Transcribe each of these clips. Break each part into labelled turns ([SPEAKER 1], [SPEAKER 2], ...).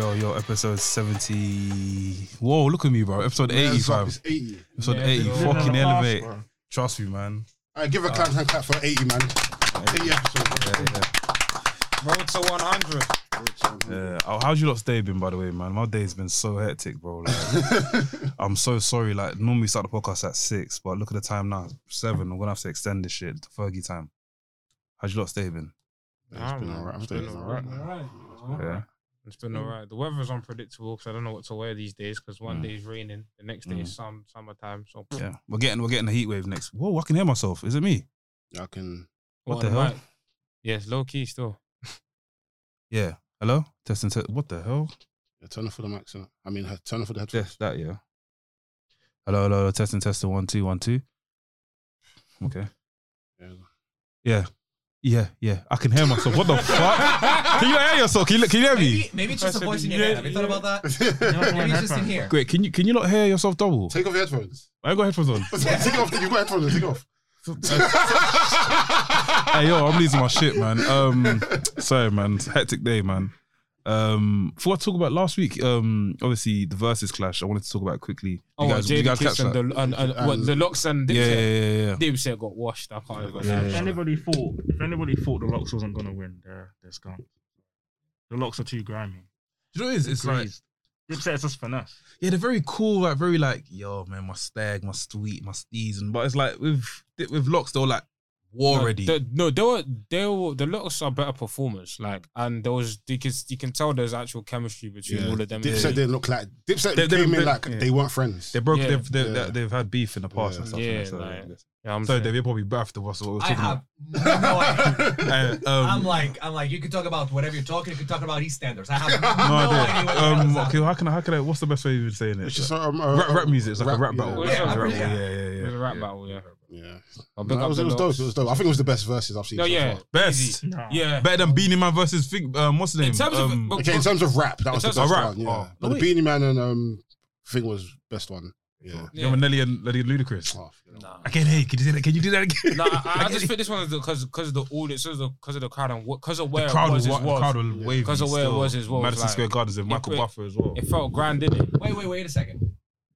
[SPEAKER 1] episode 70. Whoa, look at me, bro. Episode 80, fam.
[SPEAKER 2] It's 80.
[SPEAKER 1] Episode
[SPEAKER 3] Yeah,
[SPEAKER 1] 80.
[SPEAKER 3] bro.
[SPEAKER 1] Fucking
[SPEAKER 3] Yeah,
[SPEAKER 1] elevate.
[SPEAKER 2] bro.
[SPEAKER 1] Trust me, man.
[SPEAKER 2] All right, give a clap hand clap for 80, man. 80 episodes.
[SPEAKER 1] Yeah, yeah.
[SPEAKER 4] Road to 100.
[SPEAKER 1] Yeah. Oh, how's your lot's day been, by the way, man? My day's been so hectic, bro. Like, I'm so sorry. Like, normally we start the podcast at six, but look at the time now. It's Seven. We're gonna have to extend this shit. to Fergie time. How's your lot's day been?
[SPEAKER 2] It's been alright. I'm staying alright. man.
[SPEAKER 3] Alright, you know.
[SPEAKER 1] Yeah.
[SPEAKER 4] It's been alright. The weather's unpredictable because I don't know what to wear these days. Because one
[SPEAKER 1] Mm.
[SPEAKER 4] day it's raining, the next day it's some summertime. So
[SPEAKER 1] Yeah. We're getting we're getting a heat wave next. Whoa, I can hear myself. Is it me?
[SPEAKER 2] I can.
[SPEAKER 1] What
[SPEAKER 4] Oh,
[SPEAKER 1] the
[SPEAKER 4] and
[SPEAKER 1] hell?
[SPEAKER 4] right. Yeah, it's low key still.
[SPEAKER 1] Yeah. Hello? Testing test. What the hell?
[SPEAKER 2] Yeah, turn off for the max. innit? I mean, turn off for the headphones.
[SPEAKER 1] Yes, that yeah. Hello, hello, hello. Testing, testing. One, two, one, two. Okay.
[SPEAKER 2] Yeah.
[SPEAKER 1] Yeah, yeah, yeah. I can hear myself. What the fuck? Can you hear yourself? Can you, can you hear me?
[SPEAKER 5] Maybe, maybe it's just a voice in your head. Have you thought about that? Maybe it's just in here.
[SPEAKER 1] Great. Can you can you not hear yourself double?
[SPEAKER 2] Take off your headphones.
[SPEAKER 1] I got headphones on.
[SPEAKER 2] take it off. You've got headphones. Take it off.
[SPEAKER 4] Oh,
[SPEAKER 1] hey yo, I'm losing my shit, man. Um, sorry, man. It's a hectic day, man. Um, forgot to talk about last week. Um, obviously the verses clash. I wanted to talk about it quickly.
[SPEAKER 4] Oh,
[SPEAKER 1] you guys, you guys catch
[SPEAKER 4] Jadakiss
[SPEAKER 1] that?
[SPEAKER 4] and, the, and, and, what, the locks and
[SPEAKER 1] yeah, yeah,
[SPEAKER 4] Dipset.
[SPEAKER 1] yeah, yeah, yeah.
[SPEAKER 4] Dipset Oh, got washed. I can't even.
[SPEAKER 1] Yeah,
[SPEAKER 3] If
[SPEAKER 1] yeah.
[SPEAKER 3] anybody thought, if anybody thought the locks wasn't gonna win, they're they're scum. The locks are too grimy.
[SPEAKER 1] Do you know what it is? It's like
[SPEAKER 3] Please. Dipset is just finesse.
[SPEAKER 1] yeah, they're very cool, like very like yo, man, my stag, my sweet, my steez, and but it's like with with locks, they're all like war ready.
[SPEAKER 4] No, the, no, they were they were the locks are better performers. Like, and there was you can you can tell there's actual chemistry between
[SPEAKER 2] Yeah.
[SPEAKER 4] all of them.
[SPEAKER 2] Dipset didn't look like Dipset
[SPEAKER 1] They- they-
[SPEAKER 2] came
[SPEAKER 1] they-
[SPEAKER 2] in like
[SPEAKER 1] yeah.
[SPEAKER 2] they weren't friends.
[SPEAKER 1] They broke.
[SPEAKER 4] Yeah.
[SPEAKER 1] They've they've,
[SPEAKER 2] Yeah.
[SPEAKER 1] they've had beef in the past
[SPEAKER 2] Yeah.
[SPEAKER 1] and stuff.
[SPEAKER 4] Yeah,
[SPEAKER 1] innit? so,
[SPEAKER 4] like-
[SPEAKER 1] yes.
[SPEAKER 4] Yeah, I'm
[SPEAKER 1] so
[SPEAKER 4] saying.
[SPEAKER 1] they're probably baffed of us. What we're
[SPEAKER 5] I
[SPEAKER 1] talking
[SPEAKER 5] have no idea.
[SPEAKER 1] about. Uh, um,
[SPEAKER 5] I'm like, I'm like, you can talk about whatever you're talking. You can talk about East standards. I have no,
[SPEAKER 1] no,
[SPEAKER 5] idea. What
[SPEAKER 1] idea. Um,
[SPEAKER 5] the hell is
[SPEAKER 1] okay, how can I? How can I? What's the best way of even saying it?
[SPEAKER 2] It's just um, uh,
[SPEAKER 1] rap, rap music. It's like a rap battle.
[SPEAKER 4] yeah.
[SPEAKER 1] It's like a rap
[SPEAKER 5] Yeah, yeah.
[SPEAKER 1] battle. Yeah, yeah, yeah.
[SPEAKER 4] it was a rap
[SPEAKER 1] yeah.
[SPEAKER 4] battle. Yeah,
[SPEAKER 2] Yeah,
[SPEAKER 4] I'll
[SPEAKER 2] No,
[SPEAKER 4] pick
[SPEAKER 2] it
[SPEAKER 4] up
[SPEAKER 2] was,
[SPEAKER 4] the
[SPEAKER 2] it was
[SPEAKER 4] locks.
[SPEAKER 2] dope. It was dope. I think it was the best verses I've seen.
[SPEAKER 4] No,
[SPEAKER 2] so
[SPEAKER 4] yeah,
[SPEAKER 2] far.
[SPEAKER 1] Best.
[SPEAKER 3] No.
[SPEAKER 4] yeah.
[SPEAKER 1] Better than Beanie Man versus Fig. Um, what's the name?
[SPEAKER 4] In terms of-
[SPEAKER 1] um,
[SPEAKER 4] but-
[SPEAKER 2] Okay, in terms of rap, that was the
[SPEAKER 4] terms
[SPEAKER 2] best
[SPEAKER 4] of
[SPEAKER 1] rap,
[SPEAKER 2] one. Yeah,
[SPEAKER 1] oh.
[SPEAKER 2] but the Beanie Man and um thing was best one. Yeah.
[SPEAKER 1] you know,
[SPEAKER 4] Yeah.
[SPEAKER 1] Nelly and Nelly and Ludacris.
[SPEAKER 2] Oh, you know.
[SPEAKER 4] Nah.
[SPEAKER 1] Again, hey, can you say that? Can you do that again?
[SPEAKER 4] No, I, I just think this one is because because of the audience, because of, the- 'cause of the crowd and because of where
[SPEAKER 1] the crowd
[SPEAKER 4] it
[SPEAKER 1] was,
[SPEAKER 4] was, as
[SPEAKER 1] wa- the
[SPEAKER 4] well.
[SPEAKER 1] crowd was wavy.
[SPEAKER 4] Because of where it
[SPEAKER 1] still.
[SPEAKER 4] was as well,
[SPEAKER 1] Madison
[SPEAKER 4] like-
[SPEAKER 1] Square Gardens and Michael
[SPEAKER 4] it-
[SPEAKER 1] Buffer as well.
[SPEAKER 4] it felt grand, didn't it?
[SPEAKER 5] that? Wait, wait, wait a second.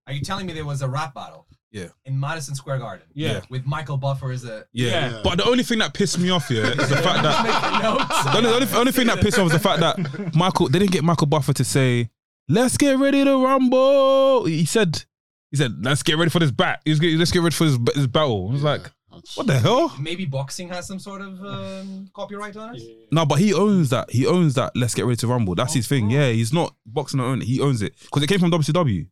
[SPEAKER 5] Are you telling me there was a rap battle?
[SPEAKER 1] Yeah.
[SPEAKER 5] In Madison Square Garden.
[SPEAKER 4] Yeah.
[SPEAKER 5] With Michael Buffer as a.
[SPEAKER 1] Yeah.
[SPEAKER 2] Yeah.
[SPEAKER 1] But the only thing that pissed me off here is the fact that
[SPEAKER 5] notes.
[SPEAKER 1] The only, the only, only thing that pissed me off was the fact that Michael they didn't get Michael Buffer to say, "Let's get ready to rumble." He said, "He said let's get ready for this bat. He's get, let's get ready for this, this battle." I was like, "What the hell?"
[SPEAKER 5] Maybe boxing has some sort of um, copyright on it.
[SPEAKER 1] No, but he owns that. He owns that. Let's get ready to rumble. That's his thing. Yeah, he's not boxing on. He owns it because it came from WCW.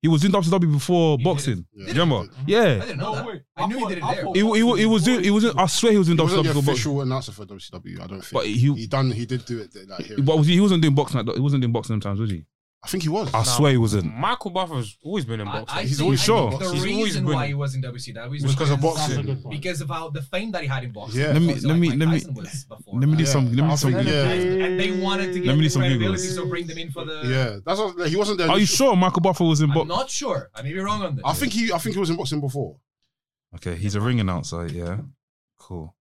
[SPEAKER 1] He was doing WCW before
[SPEAKER 5] He did it.
[SPEAKER 1] boxing. Do
[SPEAKER 2] Yeah.
[SPEAKER 1] you remember? Yeah.
[SPEAKER 5] I didn't know that. I knew he did it there.
[SPEAKER 1] He, he, he was doing. He was. Doing, I swear he was doing
[SPEAKER 2] He wasn't the
[SPEAKER 1] WCW. before boxing.
[SPEAKER 2] official announcer for WCW. I don't think.
[SPEAKER 1] But he-
[SPEAKER 2] he done. He did do it. Like, here.
[SPEAKER 1] But was he, he wasn't doing boxing. At, he wasn't doing boxing times, was he?
[SPEAKER 2] I think he was.
[SPEAKER 1] I swear he wasn't.
[SPEAKER 4] Michael Buffer's always been in
[SPEAKER 5] I,
[SPEAKER 4] boxing.
[SPEAKER 5] I
[SPEAKER 2] He's
[SPEAKER 5] think-
[SPEAKER 2] always
[SPEAKER 5] I
[SPEAKER 1] sure.
[SPEAKER 5] think The
[SPEAKER 4] He's always
[SPEAKER 5] reason
[SPEAKER 4] been-
[SPEAKER 5] why he was in WCW
[SPEAKER 2] It was because of
[SPEAKER 3] That's a
[SPEAKER 2] boxing.
[SPEAKER 3] good point.
[SPEAKER 5] because of how the fame that he had in boxing.
[SPEAKER 2] Yeah.
[SPEAKER 1] Let me.
[SPEAKER 5] Also,
[SPEAKER 1] Let
[SPEAKER 5] like
[SPEAKER 1] me.
[SPEAKER 5] Mike
[SPEAKER 1] Let me.
[SPEAKER 5] Tyson was before,
[SPEAKER 1] Let me do
[SPEAKER 5] right?
[SPEAKER 2] Yeah.
[SPEAKER 1] some. Let me
[SPEAKER 2] I
[SPEAKER 1] do some.
[SPEAKER 2] think- Yeah.
[SPEAKER 5] And they wanted to get
[SPEAKER 1] Let me do
[SPEAKER 5] him
[SPEAKER 1] some Googles.
[SPEAKER 5] credibility, so bring them in for the.
[SPEAKER 2] Yeah, that's what, like, he wasn't there.
[SPEAKER 1] Are you
[SPEAKER 2] initially.
[SPEAKER 1] sure Michael Buffer was in
[SPEAKER 5] I'm
[SPEAKER 1] box?
[SPEAKER 5] not sure. I may be wrong on this.
[SPEAKER 2] I think he. I think he was in boxing before.
[SPEAKER 1] Okay, he's a ring announcer. Yeah, cool.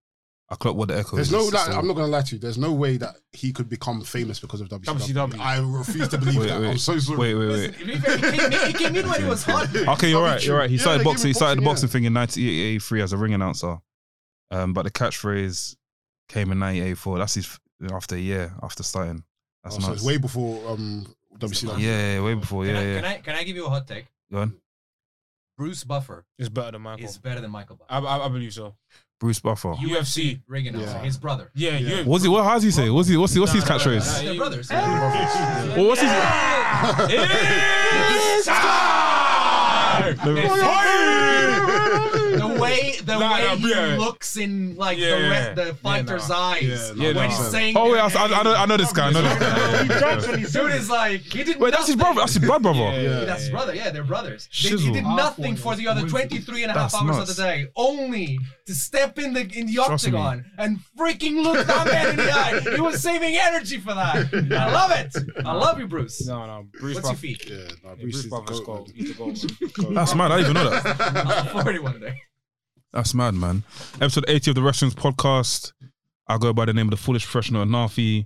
[SPEAKER 1] I clocked what the echo.
[SPEAKER 2] There's
[SPEAKER 1] is,
[SPEAKER 2] no.
[SPEAKER 1] so-
[SPEAKER 2] Like, I'm not gonna lie to you. There's no way that he could become famous because of WCW.
[SPEAKER 4] WCW.
[SPEAKER 2] I refuse to believe
[SPEAKER 1] Wait,
[SPEAKER 2] that.
[SPEAKER 1] wait.
[SPEAKER 2] I'm so sorry.
[SPEAKER 1] Wait, wait,
[SPEAKER 5] Listen,
[SPEAKER 1] wait.
[SPEAKER 5] if he, if he, came, he came in when he was hot.
[SPEAKER 1] Okay, you're right. You're right. He
[SPEAKER 2] Yeah,
[SPEAKER 1] started
[SPEAKER 2] they
[SPEAKER 1] boxing. He
[SPEAKER 2] gave him
[SPEAKER 1] started the boxing
[SPEAKER 2] boxing,
[SPEAKER 1] thing in 1983 as a ring announcer. Um, but the catchphrase came in 1984. That's his after a year after starting. That's
[SPEAKER 2] Oh, so
[SPEAKER 1] nice.
[SPEAKER 2] it's way before um, WCW.
[SPEAKER 1] yeah, yeah, way before.
[SPEAKER 5] Can,
[SPEAKER 1] Oh, Yeah,
[SPEAKER 5] I,
[SPEAKER 1] yeah.
[SPEAKER 5] can I can I give you a hot take?
[SPEAKER 1] Go on.
[SPEAKER 5] Bruce Buffer
[SPEAKER 4] It's better than Michael.
[SPEAKER 5] is better than Michael Buffer.
[SPEAKER 4] I, I, I believe so.
[SPEAKER 1] Bruce Buffer.
[SPEAKER 4] UFC.
[SPEAKER 5] Ring announcer,
[SPEAKER 2] Yeah.
[SPEAKER 5] his brother.
[SPEAKER 4] Yeah,
[SPEAKER 2] Yeah.
[SPEAKER 4] you.
[SPEAKER 1] What's he? What? How's he say? What's he? What's he? What's his
[SPEAKER 4] Nah, nah, nah,
[SPEAKER 1] catchphrase?
[SPEAKER 4] nah,
[SPEAKER 5] They're
[SPEAKER 4] you-
[SPEAKER 5] brothers.
[SPEAKER 1] Well, what's his?
[SPEAKER 4] It's time!
[SPEAKER 5] The way the
[SPEAKER 4] Nah,
[SPEAKER 5] way
[SPEAKER 4] nah,
[SPEAKER 5] he
[SPEAKER 4] yeah.
[SPEAKER 5] looks in like
[SPEAKER 4] Yeah,
[SPEAKER 5] the
[SPEAKER 4] yeah.
[SPEAKER 5] re- the fighter's eyes
[SPEAKER 2] Yeah, nah,
[SPEAKER 5] when
[SPEAKER 4] nah.
[SPEAKER 5] he's saying.
[SPEAKER 1] Oh wait,
[SPEAKER 5] their
[SPEAKER 1] I, I, I,
[SPEAKER 5] name.
[SPEAKER 1] know, I know this guy. I know this
[SPEAKER 3] He judged
[SPEAKER 1] guy.
[SPEAKER 3] when he said
[SPEAKER 5] Dude
[SPEAKER 3] it.
[SPEAKER 5] is like he did.
[SPEAKER 1] Wait, that's his
[SPEAKER 5] nothing.
[SPEAKER 1] brother. That's his blood brother.
[SPEAKER 2] Yeah.
[SPEAKER 5] That's his brother. Yeah, they're brothers. They, he
[SPEAKER 1] Shizzle.
[SPEAKER 5] did nothing for the other 23 and a half
[SPEAKER 1] That's
[SPEAKER 5] hours
[SPEAKER 1] nuts.
[SPEAKER 5] of the day, only to step in the in the
[SPEAKER 1] Trust me.
[SPEAKER 5] octagon and freaking look that man in the eye. He was saving energy for that. And I love it. I love you, Bruce.
[SPEAKER 4] No, no, Bruce
[SPEAKER 5] What's your
[SPEAKER 4] Buffer.
[SPEAKER 5] feet?
[SPEAKER 2] Yeah, nah,
[SPEAKER 4] Yeah,
[SPEAKER 2] Bruce,
[SPEAKER 4] Bruce Buffer's goal.
[SPEAKER 2] Buffer's
[SPEAKER 4] He's the goal.
[SPEAKER 1] That's mad. I didn't even know that.
[SPEAKER 5] I'll look forward to one day.
[SPEAKER 1] That's mad, man. Episode 80 of the Restaurants Podcast. I go by the name of the Foolish Professional Anafi.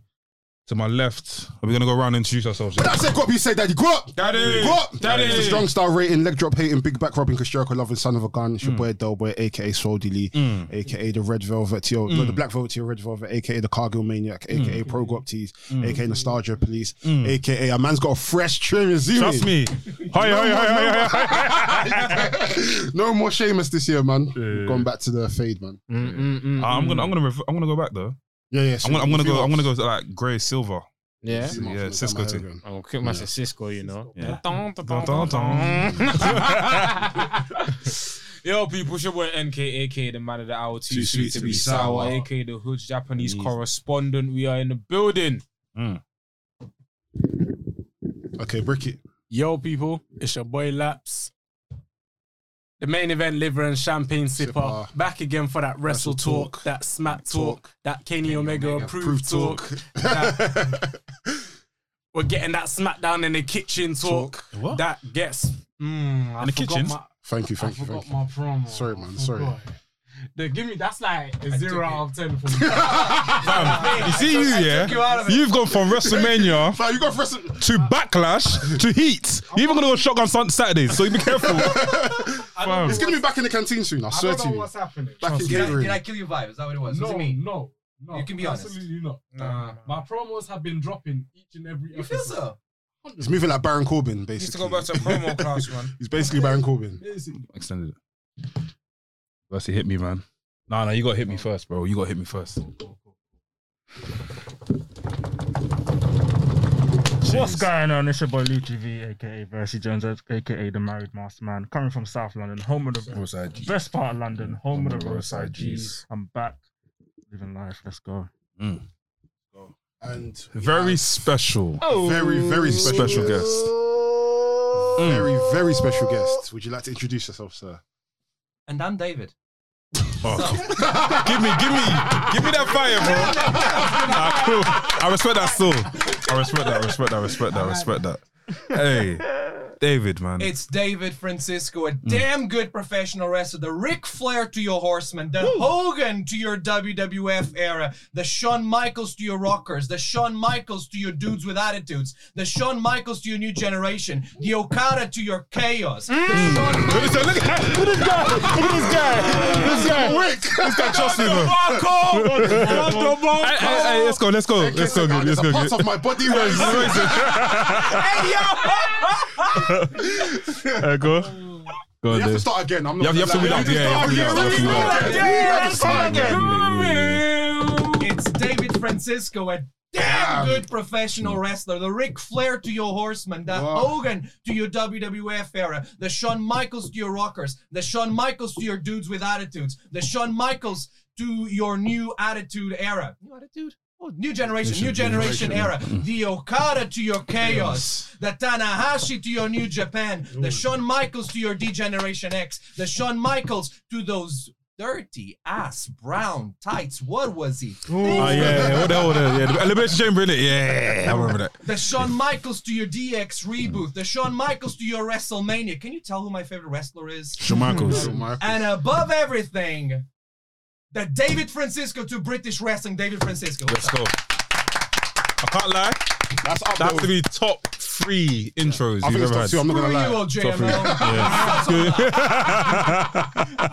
[SPEAKER 1] To my left, are we gonna go around and introduce ourselves?
[SPEAKER 2] But that's it, grow up, you say daddy, grow up!
[SPEAKER 4] Daddy.
[SPEAKER 2] Grow up!
[SPEAKER 4] Daddy.
[SPEAKER 2] It's a strong star rating, leg drop hating, big back robbing, Kostroko loving, son of a gun. It's your boy Del Boy, aka Swoldy Lee,
[SPEAKER 5] Mm,
[SPEAKER 2] aka the Red Velvet, yo, no, the Black Velvet, to your Red Velvet, aka the Cargill Maniac, aka Pro Go Up Tees, aka Nostalgia Police,
[SPEAKER 5] mm.
[SPEAKER 2] aka a man's got a fresh trim, you see
[SPEAKER 1] Mm. Trust me. Hi, hi, hi, hi, hi, hi.
[SPEAKER 2] no more Seamus this year, man. Going back to the fade, man.
[SPEAKER 5] Mm.
[SPEAKER 1] I'm gonna, I'm gonna, ref- I'm gonna go back though.
[SPEAKER 2] Yeah, yeah.
[SPEAKER 1] I'm gonna, I'm gonna go, I'm gonna go to like grey silver.
[SPEAKER 4] Yeah.
[SPEAKER 1] Yeah, Cisco team.
[SPEAKER 4] Oh, kick my Cisco, you know.
[SPEAKER 1] Yeah.
[SPEAKER 4] Dun, dun,
[SPEAKER 1] Dun,
[SPEAKER 4] dun,
[SPEAKER 1] dun,
[SPEAKER 4] dun. Yo, people, it's your boy NK, aka the man of the hour, too, sweet, to be sour, aka the hood's Japanese correspondent. We are in the building.
[SPEAKER 2] Okay, brick it.
[SPEAKER 6] Yo, people, it's your boy Laps. The main event, liver and champagne sipper.
[SPEAKER 2] Sipper.
[SPEAKER 6] Back again for that
[SPEAKER 2] Wrestle
[SPEAKER 6] wrestle, talk,
[SPEAKER 2] talk.
[SPEAKER 6] that smack talk, that Kenny, Omega,
[SPEAKER 2] Proof
[SPEAKER 6] approved, talk.
[SPEAKER 2] talk.
[SPEAKER 6] We're getting that smackdown in the kitchen talk.
[SPEAKER 1] What?
[SPEAKER 6] That gets. Mm, I
[SPEAKER 1] In the
[SPEAKER 6] forgot
[SPEAKER 1] kitchen?
[SPEAKER 6] My,
[SPEAKER 2] Thank you,
[SPEAKER 6] I
[SPEAKER 2] thank you,
[SPEAKER 6] forgot
[SPEAKER 2] thank you.
[SPEAKER 6] my promo.
[SPEAKER 2] Sorry, man,
[SPEAKER 6] I
[SPEAKER 2] sorry.
[SPEAKER 6] forgot. They give me that's like a zero out of ten for me. Fam,
[SPEAKER 1] You see you, yeah.
[SPEAKER 5] you out of it.
[SPEAKER 1] You've gone from WrestleMania
[SPEAKER 2] Fam, you got wrestle.
[SPEAKER 1] to Backlash to Heat. You're even gonna go Shotgun Sun Saturdays, so you be careful. Fam.
[SPEAKER 2] It's gonna be back in the canteen soon. I
[SPEAKER 6] I
[SPEAKER 2] swear
[SPEAKER 6] don't
[SPEAKER 2] to
[SPEAKER 6] know
[SPEAKER 2] you.
[SPEAKER 6] what's happening.
[SPEAKER 2] Back in
[SPEAKER 5] Did I, did I
[SPEAKER 2] catering.
[SPEAKER 5] kill your vibe? Is that what it was? Was
[SPEAKER 6] No,
[SPEAKER 5] it me?
[SPEAKER 6] no, no.
[SPEAKER 5] You can be honest.
[SPEAKER 6] Absolutely not.
[SPEAKER 4] Nah.
[SPEAKER 6] My promos have been dropping each and every
[SPEAKER 5] You feel
[SPEAKER 6] episode.
[SPEAKER 5] so?
[SPEAKER 2] He's moving like Baron Corbin, basically.
[SPEAKER 4] Used to go back to promo class, man.
[SPEAKER 2] He's basically Baron Corbin.
[SPEAKER 6] Basically.
[SPEAKER 1] Extended it. That's it. Hit me, man. Nah, nah. You gotta hit me first, bro. You gotta hit me first.
[SPEAKER 3] What's going on? It's your boy Luke GV, aka Versi Jones, aka the Married Master Man, coming from South London, home of the best part of London, home of the roadside G's. I'm back, living life. Let's go.
[SPEAKER 2] And
[SPEAKER 1] Very special.
[SPEAKER 2] very, very special,
[SPEAKER 1] Special
[SPEAKER 2] guest.
[SPEAKER 1] guest.
[SPEAKER 2] Very, very special guest. Would you like to introduce yourself, sir?
[SPEAKER 5] And I'm David.
[SPEAKER 1] Give me, give me, give me that fire, bro. Nah, cool. I respect that still. I respect that. I respect that. I respect that. I respect that. Hey, David, man.
[SPEAKER 5] It's David Francisco, a damn good professional wrestler. The Ric Flair to your horseman, the Hogan to your WWF era, the Shawn Michaels to your rockers, the Shawn Michaels to your dudes with attitudes, the Shawn Michaels to your new generation, the Okada to your chaos.
[SPEAKER 1] Look at this look at- look at this guy. Look at this guy. This guy. This guy trusts me, bro. Hey, hey, hey, let's go. Let's go. Let's go.
[SPEAKER 2] Ah,
[SPEAKER 1] Good. Let's
[SPEAKER 2] there's a
[SPEAKER 1] go.
[SPEAKER 2] part
[SPEAKER 1] Good.
[SPEAKER 2] of my body where it's-
[SPEAKER 1] Uh, go. Go on,
[SPEAKER 2] You have to
[SPEAKER 1] Dave.
[SPEAKER 2] start again. I'm
[SPEAKER 1] You
[SPEAKER 2] not
[SPEAKER 1] have- you have to
[SPEAKER 2] gonna lie.
[SPEAKER 1] read out, yeah, you have to read out,
[SPEAKER 2] You have to start again. You have to start again.
[SPEAKER 5] It's David Francisco, a damn good professional wrestler. The Ric Flair to your horseman, the
[SPEAKER 2] Wow.
[SPEAKER 5] Hogan to your WWF era, the Shawn Michaels to your rockers, the Shawn Michaels to your dudes with attitudes, the Shawn Michaels to your new attitude era. New attitude? Oh, New generation, new generation era. The Okada to your chaos. The Tanahashi to your new Japan. The Shawn Michaels to your D-Generation X. The Shawn Michaels to those dirty ass brown tights. What was he?
[SPEAKER 1] Oh, yeah, yeah. What the hell? was that? Yeah, the Elimination Chamber, innit? Yeah, I remember that.
[SPEAKER 5] The Shawn Michaels to your DX reboot. The Shawn Michaels to your WrestleMania. Can you tell who my favorite wrestler is?
[SPEAKER 1] Shawn Michaels.
[SPEAKER 5] And above everything, the David Francisco to British wrestling. David Francisco.
[SPEAKER 1] Let's go. I can't lie.
[SPEAKER 2] That's up
[SPEAKER 1] That has to
[SPEAKER 2] there.
[SPEAKER 1] be top three intros
[SPEAKER 2] I
[SPEAKER 1] you've
[SPEAKER 2] think it's
[SPEAKER 1] ever
[SPEAKER 2] top
[SPEAKER 1] had.
[SPEAKER 2] two. I'm not
[SPEAKER 5] Screw
[SPEAKER 2] gonna
[SPEAKER 5] you,
[SPEAKER 2] lie.
[SPEAKER 5] old
[SPEAKER 1] Top three.
[SPEAKER 5] JML.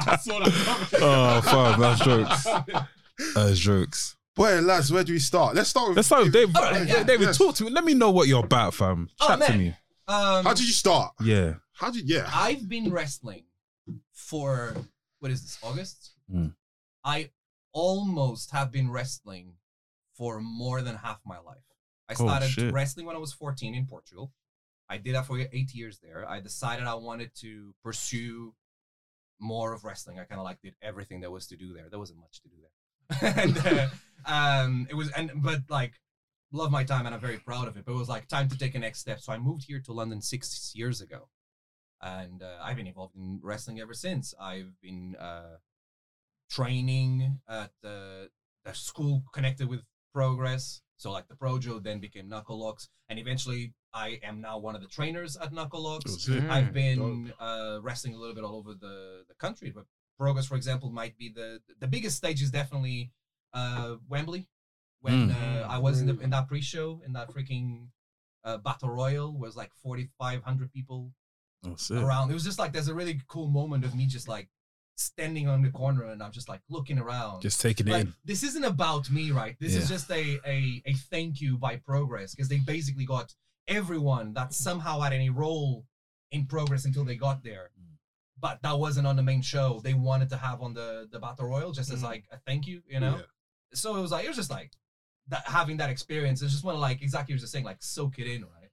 [SPEAKER 1] oh, fuck. That's jokes. That's jokes.
[SPEAKER 2] Boy, lads, where do we start? Let's start with.
[SPEAKER 1] Let's start with David.
[SPEAKER 5] yeah.
[SPEAKER 1] David,
[SPEAKER 2] Oh, Yes.
[SPEAKER 1] talk to me. Let me know what you're about, fam.
[SPEAKER 5] Oh,
[SPEAKER 1] Chat to
[SPEAKER 5] man.
[SPEAKER 1] me.
[SPEAKER 2] How
[SPEAKER 5] Um,
[SPEAKER 2] did you start?
[SPEAKER 1] Yeah.
[SPEAKER 2] How did yeah?
[SPEAKER 5] I've been wrestling for what is this August?
[SPEAKER 1] Mm.
[SPEAKER 5] I almost have been wrestling for more than half my life. I
[SPEAKER 1] Oh,
[SPEAKER 5] started
[SPEAKER 1] shit.
[SPEAKER 5] wrestling when I was 14 in Portugal. I did that for e, eight years there. I decided I wanted to pursue more of wrestling. I kind of like did everything there was to do there. There wasn't much to do there, and uh, um, it was and but like love my time and I'm very proud of it. But it was like time to take a next step. So I moved here to London six years ago, and uh, I've been involved in wrestling ever since. I've been uh, training at the, the school connected with Progress. So like the Projo then became Knuckle Locks, and eventually I am now one of the trainers at Knuckle Locks.
[SPEAKER 2] Mm.
[SPEAKER 5] I've been uh, wrestling a little bit all over the, the country, but Progress, for example, might be the the biggest stage is definitely uh, Wembley. when uh, I was in, the, in that pre-show in that freaking uh, battle royal was like 4,500 people
[SPEAKER 1] That's it.
[SPEAKER 5] around. It was just like there's a really cool moment of me just like standing on the corner and I'm just like looking around.
[SPEAKER 1] Just taking it
[SPEAKER 5] like,
[SPEAKER 1] in.
[SPEAKER 5] this isn't about me, right? This
[SPEAKER 1] Yeah.
[SPEAKER 5] is just a, a a thank you by progress because they basically got everyone that somehow had any role in progress until they got there.
[SPEAKER 1] Mm.
[SPEAKER 5] But that wasn't on the main show. They wanted to have on the the battle royal just
[SPEAKER 1] Mm.
[SPEAKER 5] as like a thank you, you know.
[SPEAKER 2] Yeah.
[SPEAKER 5] So it was like it was just like that having that experience. It's just want to like exactly what you're saying, like soak it in, right?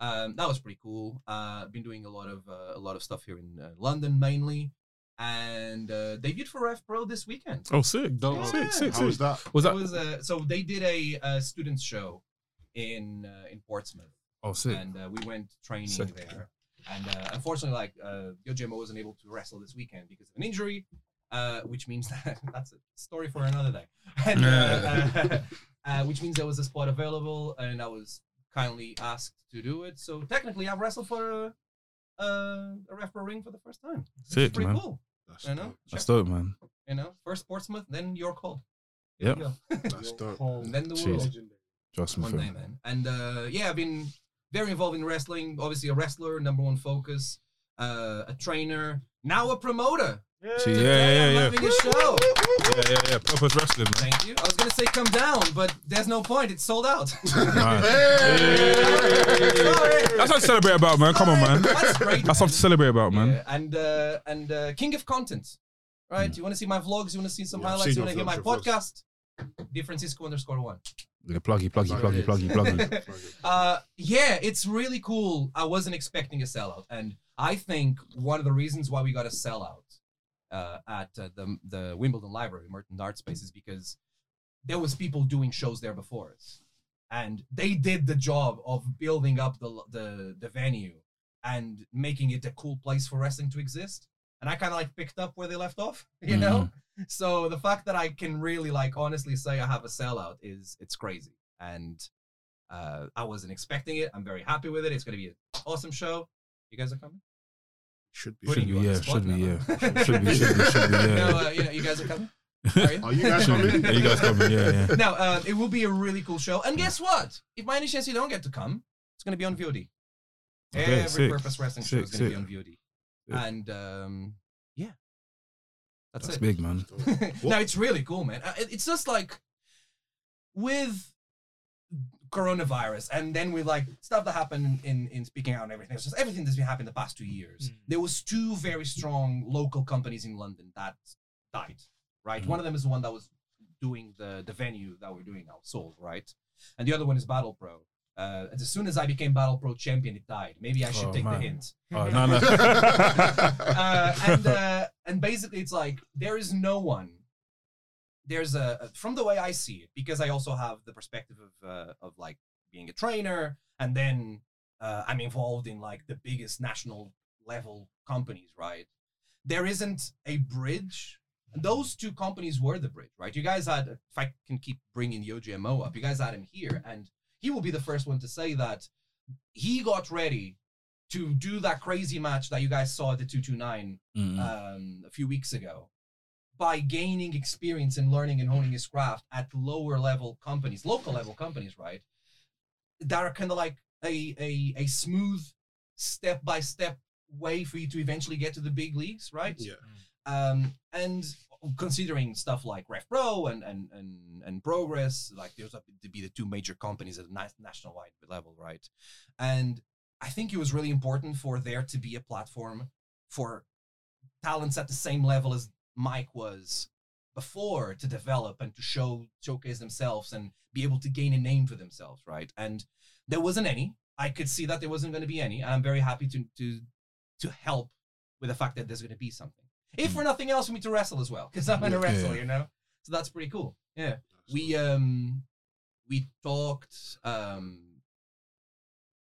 [SPEAKER 5] Um, that was pretty cool. Uh, been doing a lot of uh, a lot of stuff here in uh, London mainly, and uh, debuted for Ref Pro this weekend.
[SPEAKER 1] Oh, sick.
[SPEAKER 5] Dope.
[SPEAKER 1] Sick, sick,
[SPEAKER 2] How
[SPEAKER 1] sick.
[SPEAKER 2] was that?
[SPEAKER 1] Was
[SPEAKER 5] It
[SPEAKER 1] that?
[SPEAKER 5] was uh, so they did a, uh students show in uh, in Portsmouth,
[SPEAKER 1] Oh, sick.
[SPEAKER 5] and uh, we went training
[SPEAKER 1] Sick.
[SPEAKER 5] there. And uh, unfortunately, like uh, Yojima wasn't able to wrestle this weekend because of an injury, uh, which means that that's a story for another day. And, uh, uh, uh, which means there was a spot available, and I was kindly asked to do it. So technically, I've wrestled for a, a, a ref pro ring for the first time. It's
[SPEAKER 1] Sick,
[SPEAKER 5] pretty
[SPEAKER 1] man.
[SPEAKER 5] cool. You know,
[SPEAKER 1] That's
[SPEAKER 5] Check-
[SPEAKER 1] dope, man.
[SPEAKER 5] you know, first Portsmouth, then York Hall. There you go.
[SPEAKER 2] That's dope.
[SPEAKER 5] and then the
[SPEAKER 1] Jeez.
[SPEAKER 5] world.
[SPEAKER 1] Trust me.
[SPEAKER 5] One day,
[SPEAKER 1] fam.
[SPEAKER 5] man. And uh, yeah, I've been very involved in wrestling. Obviously, a wrestler, number one focus. Uh, a trainer, now a promoter.
[SPEAKER 1] Yeah,
[SPEAKER 5] Today,
[SPEAKER 1] yeah,
[SPEAKER 5] I'm
[SPEAKER 1] yeah.
[SPEAKER 5] having a show.
[SPEAKER 1] Yeah, yeah, yeah. Purpose wrestling, man.
[SPEAKER 5] Thank you. I was gonna say come down, but there's no point. It's sold out.
[SPEAKER 1] Nice.
[SPEAKER 5] Sorry.
[SPEAKER 1] That's what to celebrate about, man. Come on, man.
[SPEAKER 5] That's great.
[SPEAKER 1] That's something to celebrate about, man.
[SPEAKER 5] Yeah, and uh, and uh, king of content,
[SPEAKER 1] Mm.
[SPEAKER 5] right? You want to see my vlogs? You want to see some
[SPEAKER 2] Yeah, I've seen
[SPEAKER 5] highlights? You want to hear
[SPEAKER 2] your
[SPEAKER 5] my
[SPEAKER 2] vlogs, your
[SPEAKER 5] podcast? Di Francisco underscore one.
[SPEAKER 1] Like pluggy, pluggy, pluggy, pluggy, pluggy.
[SPEAKER 5] Uh, yeah, it's really cool. I wasn't expecting a sellout, and I think one of the reasons why we got a sellout uh, at uh, the the Wimbledon Library, Merton Art Space, is because there was people doing shows there before us, and they did the job of building up the the the venue and making it a cool place for wrestling to exist. And I kind of like picked up where they left off, you know. So the fact that I can really like honestly say I have a sellout is it's crazy, and uh, I wasn't expecting it. I'm very happy with it. It's going to be an awesome show. You guys are coming.
[SPEAKER 2] Should be.
[SPEAKER 5] Putting
[SPEAKER 1] Should be,
[SPEAKER 5] you on the
[SPEAKER 1] yeah.
[SPEAKER 5] spot
[SPEAKER 1] Should be,
[SPEAKER 5] now.
[SPEAKER 1] yeah. Should be, should be, should be,
[SPEAKER 5] No,
[SPEAKER 1] yeah.
[SPEAKER 5] uh, you know, you guys are coming. Are you?
[SPEAKER 2] Are you guys
[SPEAKER 1] Should
[SPEAKER 2] coming?
[SPEAKER 1] be. Yeah, you guys coming, yeah, yeah.
[SPEAKER 5] no, uh, it will be a really cool show. And guess what? If by any chance you don't get to come, it's going to be on VOD.
[SPEAKER 1] Okay,
[SPEAKER 5] Every
[SPEAKER 1] sick.
[SPEAKER 5] purpose wrestling show is
[SPEAKER 1] Sick,
[SPEAKER 5] going to be
[SPEAKER 1] sick.
[SPEAKER 5] on VOD.
[SPEAKER 1] Sick.
[SPEAKER 5] And um, yeah, that's,
[SPEAKER 1] That's
[SPEAKER 5] it.
[SPEAKER 1] big, man.
[SPEAKER 5] no, it's really cool, man. Uh, it- It's just like with coronavirus, and then with like stuff that happened in in speaking out and everything. It's just everything that's been happening the past two
[SPEAKER 1] Hmm.
[SPEAKER 5] years. There was two very strong local companies in London that died. Right,
[SPEAKER 1] Hmm.
[SPEAKER 5] one of them is the one that was doing the the venue that we're doing now, sold. Right, and the other one is Battle Pro. Uh, as soon as I became Battle Pro champion, it died. Maybe I should
[SPEAKER 1] Oh,
[SPEAKER 5] take
[SPEAKER 1] man.
[SPEAKER 5] the hint
[SPEAKER 1] Oh, no, no.
[SPEAKER 5] uh, and uh, and basically it's like there is no one there's a a- from the way i see it because i also have the perspective of uh, of like being a trainer and then uh, i'm involved in like the biggest national level companies right there isn't a bridge and those two companies were the bridge right you guys had if i can keep bringing yojimo up you guys had him here and he will be the first one to say that he got ready to do that crazy match that you guys saw at the 229
[SPEAKER 1] Mm.
[SPEAKER 5] um, a few weeks ago by gaining experience and learning and honing his craft at lower level companies, local level companies, right? That are kind of like a, a, a smooth step by step way for you to eventually get to the big leagues, right?
[SPEAKER 2] Yeah.
[SPEAKER 5] Um, and considering stuff like RefPro and, and, and, and Progress, like there's up to be the two major companies at a na- national wide level, right? And I think it was really important for there to be a platform for talents at the same level as Mike was before to develop and to show showcase themselves and be able to gain a name for themselves, right? And there wasn't any. I could see that there wasn't going to be any, and I'm very happy to to to help with the fact that there's going to be something. If for nothing else, we need to wrestle as well because I'm going to wrestle, you know. So that's pretty cool. Yeah, we um we talked um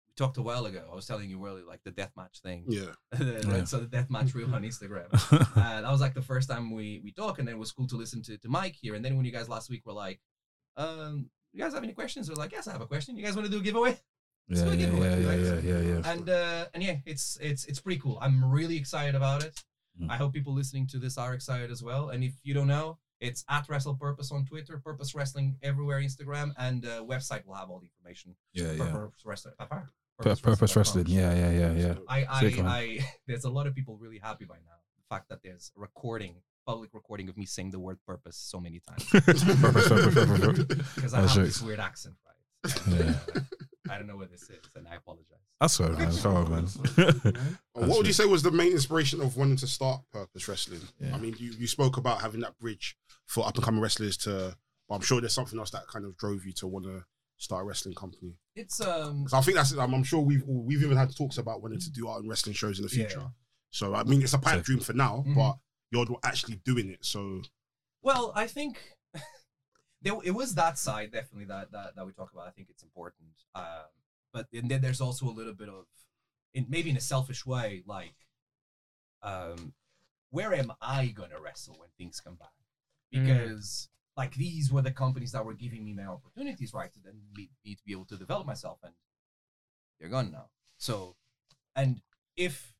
[SPEAKER 5] we talked a while ago. I was telling you earlier, like the deathmatch thing.
[SPEAKER 2] Yeah.
[SPEAKER 1] Yeah.
[SPEAKER 5] so the deathmatch reel on Instagram. Uh, that was like the first time we we talk, and then it was cool to listen to, to Mike here. And then when you guys last week were like, um, you guys have any questions? We're like, yes, I have a question. You guys want to do a giveaway?
[SPEAKER 1] Yeah, yeah, yeah, yeah, yeah, yeah, yeah.
[SPEAKER 5] And uh, and yeah, it's it's it's pretty cool. I'm really excited about it.
[SPEAKER 1] Mm.
[SPEAKER 5] I hope people listening to this are excited as well. And if you don't know, It's at Wrestle Purpose on Twitter, Purpose Wrestling everywhere, Instagram, and uh, website will have all the information.
[SPEAKER 1] Yeah,
[SPEAKER 5] for
[SPEAKER 1] yeah.
[SPEAKER 5] Purpose Wrestling. uh, Purpose
[SPEAKER 1] Pur- Purpose
[SPEAKER 5] Wrestling.com.
[SPEAKER 1] wrestling. Yeah, yeah, yeah, yeah.
[SPEAKER 5] I, I,
[SPEAKER 1] Sick, man.
[SPEAKER 5] I, there's a lot of people really happy by now. The fact that there's a recording, public recording of me saying the word purpose so many times
[SPEAKER 1] Purpose, purpose, purpose, purpose.
[SPEAKER 5] because I
[SPEAKER 1] That's
[SPEAKER 5] have
[SPEAKER 1] right.
[SPEAKER 5] this weird accent, right? uh,
[SPEAKER 1] Yeah.
[SPEAKER 5] I don't know what this is, and I apologize.
[SPEAKER 1] That's all right, man. Come on, man.
[SPEAKER 2] what would you say was the main inspiration of wanting to start Purpose Wrestling?
[SPEAKER 1] Yeah.
[SPEAKER 2] I mean, you, you spoke about having that bridge for up and coming wrestlers to, but I'm sure there's something else that kind of drove you to want to start a wrestling company.
[SPEAKER 5] It's um,
[SPEAKER 2] 'Cause I think that's, I'm, I'm sure we've all, we've even had talks about wanting to do our own wrestling shows in the
[SPEAKER 5] Yeah.
[SPEAKER 2] future. So, I mean, it's a pipe
[SPEAKER 1] So- Mm-hmm.
[SPEAKER 2] dream for now,
[SPEAKER 5] Mhm.
[SPEAKER 2] but you're actually doing it. So,
[SPEAKER 5] Well, I think there it was that side definitely that that, that we talk about. I think it's important, um, but and then there's also a little bit of, in, maybe in a selfish way, like, um, where am I gonna wrestle when things come back?
[SPEAKER 6] Mm.
[SPEAKER 5] Because like these were the companies that were giving me my opportunities, right? To then me, me to be able to develop myself, and they're gone now. So, and if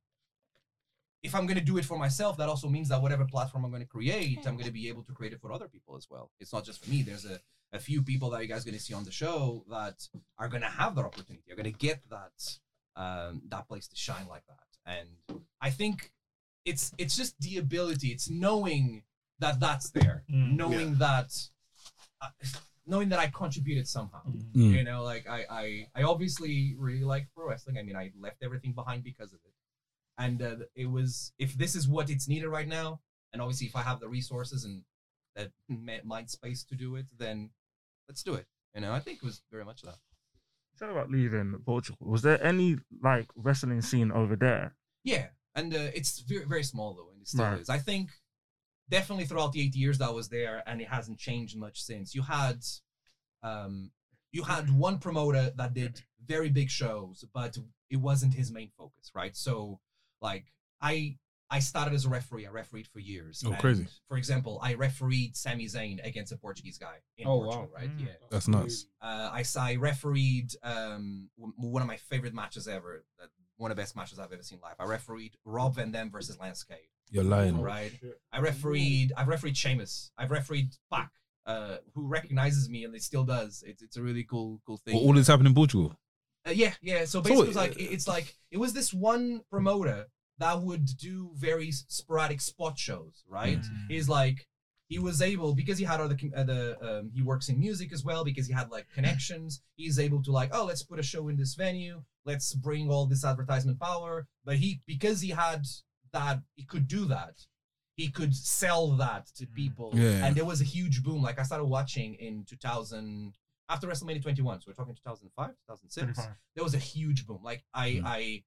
[SPEAKER 5] if I'm going to do it for myself, that also means that whatever platform I'm going to create, I'm going to be able to create it for other people as well. It's not just for me. There's a, a few people that you guys going to see on the show that are going to have that opportunity. Are going to get that um, that place to shine like that. And I think it's it's just the ability. It's knowing that that's there,
[SPEAKER 3] Mm.
[SPEAKER 5] knowing that uh, knowing that I contributed somehow.
[SPEAKER 1] Mm.
[SPEAKER 5] You know, like I, I, I obviously really like pro wrestling. I mean, I left everything behind because of it, and uh, it was if this is what it's needed right now, and obviously if I have the resources and that ma- mind space to do it, then let's do it. You know, I think it was very much that.
[SPEAKER 3] Tell about leaving Portugal. Was there any like wrestling scene over there?
[SPEAKER 5] Yeah, and uh, it's very, very small though, and it still
[SPEAKER 3] Right.
[SPEAKER 5] is. I think definitely throughout the eight years that I was there, and it hasn't changed much since. You had, um, you had one promoter that did very big shows, but it wasn't his main focus, right? So, like, I I started as a referee. I refereed for years.
[SPEAKER 1] Oh,
[SPEAKER 5] and,
[SPEAKER 1] crazy.
[SPEAKER 5] For example, I refereed Sami Zayn against a Portuguese guy in
[SPEAKER 4] Oh,
[SPEAKER 5] Portugal,
[SPEAKER 4] wow.
[SPEAKER 5] right?
[SPEAKER 3] Mm.
[SPEAKER 5] Yeah.
[SPEAKER 1] That's nuts.
[SPEAKER 5] Uh, I s- I refereed um, w- one of my favorite matches ever, uh, one of the best matches I've ever seen live. I refereed Rob Van Dam versus Lance Cade.
[SPEAKER 1] You're lying.
[SPEAKER 5] Right. I refereed. I've refereed Sheamus. I've refereed Pac, uh, who recognizes me and it still does. It's it's a really cool cool thing.
[SPEAKER 1] All this happened in Portugal.
[SPEAKER 5] Uh, yeah, yeah. So basically, it's like it- it's like it was this one promoter that would do very s- sporadic spot shows, right? He's like he was able because he had other com- uh, the um, he works in music as well because he had like connections. He's able to like oh let's put a show in this venue, let's bring all this advertisement power. But he because he had that he could do that. He could sell that to people,
[SPEAKER 1] Yeah.
[SPEAKER 5] and there was a huge boom. Like I started watching in 2000 after WrestleMania 21, so we're talking 2005, 2006 there was a huge boom. Like I,
[SPEAKER 1] Mm.
[SPEAKER 5] I,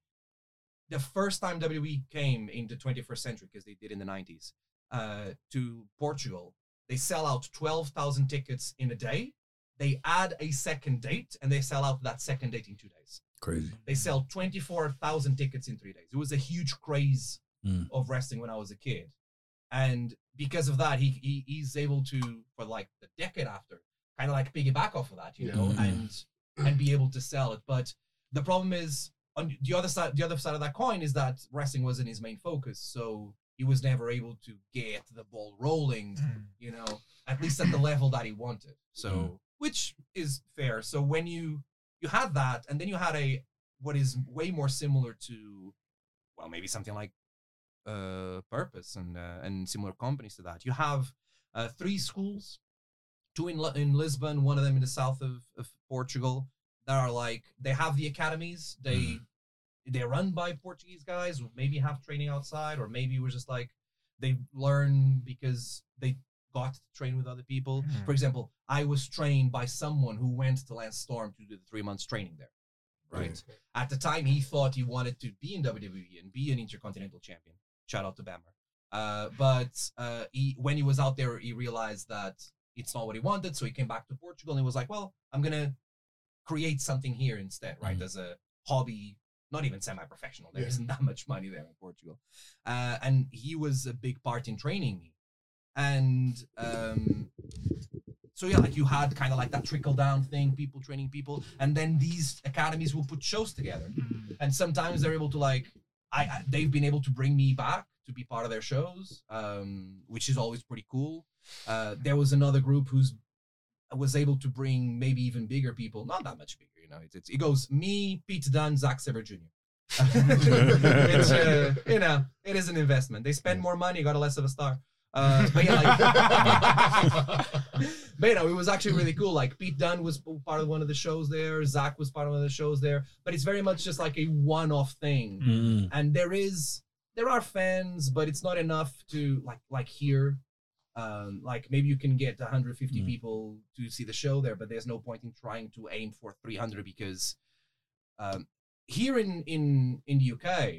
[SPEAKER 5] the first time WWE came in the 21st century because they did in the 90s uh, to Portugal, they sell out 12,000 tickets in a day. They add a second date and they sell out that second date in two days.
[SPEAKER 1] Crazy.
[SPEAKER 5] They sell 24,000 tickets in three days. It was a huge craze
[SPEAKER 1] Mm.
[SPEAKER 5] of wrestling when I was a kid. And because of that, he, he he's able to, for like the decade after, kind of like piggyback off of that, you know,
[SPEAKER 1] Yeah.
[SPEAKER 5] and and be able to sell it. But the problem is on the other side, the other side of that coin is that wrestling wasn't his main focus, so he was never able to get the ball rolling you know, at least at the level that he wanted. So, which is fair. So when you you had that, and then you had a what is way more similar to, well, maybe something like uh, Purpose and uh, and similar companies to that. You have uh, three schools, two in Li- in Lisbon, one of them in the south of, of Portugal. That are like they have the academies. They they're run by Portuguese guys. who Maybe have training outside, or maybe it was just like they learn because they got to train with other people.
[SPEAKER 3] Mhm.
[SPEAKER 5] For example, I was trained by someone who went to Lance Storm to do the three months training there. Right. At the time, he thought he wanted to be in WWE and be an intercontinental champion. Shout out to Bammer. Uh, but uh, he, when he was out there, he realized that it's not what he wanted. So he came back to Portugal and he was like, well, I'm going to create something here instead, right? As a hobby, not even semi professional. There not that much money there in Portugal. Uh, and he was a big part in training me. And um, so yeah, like you had kind of like that trickle down thing, people training people, and then these academies will put shows together, and sometimes they're able to like, I, I they've been able to bring me back to be part of their shows, um, which is always pretty cool. Uh, there was another group who's was able to bring maybe even bigger people, not that much bigger, you know. It's, it's it goes me, Pete Dunne, Zach Sever Jr. it's, uh, you know, it is an investment. They spend more money, got a less of a star. Uh, but yeah, like, but you know, it was actually really cool. Like Pete Dunn was p- part of one of the shows there. Zach was part of one of the shows there. But it's very much just like a one-off thing.
[SPEAKER 1] Mm. Mm-hmm.
[SPEAKER 5] And there is, there are fans, but it's not enough to like, like here. Um, like maybe you can get 150 people to see the show there, but there's no point in trying to aim for 300 because um, here in in in the UK,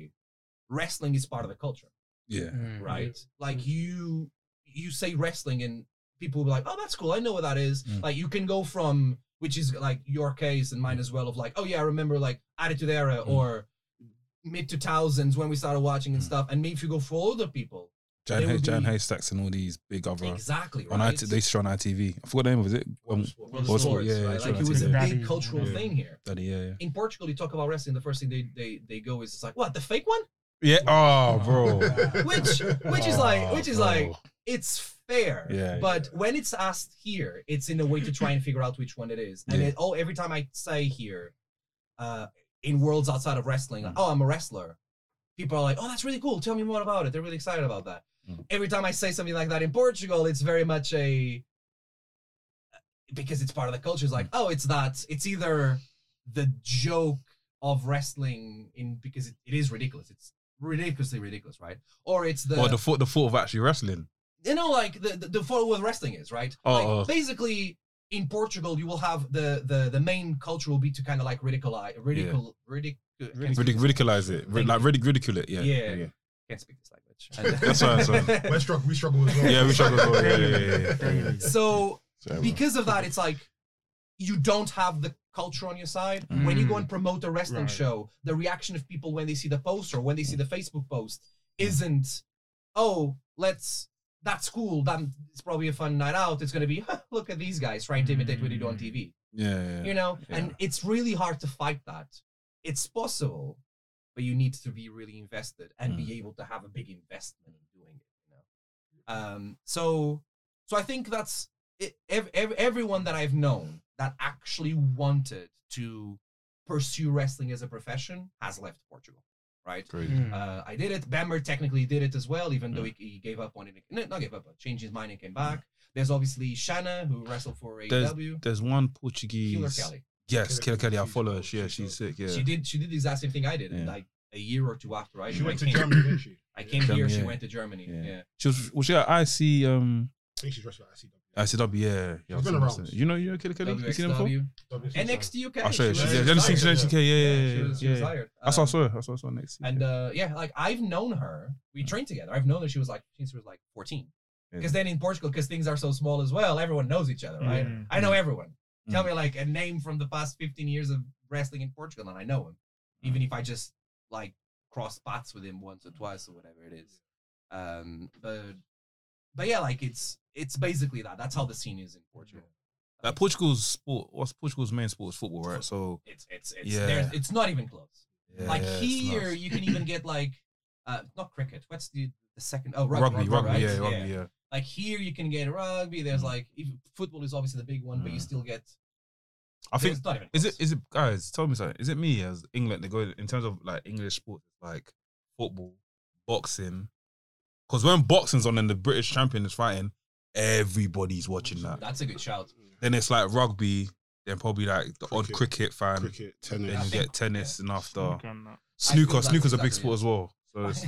[SPEAKER 5] wrestling is part of the culture
[SPEAKER 1] Yeah.
[SPEAKER 5] right? Like you you say wrestling and people will be like, Oh, that's cool, I know what that is.
[SPEAKER 1] Mm.
[SPEAKER 5] Like you can go from which is like your case and mine as well of like, oh yeah, I remember like Attitude Era or mid two thousands when we started watching and stuff. And maybe if you go for older people.
[SPEAKER 1] Jan,
[SPEAKER 5] They
[SPEAKER 1] Hay-
[SPEAKER 5] would
[SPEAKER 1] Jan
[SPEAKER 5] be-
[SPEAKER 1] Haystacks and all these big other.
[SPEAKER 5] Exactly,
[SPEAKER 1] On
[SPEAKER 5] right?
[SPEAKER 1] IT, they used to on ITV. I forgot the name of it. Um,
[SPEAKER 5] World
[SPEAKER 1] World
[SPEAKER 5] Sports,
[SPEAKER 1] Sports, yeah, yeah,
[SPEAKER 5] right?
[SPEAKER 1] sure,
[SPEAKER 5] Like it
[SPEAKER 1] that's
[SPEAKER 5] was a
[SPEAKER 1] it.
[SPEAKER 5] big
[SPEAKER 3] Yeah.
[SPEAKER 5] cultural
[SPEAKER 3] Yeah.
[SPEAKER 5] thing here.
[SPEAKER 1] Daddy, yeah, yeah.
[SPEAKER 5] In Portugal, you talk about wrestling, the first thing they, they, they go is it's like, what, the fake one?
[SPEAKER 1] Yeah. Oh, bro.
[SPEAKER 5] Which which is like which is
[SPEAKER 1] Oh,
[SPEAKER 5] like
[SPEAKER 1] bro.
[SPEAKER 5] it's fair.
[SPEAKER 1] Yeah,
[SPEAKER 5] but when it's asked here, it's in a way to try and figure out which one it is. And
[SPEAKER 1] Yeah.
[SPEAKER 5] it, oh, every time I say here, uh, in worlds outside of wrestling,
[SPEAKER 1] Mm.
[SPEAKER 5] like, oh, I'm a wrestler. People are like, oh, that's really cool. Tell me more about it. They're really excited about that.
[SPEAKER 1] Mm.
[SPEAKER 5] Every time I say something like that in Portugal, it's very much a because it's part of the culture. It's like,
[SPEAKER 1] Mm.
[SPEAKER 5] oh, it's that. It's either the joke of wrestling in because it, it is ridiculous. It's ridiculously ridiculous, right? Or it's the
[SPEAKER 1] or the thought, the thought of actually wrestling.
[SPEAKER 5] you know, like the the, the follow with wrestling is right.
[SPEAKER 1] Oh,
[SPEAKER 5] like,
[SPEAKER 1] oh.
[SPEAKER 5] basically in Portugal, you will have the the the main culture will be to kind of like ridiculize, ridicule, ridic- can't speak
[SPEAKER 1] Ridic-
[SPEAKER 5] this-
[SPEAKER 1] ridiculise it. Rid- like, ridic- ridicule it. Yeah.
[SPEAKER 5] Yeah, can't speak this language.
[SPEAKER 1] That's fine, that's
[SPEAKER 2] we struggle. We struggle as well.
[SPEAKER 1] Yeah, we struggle. as well. Yeah, yeah, yeah, yeah.
[SPEAKER 3] Daily.
[SPEAKER 5] so
[SPEAKER 2] So,
[SPEAKER 5] because of that, it's like you don't have the culture on your side. When you go
[SPEAKER 1] Mm.
[SPEAKER 5] and promote a wrestling
[SPEAKER 3] Right.
[SPEAKER 5] show, the reaction of people when they see the post or when they see the Facebook post isn't, oh, let's. That's cool. That it's probably a fun night out. It's gonna be look at these guys trying to imitate what they do
[SPEAKER 1] Mm.
[SPEAKER 5] on TV.
[SPEAKER 1] Yeah,
[SPEAKER 5] you
[SPEAKER 1] yeah.
[SPEAKER 5] know and
[SPEAKER 1] Yeah.
[SPEAKER 5] it's really hard to fight that it's possible but you need to be really invested and be
[SPEAKER 1] Mm.
[SPEAKER 5] able to have a big investment in doing it you know um so so i think that's it, ev- ev- everyone that i've known that actually wanted to pursue wrestling as a profession has left portugal right
[SPEAKER 1] Crazy.
[SPEAKER 4] Mm.
[SPEAKER 5] uh, I did it. Bammer technically did it as well, even
[SPEAKER 1] Mm.
[SPEAKER 5] though he, he gave up on it. No, not gave up, but changed his mind and came back. There's obviously Shanna, who wrestled for
[SPEAKER 1] There's,
[SPEAKER 5] AEW.
[SPEAKER 1] there's one
[SPEAKER 5] Killer
[SPEAKER 1] Portuguese.
[SPEAKER 5] Kelly.
[SPEAKER 1] Yes, Killer Kelly. I follow her. Yeah, she's sick. Yeah.
[SPEAKER 5] She did. She did the exact same thing I did,
[SPEAKER 1] Yeah.
[SPEAKER 5] like a year or two after I.
[SPEAKER 2] she went to
[SPEAKER 5] came,
[SPEAKER 2] Germany, didn't she?
[SPEAKER 5] I came
[SPEAKER 1] Germany,
[SPEAKER 5] here. She
[SPEAKER 1] yeah.
[SPEAKER 5] went to Germany.
[SPEAKER 1] Yeah.
[SPEAKER 5] Yeah.
[SPEAKER 1] She was was she at IC um
[SPEAKER 2] I think she's wrestling at ICW.
[SPEAKER 1] ICW yeah. yeah
[SPEAKER 2] She's been
[SPEAKER 1] I've
[SPEAKER 2] around.
[SPEAKER 1] seen her. You know you know Killer Kelly? You seen her before?
[SPEAKER 5] WXW.
[SPEAKER 2] WXW.
[SPEAKER 5] NXT UK.
[SPEAKER 1] I'll show you. She's
[SPEAKER 5] she was
[SPEAKER 1] yeah.
[SPEAKER 2] yeah,
[SPEAKER 1] I've seen
[SPEAKER 5] hired.
[SPEAKER 1] she was
[SPEAKER 2] yeah.
[SPEAKER 1] UK. Yeah,
[SPEAKER 5] Yeah,
[SPEAKER 1] yeah,
[SPEAKER 5] she
[SPEAKER 1] yeah.
[SPEAKER 5] was- she
[SPEAKER 1] yeah.
[SPEAKER 5] was hired.
[SPEAKER 1] That's what I
[SPEAKER 5] Um,
[SPEAKER 1] saw. her. That's what I saw her next.
[SPEAKER 5] And uh, yeah, like I've known her. We trained together. I've known her. She was like since she was like fourteen.
[SPEAKER 1] Mm-hmm. Yeah.
[SPEAKER 5] Because then in Portugal, because things are so small as well, everyone knows each other, right?
[SPEAKER 1] Mm-hmm.
[SPEAKER 3] Mm.
[SPEAKER 5] I know everyone. Tell
[SPEAKER 1] Mm.
[SPEAKER 5] me like a name from the past fifteen years of wrestling in Portugal, and I know him,
[SPEAKER 1] Mm-hmm.
[SPEAKER 5] even if I just like cross paths with him once or twice or whatever it is. Um, but but yeah, like it's it's basically that. That's how the scene is in Portugal.
[SPEAKER 1] like Portugal's sport. What's Portugal's main sport is football, right? So
[SPEAKER 5] It's it's it's
[SPEAKER 1] Yeah.
[SPEAKER 5] there's it's not even close.
[SPEAKER 1] yeah,
[SPEAKER 5] like
[SPEAKER 1] it's
[SPEAKER 5] here,
[SPEAKER 1] nuts.
[SPEAKER 5] you can even get like uh, not cricket. What's the the second? Oh, rugby,
[SPEAKER 1] rugby, rugby,
[SPEAKER 5] right?
[SPEAKER 1] yeah, rugby, yeah.
[SPEAKER 5] like here you can get rugby. There's like if, football is obviously the big one, but you
[SPEAKER 1] Mm.
[SPEAKER 5] still get.
[SPEAKER 1] I think
[SPEAKER 5] it's not even
[SPEAKER 1] is
[SPEAKER 5] close.
[SPEAKER 1] it is it guys? Tell me something. Is it me as England? They go in terms of like English sports, like football, boxing. Because when boxing's on and the British champion is fighting, everybody's watching that.
[SPEAKER 5] That's a good shout.
[SPEAKER 1] Then it's like rugby. Then probably like the odd
[SPEAKER 2] Cricket.
[SPEAKER 1] cricket fan.
[SPEAKER 2] cricket,
[SPEAKER 1] um, Then
[SPEAKER 2] tennis.
[SPEAKER 1] you
[SPEAKER 5] Yeah.
[SPEAKER 1] get tennis and after
[SPEAKER 3] Look on that.
[SPEAKER 5] I
[SPEAKER 1] snooker.
[SPEAKER 5] feel that's
[SPEAKER 1] Snooker's a big
[SPEAKER 5] exactly
[SPEAKER 1] sport as well. So it's,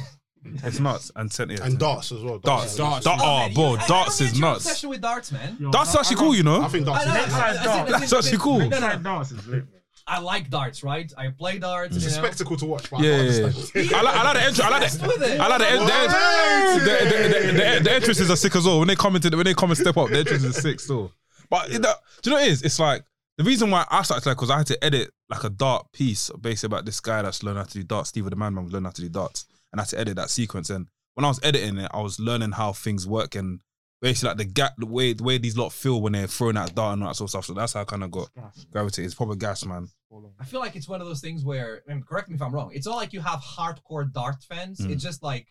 [SPEAKER 1] it's nuts and ten
[SPEAKER 2] And darts as well.
[SPEAKER 1] Darts, darts,
[SPEAKER 6] Darts.
[SPEAKER 1] darts.
[SPEAKER 5] Oh,
[SPEAKER 1] Oh,
[SPEAKER 5] man,
[SPEAKER 1] bro,
[SPEAKER 5] you- I- I
[SPEAKER 1] darts
[SPEAKER 5] don't
[SPEAKER 1] is
[SPEAKER 5] get your
[SPEAKER 1] nuts.
[SPEAKER 5] Obsession with darts, man.
[SPEAKER 3] Yo,
[SPEAKER 1] That's
[SPEAKER 3] I-
[SPEAKER 1] actually
[SPEAKER 3] I
[SPEAKER 1] cool,
[SPEAKER 3] love-
[SPEAKER 1] you know.
[SPEAKER 2] I think darts.
[SPEAKER 5] I,
[SPEAKER 2] is
[SPEAKER 5] know,
[SPEAKER 3] Next
[SPEAKER 5] I- I-
[SPEAKER 3] side
[SPEAKER 5] I-
[SPEAKER 3] dart.
[SPEAKER 5] I-
[SPEAKER 1] That's actually cool.
[SPEAKER 5] No, no,
[SPEAKER 3] Inside dance is lit.
[SPEAKER 5] I like darts, right? I play darts.
[SPEAKER 2] It's a
[SPEAKER 5] You know?
[SPEAKER 2] spectacle to watch. But I
[SPEAKER 1] Yeah,
[SPEAKER 2] can't
[SPEAKER 1] yeah, yeah.
[SPEAKER 2] understand.
[SPEAKER 1] I like, I like the entrance. I like
[SPEAKER 5] Messed with
[SPEAKER 1] the,
[SPEAKER 5] it.
[SPEAKER 1] I like the, en- the, en-
[SPEAKER 2] What?
[SPEAKER 1] the, the, the, the, the entrances are sick as well. When they come into the, when they come and step up, the entrances are sick still. But it- that- do you know what it is? It's like the reason why I started like because I had to edit like a dart piece basically about this guy that's learning how to do darts. Steve the man man was learning how to do darts, and I had to edit that sequence. And when I was editing it, I was learning how things work and basically like the gap, the way the way these lot feel when they're throwing out dart and all that sort of stuff. So that's how I kind of got
[SPEAKER 3] Gas.
[SPEAKER 1] gravity. It's proper gas, man.
[SPEAKER 5] I feel like it's one of those things where, and correct me if I'm wrong, it's not like you have hardcore dart fans.
[SPEAKER 1] Mm.
[SPEAKER 5] It's just like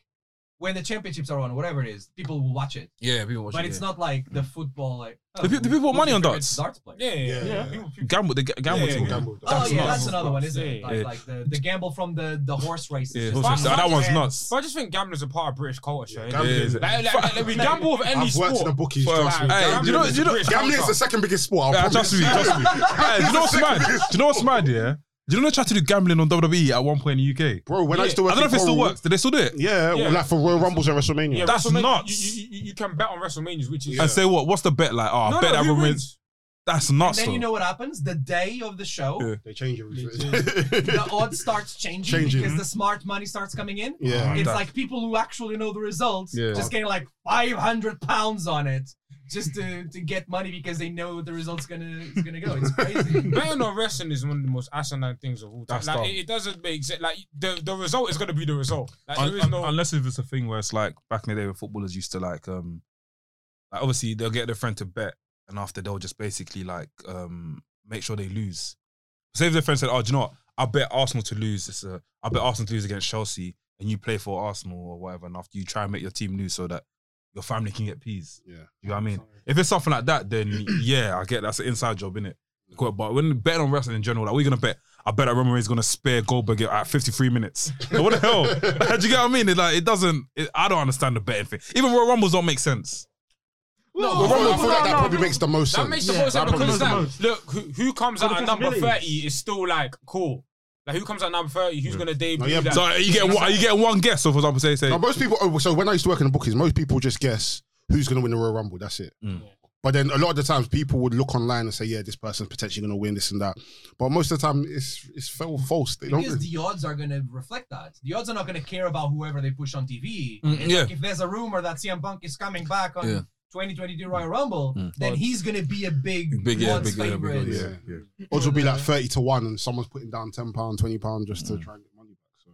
[SPEAKER 5] when the championships are on, whatever it is, people will watch it.
[SPEAKER 1] Yeah, people
[SPEAKER 2] Oh,
[SPEAKER 1] watch
[SPEAKER 5] But it's not like
[SPEAKER 2] Hmm.
[SPEAKER 5] the football. Like oh,
[SPEAKER 1] The pe- the people want
[SPEAKER 5] who's
[SPEAKER 1] money
[SPEAKER 5] your
[SPEAKER 1] on
[SPEAKER 5] favorite
[SPEAKER 1] darts.
[SPEAKER 5] Darts player.
[SPEAKER 4] Yeah, yeah, yeah.
[SPEAKER 1] Gamble, the g- gamble
[SPEAKER 4] Yeah,
[SPEAKER 1] team.
[SPEAKER 4] yeah.
[SPEAKER 2] Gamble.
[SPEAKER 5] Oh
[SPEAKER 4] That's
[SPEAKER 5] yeah,
[SPEAKER 4] nuts.
[SPEAKER 5] that's another one, isn't it?
[SPEAKER 4] Yeah.
[SPEAKER 5] Like,
[SPEAKER 1] Yeah.
[SPEAKER 5] like the, the gamble from the, the horse races.
[SPEAKER 1] Yeah,
[SPEAKER 5] It's
[SPEAKER 1] horse
[SPEAKER 5] fun.
[SPEAKER 1] races. That- that one's
[SPEAKER 4] Yeah.
[SPEAKER 1] nuts.
[SPEAKER 4] But I just think gambling is a part of British culture. innit?
[SPEAKER 2] Gambling.
[SPEAKER 1] Yeah, is it?
[SPEAKER 4] Like, like, like, we gamble with any
[SPEAKER 2] I've
[SPEAKER 4] sport.
[SPEAKER 2] worked in the bookies.
[SPEAKER 1] Fuck.
[SPEAKER 2] Trust me.
[SPEAKER 1] Hey,
[SPEAKER 4] Gambling
[SPEAKER 1] you know-
[SPEAKER 4] is
[SPEAKER 1] you
[SPEAKER 4] a
[SPEAKER 1] know-
[SPEAKER 4] British
[SPEAKER 2] Gambling is
[SPEAKER 4] culture.
[SPEAKER 2] the second biggest sport.
[SPEAKER 1] Yeah,
[SPEAKER 2] I'll
[SPEAKER 1] trust me, trust me. Hey, do you know what's mad? Do you know what's mad? Yeah, do you know they tried to do gambling on WWE at one point in the UK?
[SPEAKER 2] Bro, when I
[SPEAKER 4] Yeah.
[SPEAKER 2] used to
[SPEAKER 1] I
[SPEAKER 2] work
[SPEAKER 1] don't know
[SPEAKER 2] in
[SPEAKER 1] if it still
[SPEAKER 2] Coral-
[SPEAKER 1] works. Did they still do it?
[SPEAKER 2] Yeah,
[SPEAKER 4] Yeah.
[SPEAKER 2] like for Royal Rumbles and WrestleMania.
[SPEAKER 4] Yeah,
[SPEAKER 1] That's
[SPEAKER 4] WrestleMania-
[SPEAKER 1] nuts.
[SPEAKER 4] You, you, you- you can bet on WrestleManias, which is.
[SPEAKER 1] And say what? What's the bet like? Oh, I
[SPEAKER 4] No,
[SPEAKER 1] bet
[SPEAKER 4] no,
[SPEAKER 1] that
[SPEAKER 4] who
[SPEAKER 1] everyone
[SPEAKER 4] wins?
[SPEAKER 1] wins. That's nuts.
[SPEAKER 5] Then
[SPEAKER 1] though.
[SPEAKER 5] you know what happens the day of the show.
[SPEAKER 1] Yeah.
[SPEAKER 2] They change everything.
[SPEAKER 5] The
[SPEAKER 1] Oh,
[SPEAKER 5] odds starts changing,
[SPEAKER 2] Changing.
[SPEAKER 5] because the smart money starts coming in.
[SPEAKER 2] yeah.
[SPEAKER 5] It's
[SPEAKER 1] that-
[SPEAKER 5] like people who actually know the results
[SPEAKER 1] Yeah.
[SPEAKER 5] just getting like 500 pounds on it just to, to get money because they know the results gonna is gonna go. It's crazy.
[SPEAKER 4] Betting on wrestling is one of the most asinine things of all time.
[SPEAKER 1] That's dumb.
[SPEAKER 4] Like, it, it doesn't make sense. Like the, the result is going to be the result. Like,
[SPEAKER 1] Un-
[SPEAKER 4] there is
[SPEAKER 1] un-
[SPEAKER 4] no.
[SPEAKER 1] unless if it's a thing where it's like back in the day when footballers used to like um like obviously they'll get their friend to bet and after they'll just basically like um make sure they lose. Say if their friend said, Oh, do you know what? I bet Arsenal to lose this uh, I bet Arsenal to lose against Chelsea and you play for Arsenal or whatever and after you try and make your team lose so that your family can get peas.
[SPEAKER 2] Yeah.
[SPEAKER 1] You know what I mean? If it's something like that, then yeah, I get that's an inside job, innit? Cool, But when betting on wrestling in general, like we're gonna bet, I bet that Roman Reigns gonna spare Goldberg at 53 minutes. Like, what the
[SPEAKER 2] Oh.
[SPEAKER 1] hell? Like, do you get what I mean? It's like it doesn't. It, I don't understand the betting thing. Even Royal Rumbles don't make sense.
[SPEAKER 2] I feel
[SPEAKER 5] Oh,
[SPEAKER 2] I feel like that
[SPEAKER 3] no,
[SPEAKER 2] probably
[SPEAKER 3] no.
[SPEAKER 2] makes the most
[SPEAKER 4] That
[SPEAKER 2] sense.
[SPEAKER 4] makes the most sense
[SPEAKER 2] that probably
[SPEAKER 4] because
[SPEAKER 2] makes
[SPEAKER 4] like, look, who, who comes
[SPEAKER 3] the
[SPEAKER 4] out at number
[SPEAKER 3] possibilities.
[SPEAKER 4] 30 is still like cool. Like who comes out at number 30, who's going to debut
[SPEAKER 2] yeah,
[SPEAKER 4] that?
[SPEAKER 1] So are you getting one, are you getting one guess? So for example, say say
[SPEAKER 2] Now, most people. Oh, so when I used to work in the bookies, most people just guess who's going to win the Royal Rumble. That's it.
[SPEAKER 1] Mm.
[SPEAKER 2] But then a lot of the times, people would look online and say, "Yeah, this person's potentially going to win this and that." But most of the time, it's it's fel- false. They don't.
[SPEAKER 5] because the odds are gonna reflect that. The odds are not gonna care about whoever they push on TV.
[SPEAKER 1] Mm,
[SPEAKER 5] It's
[SPEAKER 1] yeah.
[SPEAKER 5] like if there's a rumor that CM Punk is coming back on
[SPEAKER 1] Yeah.
[SPEAKER 5] 2022 Royal Rumble,
[SPEAKER 1] Mm.
[SPEAKER 5] then he's gonna be a big,
[SPEAKER 1] big yeah,
[SPEAKER 5] odds
[SPEAKER 1] big yeah, big
[SPEAKER 5] favorite.
[SPEAKER 1] odds, yeah,
[SPEAKER 2] Yeah.
[SPEAKER 1] yeah.
[SPEAKER 2] Odds will be like thirty to one, and someone's putting down ten pound, twenty pound just
[SPEAKER 1] Mm.
[SPEAKER 2] to try and get money back. So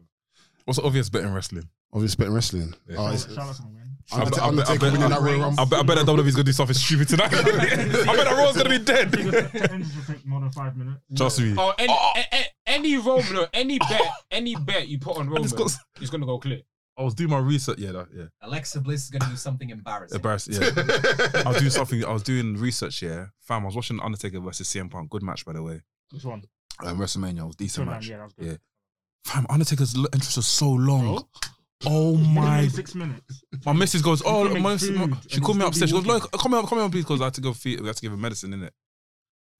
[SPEAKER 1] What's the obvious bet in wrestling?
[SPEAKER 2] obviously, spitting wrestling.
[SPEAKER 1] Yeah.
[SPEAKER 2] Oh, it's,
[SPEAKER 3] Charlotte's gonna win.
[SPEAKER 1] I bet- I bet- I
[SPEAKER 2] Undertaker
[SPEAKER 1] bet-
[SPEAKER 2] winning that Royal
[SPEAKER 1] I
[SPEAKER 2] Rumble.
[SPEAKER 1] bet, I bet that WWE's gonna do something stupid tonight. I bet that Roy's gonna be dead.
[SPEAKER 3] Ends will take more than five minutes.
[SPEAKER 1] Trust me.
[SPEAKER 4] Or Oh, any, a- a- any Roman, no, any bet, any bet you put on Roman,
[SPEAKER 1] just got s-
[SPEAKER 4] he's going to go clear.
[SPEAKER 1] I was doing my research. Yeah, that, yeah.
[SPEAKER 5] Alexa Bliss is gonna do something embarrassing.
[SPEAKER 1] Embarrassing. Yeah. I was doing something. I was doing research here. Fam, I was watching Undertaker versus CM Punk. Good match, by the way.
[SPEAKER 3] Which one?
[SPEAKER 1] Um, WrestleMania was decent
[SPEAKER 3] Good man,
[SPEAKER 1] match.
[SPEAKER 3] Yeah, that was
[SPEAKER 1] Yeah.
[SPEAKER 3] good.
[SPEAKER 1] Fam, Undertaker's l- entrance was so long. Oh my!
[SPEAKER 3] Six minutes.
[SPEAKER 1] My missus goes,
[SPEAKER 3] He's
[SPEAKER 1] oh,
[SPEAKER 3] gonna
[SPEAKER 1] my,
[SPEAKER 3] make
[SPEAKER 1] missus- my-
[SPEAKER 3] food
[SPEAKER 1] she
[SPEAKER 3] and
[SPEAKER 1] called
[SPEAKER 3] he's
[SPEAKER 1] me
[SPEAKER 3] gonna
[SPEAKER 1] upstairs. She
[SPEAKER 3] be
[SPEAKER 1] goes, look, come here, come here, please, because I had to go feed. We had to give her medicine, innit?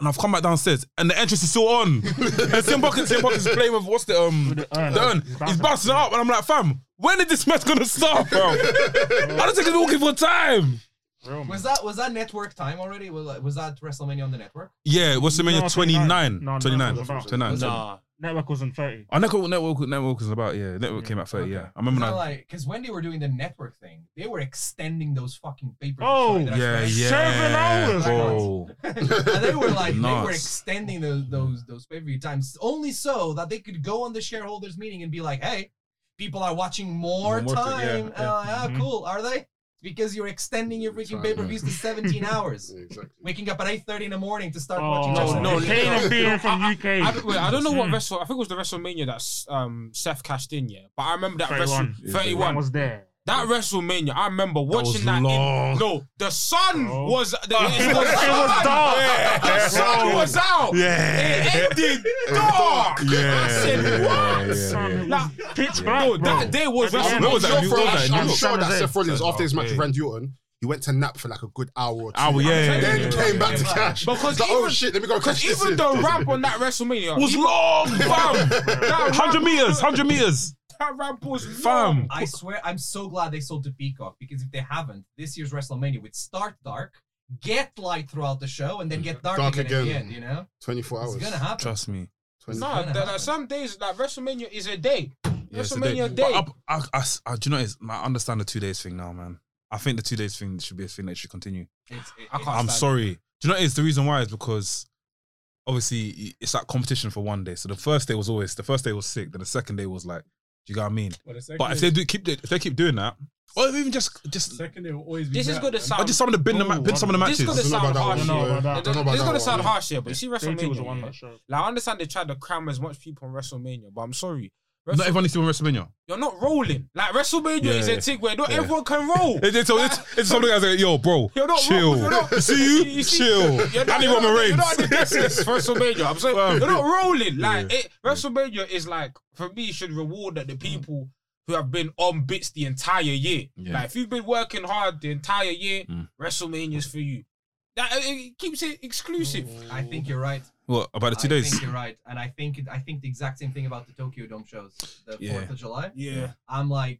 [SPEAKER 1] And I've come back downstairs, and the entrance is still on. and CM Punk, CM Punk is playing with what's the um
[SPEAKER 3] With the urn.
[SPEAKER 1] the urn.
[SPEAKER 3] He's
[SPEAKER 1] He's
[SPEAKER 3] bouncing.
[SPEAKER 1] bouncing up, and I'm like, fam, when is this match gonna start, bro? Undertaker's been walking for time.
[SPEAKER 3] Real man.
[SPEAKER 5] Was that was that network time already? Was, was that WrestleMania on the network?
[SPEAKER 1] Yeah, WrestleMania 29,
[SPEAKER 3] No, 29. No, no,
[SPEAKER 1] 29,
[SPEAKER 3] no, no, no.
[SPEAKER 1] 29.
[SPEAKER 6] Nah.
[SPEAKER 3] Network wasn't 30.
[SPEAKER 1] Our network, network, network was about yeah. Network came out thirty. Yeah, I remember.
[SPEAKER 5] Because
[SPEAKER 1] now.
[SPEAKER 5] when they were doing the network thing, they were extending those fucking papers.
[SPEAKER 3] Oh,
[SPEAKER 1] yeah, yeah.
[SPEAKER 3] Seven hours.
[SPEAKER 1] bro.
[SPEAKER 5] and they were like, they were
[SPEAKER 1] Nuts.
[SPEAKER 5] extending those those those pay per view times only so that they could go on the shareholders meeting and be like, hey, people are watching more,
[SPEAKER 1] More time, yeah,
[SPEAKER 5] time.
[SPEAKER 1] yeah.
[SPEAKER 5] Uh, yeah,
[SPEAKER 3] Mhm.
[SPEAKER 5] cool, are they? Because you're extending your
[SPEAKER 2] Time,
[SPEAKER 5] freaking pay per views to 17 hours.
[SPEAKER 2] Yeah, exactly.
[SPEAKER 5] Waking up at 8:30 in the morning to start
[SPEAKER 3] Oh,
[SPEAKER 5] watching.
[SPEAKER 3] no,
[SPEAKER 5] WrestleMania.
[SPEAKER 3] no,
[SPEAKER 4] no,
[SPEAKER 3] the pain of being from UK.
[SPEAKER 4] I, don't- wait, I don't know what
[SPEAKER 3] Mm.
[SPEAKER 4] wrestle. I think it was the WrestleMania that um, Seth cashed in, yeah. But I remember that
[SPEAKER 3] 31.
[SPEAKER 4] Wrestle,
[SPEAKER 1] Yeah,
[SPEAKER 3] Everyone
[SPEAKER 4] 31.
[SPEAKER 3] was there.
[SPEAKER 4] That WrestleMania, I remember watching
[SPEAKER 1] was
[SPEAKER 4] that.
[SPEAKER 1] long.
[SPEAKER 4] in, no, the sun
[SPEAKER 3] Bro.
[SPEAKER 4] was the, it
[SPEAKER 3] It was, it was dark.
[SPEAKER 4] The sun was out.
[SPEAKER 1] Yeah,
[SPEAKER 4] It ended dark.
[SPEAKER 1] yeah.
[SPEAKER 4] I said,
[SPEAKER 1] yeah,
[SPEAKER 4] what?
[SPEAKER 1] yeah, yeah.
[SPEAKER 3] Son, it was pitch black.
[SPEAKER 4] No, Oh, that
[SPEAKER 3] bro.
[SPEAKER 4] day was
[SPEAKER 3] At the
[SPEAKER 4] WrestleMania.
[SPEAKER 3] end.
[SPEAKER 1] Where was that?
[SPEAKER 2] I'm
[SPEAKER 1] New
[SPEAKER 2] sure-
[SPEAKER 1] York, like, New
[SPEAKER 2] I'm
[SPEAKER 1] York.
[SPEAKER 2] sure that Seth Rollins,
[SPEAKER 1] Oh,
[SPEAKER 2] after his match
[SPEAKER 1] yeah.
[SPEAKER 2] with Randy Orton, he went to nap for like a good hour or two.
[SPEAKER 1] Hour, yeah,
[SPEAKER 2] And
[SPEAKER 1] yeah,
[SPEAKER 2] then
[SPEAKER 1] yeah,
[SPEAKER 2] he
[SPEAKER 1] yeah,
[SPEAKER 2] came back to
[SPEAKER 5] yeah.
[SPEAKER 2] cash.
[SPEAKER 4] Because
[SPEAKER 2] He's like, oh
[SPEAKER 4] even-
[SPEAKER 2] shit, let me go
[SPEAKER 4] Because
[SPEAKER 2] catch this
[SPEAKER 4] even
[SPEAKER 2] in.
[SPEAKER 4] the ramp on that WrestleMania
[SPEAKER 1] was long, fam.
[SPEAKER 4] That
[SPEAKER 1] Hundred
[SPEAKER 4] ramp-
[SPEAKER 1] meters, hundred meters,
[SPEAKER 4] That ramp was
[SPEAKER 1] fam.
[SPEAKER 4] long.
[SPEAKER 5] I swear, I'm so glad they sold to Peacock because if they haven't, this year's WrestleMania would start dark, get light throughout the show, and then get dark,
[SPEAKER 2] Dark
[SPEAKER 5] again, at the
[SPEAKER 2] again.
[SPEAKER 5] end. You know,
[SPEAKER 2] 24 hours.
[SPEAKER 5] it's gonna happen.
[SPEAKER 1] Trust me.
[SPEAKER 2] 20
[SPEAKER 4] Nah, that, that some days like WrestleMania is a day.
[SPEAKER 1] Yeah, it's a
[SPEAKER 4] WrestleMania
[SPEAKER 1] But
[SPEAKER 4] day.
[SPEAKER 1] I, I, I, I, do you know? what it Is I understand the two days thing now, man. I think the two days thing should be a thing that should continue.
[SPEAKER 5] It's, it,
[SPEAKER 4] I can't-
[SPEAKER 5] it's
[SPEAKER 1] I'm
[SPEAKER 5] bad.
[SPEAKER 1] sorry. Do you know what it is? The reason why is because obviously it's like competition for one day. So the first day was always the first day was sick. Then the second day was like, do you get what I mean? But if they do keep the- if they keep doing that, or even just just
[SPEAKER 7] Second, it will always be.
[SPEAKER 4] This is
[SPEAKER 7] better.
[SPEAKER 4] gonna
[SPEAKER 1] or
[SPEAKER 4] sound.
[SPEAKER 1] just some of the bin, the ma- bin some of the
[SPEAKER 4] This is
[SPEAKER 1] matches.
[SPEAKER 4] gonna
[SPEAKER 2] I don't know about
[SPEAKER 4] sound harsh.
[SPEAKER 2] that
[SPEAKER 4] yeah.
[SPEAKER 3] I don't know about that.
[SPEAKER 2] don't know about
[SPEAKER 4] This is
[SPEAKER 2] that
[SPEAKER 4] gonna
[SPEAKER 2] one.
[SPEAKER 4] sound harsh, yeah. But you see,
[SPEAKER 3] 32 was a
[SPEAKER 4] WrestleMania.
[SPEAKER 3] one
[SPEAKER 4] yeah,
[SPEAKER 3] match show.
[SPEAKER 4] Like I understand they tried to cram as much people on WrestleMania, but I'm sorry,
[SPEAKER 1] Not everyone needs to win WrestleMania.
[SPEAKER 4] You're not rolling. Like WrestleMania
[SPEAKER 1] Yeah,
[SPEAKER 4] is
[SPEAKER 1] yeah.
[SPEAKER 4] a thing where not everyone can roll.
[SPEAKER 1] It's, it's, it's, it's something I say, yo, bro,
[SPEAKER 4] You're not
[SPEAKER 1] chill.
[SPEAKER 4] You're not,
[SPEAKER 1] See you?
[SPEAKER 4] you see-
[SPEAKER 1] chill.
[SPEAKER 4] You're not,
[SPEAKER 1] I need
[SPEAKER 4] you're
[SPEAKER 1] Roman
[SPEAKER 4] not- You're not
[SPEAKER 1] Reigns.
[SPEAKER 4] on the best list for WrestleMania. I'm saying
[SPEAKER 1] Well,
[SPEAKER 4] you're not rolling. Like
[SPEAKER 1] yeah.
[SPEAKER 4] it, WrestleMania is like for me should reward that the people who have been on bits the entire year.
[SPEAKER 1] Yeah.
[SPEAKER 4] Like if you've been working hard the entire year,
[SPEAKER 1] Mm.
[SPEAKER 4] WrestleMania's for you. That it- it keeps it exclusive.
[SPEAKER 5] I think you're right.
[SPEAKER 1] What, about the two
[SPEAKER 5] I
[SPEAKER 1] days?
[SPEAKER 5] think you're right, and I think it, I think the exact same thing about the Tokyo Dome shows, the
[SPEAKER 1] Yeah.
[SPEAKER 5] Fourth of July.
[SPEAKER 4] Yeah.
[SPEAKER 5] I'm like,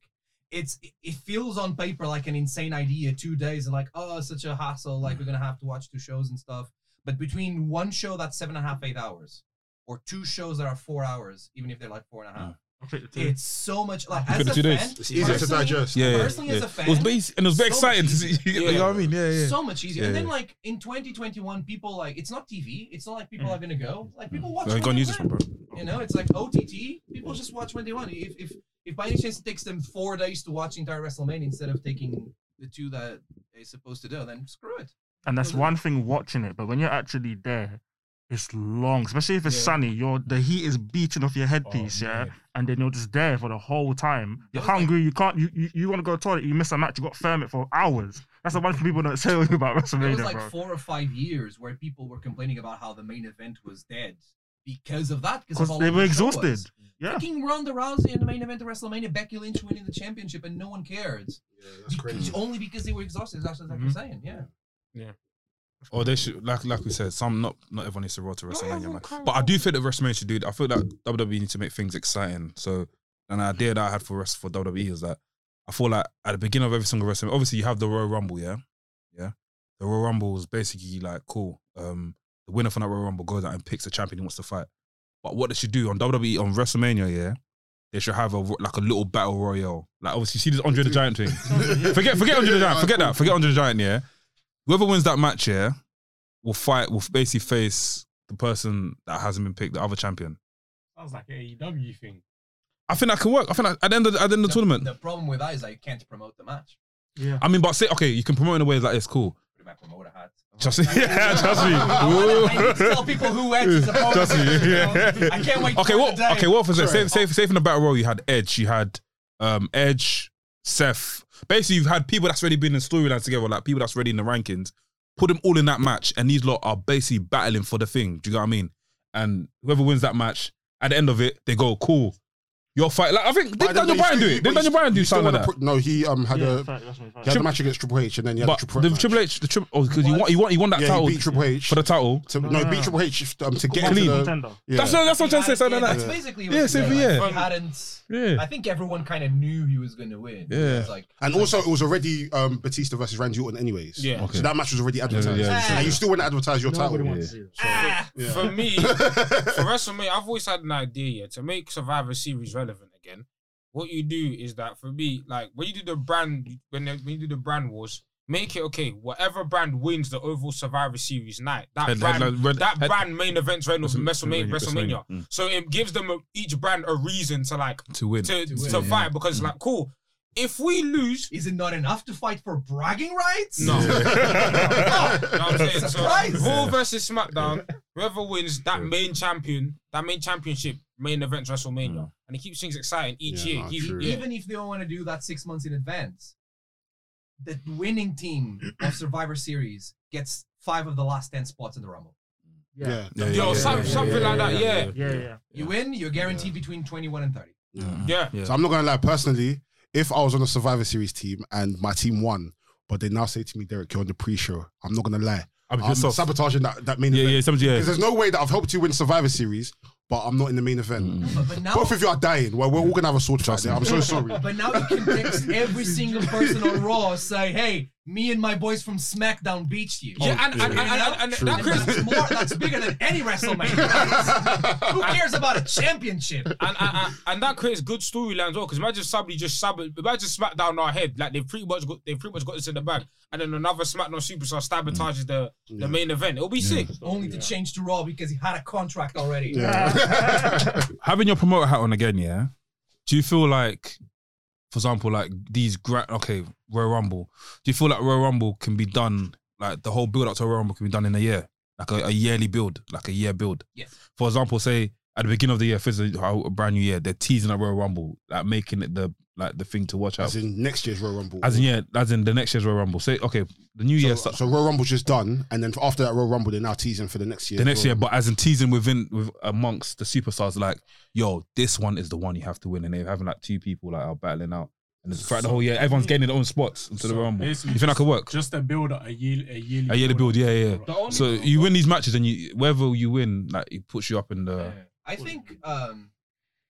[SPEAKER 5] it's it- it feels on paper like an insane idea. Two days and like, oh, such a hassle. Like we're gonna have to watch two shows and stuff. But between one show that's seven and a half, eight hours, or two shows that are four hours, even if they're like four and a half,
[SPEAKER 1] Ah,
[SPEAKER 3] I think the
[SPEAKER 5] it's so much. Like
[SPEAKER 1] Look at
[SPEAKER 5] as a
[SPEAKER 1] the two
[SPEAKER 5] fan,
[SPEAKER 1] days.
[SPEAKER 2] It's easier to
[SPEAKER 5] personally-
[SPEAKER 2] digest.
[SPEAKER 1] Yeah, yeah,
[SPEAKER 5] Personally,
[SPEAKER 1] yeah.
[SPEAKER 5] as a fan,
[SPEAKER 1] it was basi- and it was very
[SPEAKER 5] so
[SPEAKER 1] exciting. To
[SPEAKER 5] much
[SPEAKER 1] see, you know what I mean? Yeah, yeah.
[SPEAKER 5] so much easier. And
[SPEAKER 1] Yeah.
[SPEAKER 5] then like in 2021, people like it's not TV. It's not like people are gonna go. Like people watch.
[SPEAKER 1] Mm. Go
[SPEAKER 5] when
[SPEAKER 1] and
[SPEAKER 5] they
[SPEAKER 1] use this
[SPEAKER 5] want.
[SPEAKER 1] one, bro.
[SPEAKER 5] You know, it's like OTT. People just watch when they want. If if if by any chance it takes them four days to watch entire WrestleMania instead of taking the two that they're supposed to do, then screw it.
[SPEAKER 3] And
[SPEAKER 5] Mm-hmm.
[SPEAKER 3] that's one thing watching it, but when you're actually there, it's long. Especially if it's sunny, you're the heat is beating off
[SPEAKER 5] Oh,
[SPEAKER 3] your headpiece, yeah. And then you're just there for the whole time.
[SPEAKER 5] That
[SPEAKER 3] You're
[SPEAKER 5] was like-
[SPEAKER 3] hungry, you can't you you, you want to go to the toilet, you miss a match, you got to firm it for hours. That's the one thing people don't say about
[SPEAKER 5] There was
[SPEAKER 3] WrestleMania,
[SPEAKER 5] like
[SPEAKER 3] bro.
[SPEAKER 5] four or five years where people were complaining about how the main event was dead because of that. of
[SPEAKER 3] Because
[SPEAKER 5] how
[SPEAKER 3] they
[SPEAKER 5] long
[SPEAKER 3] were
[SPEAKER 5] the show was.
[SPEAKER 3] exhausted. Yeah.
[SPEAKER 5] Fucking Ronda Rousey in the main event of WrestleMania, Becky Lynch winning the championship, and no one cared.
[SPEAKER 2] That's
[SPEAKER 5] It's
[SPEAKER 2] crazy.
[SPEAKER 5] only because they were exhausted. That's what
[SPEAKER 3] Mm-hmm.
[SPEAKER 5] I'm saying. Yeah.
[SPEAKER 1] Or they should, like like we said, some not not everyone needs to roll to WrestleMania, man. But I do think that WrestleMania should do. I feel that WWE E need to make things exciting. So an idea that I had for rest for WWE is that I feel like at the beginning of every single WrestleMania, obviously you have the Royal Rumble, yeah, yeah. The Royal Rumble is basically like cool. Um, the winner from that Royal Rumble goes out and picks the champion he wants to fight. But what they should do on WWE on WrestleMania, yeah, they should have a ro- like a little battle royale. Like obviously, you see this Andre the Giant thing. Forget, forget Andre the Giant. Forget that. Forget Andre the Giant. Yeah, whoever wins that match, yeah, will fight. Will basically face the person that hasn't been picked, the other champion.
[SPEAKER 6] Sounds like an AEW thing.
[SPEAKER 1] I think that can work. I think that, at the end of the, at the, end of the tournament.
[SPEAKER 5] The problem with that is I can't promote the match.
[SPEAKER 3] Yeah.
[SPEAKER 1] I mean, but say okay, you can promote in a way like it's cool.
[SPEAKER 5] Put my promoter hat.
[SPEAKER 1] Trust me, yeah, trust me.
[SPEAKER 5] I, wanna, I need to
[SPEAKER 1] Ooh.
[SPEAKER 5] tell people who Edge is opponent.
[SPEAKER 1] Trust me,
[SPEAKER 5] you know?
[SPEAKER 1] yeah.
[SPEAKER 5] I can't wait.
[SPEAKER 1] Okay,
[SPEAKER 5] till
[SPEAKER 1] what?
[SPEAKER 5] the day.
[SPEAKER 1] Okay, what was it?
[SPEAKER 2] Sorry.
[SPEAKER 1] Safe, safe, safe in the battle royal. You had Edge. You had um Edge, Seth. Basically, you've had people that's already been in storylines together, like people that's already in the rankings. Put them all in that match, and these lot are basically battling for the thing. Do you know what I mean? And whoever wins that match, at the end of it, they go cool. Your fight. Like I think did
[SPEAKER 2] But I don't
[SPEAKER 1] Daniel
[SPEAKER 2] know,
[SPEAKER 1] Bryan do
[SPEAKER 2] you-
[SPEAKER 1] it? Did
[SPEAKER 2] but you
[SPEAKER 1] Daniel
[SPEAKER 2] still-
[SPEAKER 1] Bryan do
[SPEAKER 2] you still
[SPEAKER 1] something like
[SPEAKER 2] wanna
[SPEAKER 1] that?
[SPEAKER 2] put- No, he um had
[SPEAKER 3] Yeah,
[SPEAKER 2] a
[SPEAKER 3] fact, that's what it's
[SPEAKER 2] he had
[SPEAKER 3] like.
[SPEAKER 2] a match against Triple H, and then he had
[SPEAKER 1] But
[SPEAKER 2] a triple
[SPEAKER 1] the
[SPEAKER 2] match.
[SPEAKER 1] Triple H, the Triple, oh, because you
[SPEAKER 5] What?
[SPEAKER 1] want, you want, you want that
[SPEAKER 2] yeah,
[SPEAKER 1] title
[SPEAKER 2] he beat Triple H.
[SPEAKER 1] for the title.
[SPEAKER 2] to, no,
[SPEAKER 3] No, no,
[SPEAKER 2] he beat
[SPEAKER 3] no.
[SPEAKER 2] Triple H um, to get
[SPEAKER 1] Clean.
[SPEAKER 2] to the.
[SPEAKER 3] Contender.
[SPEAKER 2] Yeah.
[SPEAKER 1] That's what, that's what I'm trying to say.
[SPEAKER 5] He
[SPEAKER 1] Something
[SPEAKER 5] hadn't-
[SPEAKER 1] like
[SPEAKER 5] That's
[SPEAKER 1] that.
[SPEAKER 5] basically
[SPEAKER 1] Yeah,
[SPEAKER 5] what
[SPEAKER 1] same
[SPEAKER 5] yeah,
[SPEAKER 1] for- yeah.
[SPEAKER 5] He hadn't.
[SPEAKER 1] Yeah.
[SPEAKER 5] I think everyone kind of knew he was going to win.
[SPEAKER 1] Yeah.
[SPEAKER 5] It's like
[SPEAKER 2] And also, it was already um, Batista versus Randy Orton, anyways.
[SPEAKER 4] Yeah.
[SPEAKER 1] Okay.
[SPEAKER 2] So that match was already advertised,
[SPEAKER 1] yeah,
[SPEAKER 5] yeah.
[SPEAKER 2] and you still want to advertise your title.
[SPEAKER 4] Ah,
[SPEAKER 2] Yeah.
[SPEAKER 4] For me, for WrestleMania, I've always had an idea yeah, to make Survivor Series relevant again. What you do is that for me, like when you do the brand, when, they- when you do the brand wars, make it okay. Whatever brand wins the overall Survivor Series night, that
[SPEAKER 1] Head-
[SPEAKER 4] brand,
[SPEAKER 1] headline- red-
[SPEAKER 4] that
[SPEAKER 1] head-
[SPEAKER 4] brand main events right of WrestleMania.
[SPEAKER 1] WrestleMania,
[SPEAKER 4] WrestleMania.
[SPEAKER 1] WrestleMania. Mm.
[SPEAKER 4] So it gives them a, each brand a reason to like
[SPEAKER 1] To win.
[SPEAKER 4] to to,
[SPEAKER 5] win,
[SPEAKER 4] fight
[SPEAKER 1] Mm.
[SPEAKER 4] because like cool. If we lose,
[SPEAKER 5] Is it not enough to fight for bragging rights?
[SPEAKER 4] no. You know what I'm saying? So,
[SPEAKER 5] Surprise!
[SPEAKER 4] Raw versus SmackDown, whoever wins that main champion, that main championship, main event WrestleMania, and it keeps things exciting each
[SPEAKER 2] Mm. Yeah,
[SPEAKER 4] year.
[SPEAKER 2] nah,
[SPEAKER 4] Keep-
[SPEAKER 2] true.
[SPEAKER 4] yeah.
[SPEAKER 5] Even if they don't want to do that six months in advance, the winning team of Survivor Series gets five of the last ten spots in the Rumble.
[SPEAKER 2] Yeah. Yeah.
[SPEAKER 1] Yeah,
[SPEAKER 4] Yo,
[SPEAKER 1] yeah,
[SPEAKER 4] some-
[SPEAKER 1] yeah,
[SPEAKER 4] something like that. Yeah, yeah.
[SPEAKER 3] Yeah, yeah.
[SPEAKER 5] You win, you're guaranteed between 21 and 30.
[SPEAKER 2] So I'm not gonna lie, personally, if I was on a Survivor Series team and my team won, but they now say to me, Derek, you're on the pre-show. I'm not gonna lie.
[SPEAKER 1] I'll be
[SPEAKER 2] I'm
[SPEAKER 1] pissed off.
[SPEAKER 2] sabotaging that, that main
[SPEAKER 1] Yeah,
[SPEAKER 2] event.
[SPEAKER 1] yeah, some, yeah.
[SPEAKER 2] Because there's no way that I've helped you win Survivor Series, but I'm not in the main event.
[SPEAKER 5] But, but now,
[SPEAKER 2] Both of you are dying. Well, we're all gonna have a sword fight.
[SPEAKER 1] Mm. Trust
[SPEAKER 2] there.
[SPEAKER 1] me.
[SPEAKER 2] I'm so sorry.
[SPEAKER 5] but now you can text every single person on Raw say, "Hey, me and my boys from SmackDown beached you."
[SPEAKER 2] Oh,
[SPEAKER 4] Yeah, and, and, and,
[SPEAKER 5] You know?
[SPEAKER 4] and, and that
[SPEAKER 5] And
[SPEAKER 4] creates
[SPEAKER 5] that's more. That's bigger than any WrestleMania. Who cares about a championship?
[SPEAKER 4] and, and, and, and that creates good storylines well. Because imagine somebody just sab- imagine SmackDown our head like they've pretty much got they've pretty much got this in the bag, and then another SmackDown superstar sabotages the, the main event. It'll be sick.
[SPEAKER 5] Only to change to Raw because he had a contract already.
[SPEAKER 1] Having your promoter hat on again, yeah. Do you feel like, for example, like these gra- okay Royal Rumble? Do you feel like Royal Rumble can be done like the whole build up to Royal Rumble can be done in a year, like a, a yearly build, like a year build?
[SPEAKER 5] Yes.
[SPEAKER 1] For example, say at the beginning of the year, if it's a, how- a brand new year, they're teasing a Royal Rumble, like making it the like the thing to watch out.
[SPEAKER 2] As in next year's Royal Rumble.
[SPEAKER 1] As in, yeah, as in the next year's Royal Rumble. Say, okay, the new
[SPEAKER 2] so,
[SPEAKER 1] year,
[SPEAKER 2] so,
[SPEAKER 1] sta-
[SPEAKER 2] Royal Rumble's just done, and then after that Royal Rumble, they're now teasing for the next year.
[SPEAKER 1] the next year, but as in teasing within with amongst the superstars, like, yo, this one is the one you have to win, and they're having like two people like are battling out, and it's throughout the whole year, everyone's gaining their own spots into the
[SPEAKER 6] So
[SPEAKER 1] Royal Rumble. You
[SPEAKER 6] basically
[SPEAKER 1] think that could work?
[SPEAKER 6] Just a build up, a year, a yearly,
[SPEAKER 1] A yearly build, yeah, yeah, yeah.
[SPEAKER 6] Right.
[SPEAKER 5] only
[SPEAKER 1] So you win these matches, and you whether you win, like it puts you up in the.
[SPEAKER 5] I think um,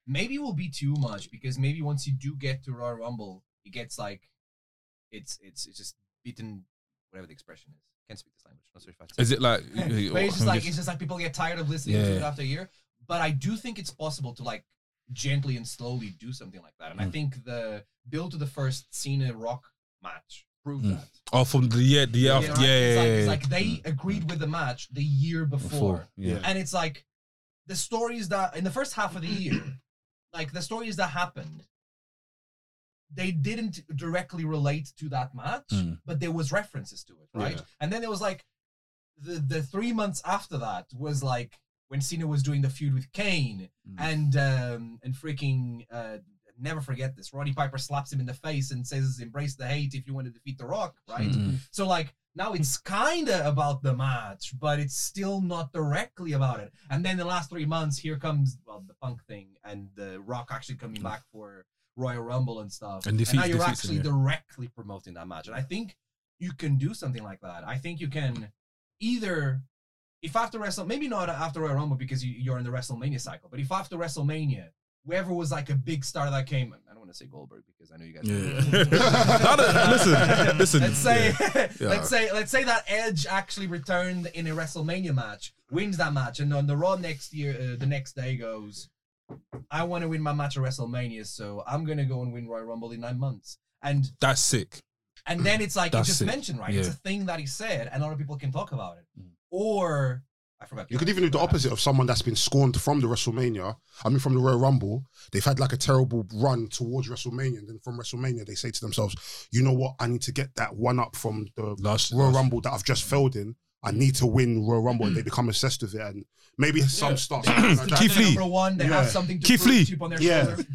[SPEAKER 5] maybe it will be too much because maybe once you do get to Royal Rumble, it gets like it's it's it's just beaten whatever the expression is. Can't speak this language. Not sure if I.
[SPEAKER 1] Is it like?
[SPEAKER 5] but it's just like it's just like people get tired of listening to
[SPEAKER 1] Yeah.
[SPEAKER 5] it after a year. But I do think it's possible to like gently and slowly do something like that. And I
[SPEAKER 1] Mm.
[SPEAKER 5] think the build to the first Cena Rock match proved
[SPEAKER 1] Mm.
[SPEAKER 5] that.
[SPEAKER 1] oh, from the year, the year
[SPEAKER 5] You know,
[SPEAKER 1] after, yeah, yeah,
[SPEAKER 5] it's, like,
[SPEAKER 1] yeah,
[SPEAKER 5] it's
[SPEAKER 1] yeah. Mm.
[SPEAKER 5] like they agreed with the match the year before.
[SPEAKER 1] yeah.
[SPEAKER 5] and it's like the stories that in the first half of the year, like the stories that happened, they didn't directly relate to that match,
[SPEAKER 1] Mm.
[SPEAKER 5] but there was references to it, right?
[SPEAKER 2] Yeah.
[SPEAKER 5] And then there was like the the three months after that was like when Cena was doing the feud with Kane
[SPEAKER 1] Mm.
[SPEAKER 5] and um and freaking uh never forget this Roddy Piper slaps him in the face and says embrace the hate if you want to defeat the rock right
[SPEAKER 1] Mm.
[SPEAKER 5] so like now it's
[SPEAKER 1] Mm-hmm.
[SPEAKER 5] kind of about the match, but it's still not directly about it. And then the last three months, here comes well the Punk thing and the Rock actually coming back for Royal Rumble and stuff.
[SPEAKER 1] Mm. And
[SPEAKER 5] now
[SPEAKER 1] defeats-
[SPEAKER 5] you're
[SPEAKER 1] defeats him,
[SPEAKER 5] actually
[SPEAKER 1] yeah.
[SPEAKER 5] directly promoting that match. And I think you can do something like that. I think you can either. If after Wrestle, maybe not after Royal Rumble because you, you're in the WrestleMania cycle. But if after WrestleMania, whoever was like a big star that came, I don't want to say Goldberg because I know you guys.
[SPEAKER 1] Now that- listen, listen.
[SPEAKER 5] Let's say,
[SPEAKER 1] Yeah.
[SPEAKER 5] let's say, let's say that Edge actually returned in a WrestleMania match, wins that match, and on the Raw next year, uh, the next day goes, "I want to win my match at WrestleMania, so I'm gonna go and win Royal Rumble in nine months." And
[SPEAKER 1] that's sick.
[SPEAKER 5] and then it's like
[SPEAKER 1] That's
[SPEAKER 5] you just
[SPEAKER 1] it.
[SPEAKER 5] mentioned, right? It's
[SPEAKER 1] Yeah.
[SPEAKER 5] a thing that he said, and a lot of people can talk about it.
[SPEAKER 1] Mm.
[SPEAKER 5] Or I forgot.
[SPEAKER 2] You could even do the opposite of someone that's been scorned from the WrestleMania. I mean, from the Royal Rumble, they've had like a terrible run towards WrestleMania, and then from WrestleMania, they say to themselves, "You know what? I need to get that one up from the
[SPEAKER 1] Last
[SPEAKER 2] Royal
[SPEAKER 1] last- Mm.
[SPEAKER 2] Rumble that I've just failed in. I need to win Royal Rumble." And they become obsessed with it, and maybe some stuff.
[SPEAKER 1] Keith
[SPEAKER 5] They're
[SPEAKER 1] Lee.
[SPEAKER 5] number one, they
[SPEAKER 2] Yeah.
[SPEAKER 5] have something to
[SPEAKER 1] Keith
[SPEAKER 5] prove
[SPEAKER 1] Lee.
[SPEAKER 5] to people on their
[SPEAKER 2] Yeah.
[SPEAKER 5] shoulder.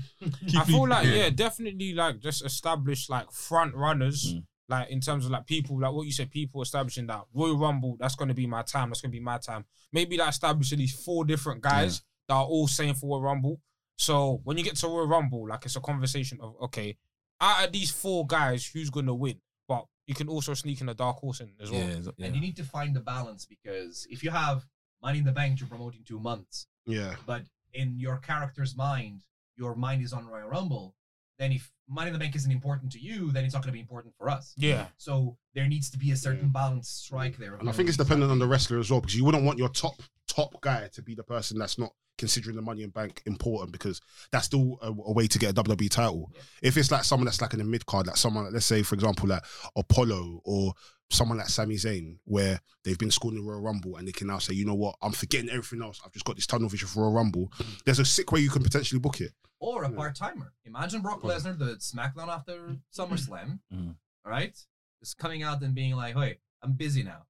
[SPEAKER 4] I feel like
[SPEAKER 1] Yeah.
[SPEAKER 4] yeah. definitely like just established like front runners, like in terms of like people, like what you said, people establishing that Royal Rumble. That's gonna be my time. That's gonna be my time. Maybe like establishing these four different guys that are all saying for Royal Rumble. So when you get to Royal Rumble, like it's a conversation of okay, out of these four guys, who's gonna win? But you can also sneak in a dark horse in as well.
[SPEAKER 1] Yeah, yeah.
[SPEAKER 5] And you need to find the balance because if you have Money in the Bank, you're promoting two months,
[SPEAKER 2] yeah,
[SPEAKER 5] but in your character's mind, your mind is on Royal Rumble. Then if Money in the Bank isn't important to you, then it's not going to be important for us.
[SPEAKER 4] Yeah.
[SPEAKER 5] So there needs to be a certain balance strike there.
[SPEAKER 2] and I think it's dependent on the wrestler as well, because you wouldn't want your top top guy to be the person that's not considering the Money in Bank important, because that's still a, a way to get a WWE title. If it's like someone that's like in the mid card, like someone, like, let's say for example, like Apollo or someone like Sami Zayn, where they've been scoring the Royal Rumble and they can now say, you know what, I'm forgetting everything else. I've just got this tunnel vision for Royal Rumble. There's a sick way you can potentially book it.
[SPEAKER 5] Or a part timer. Imagine Brock Lesnar, the SmackDown after SummerSlam,
[SPEAKER 1] Mm.
[SPEAKER 5] all right? Just coming out and being like, hey, I'm busy now,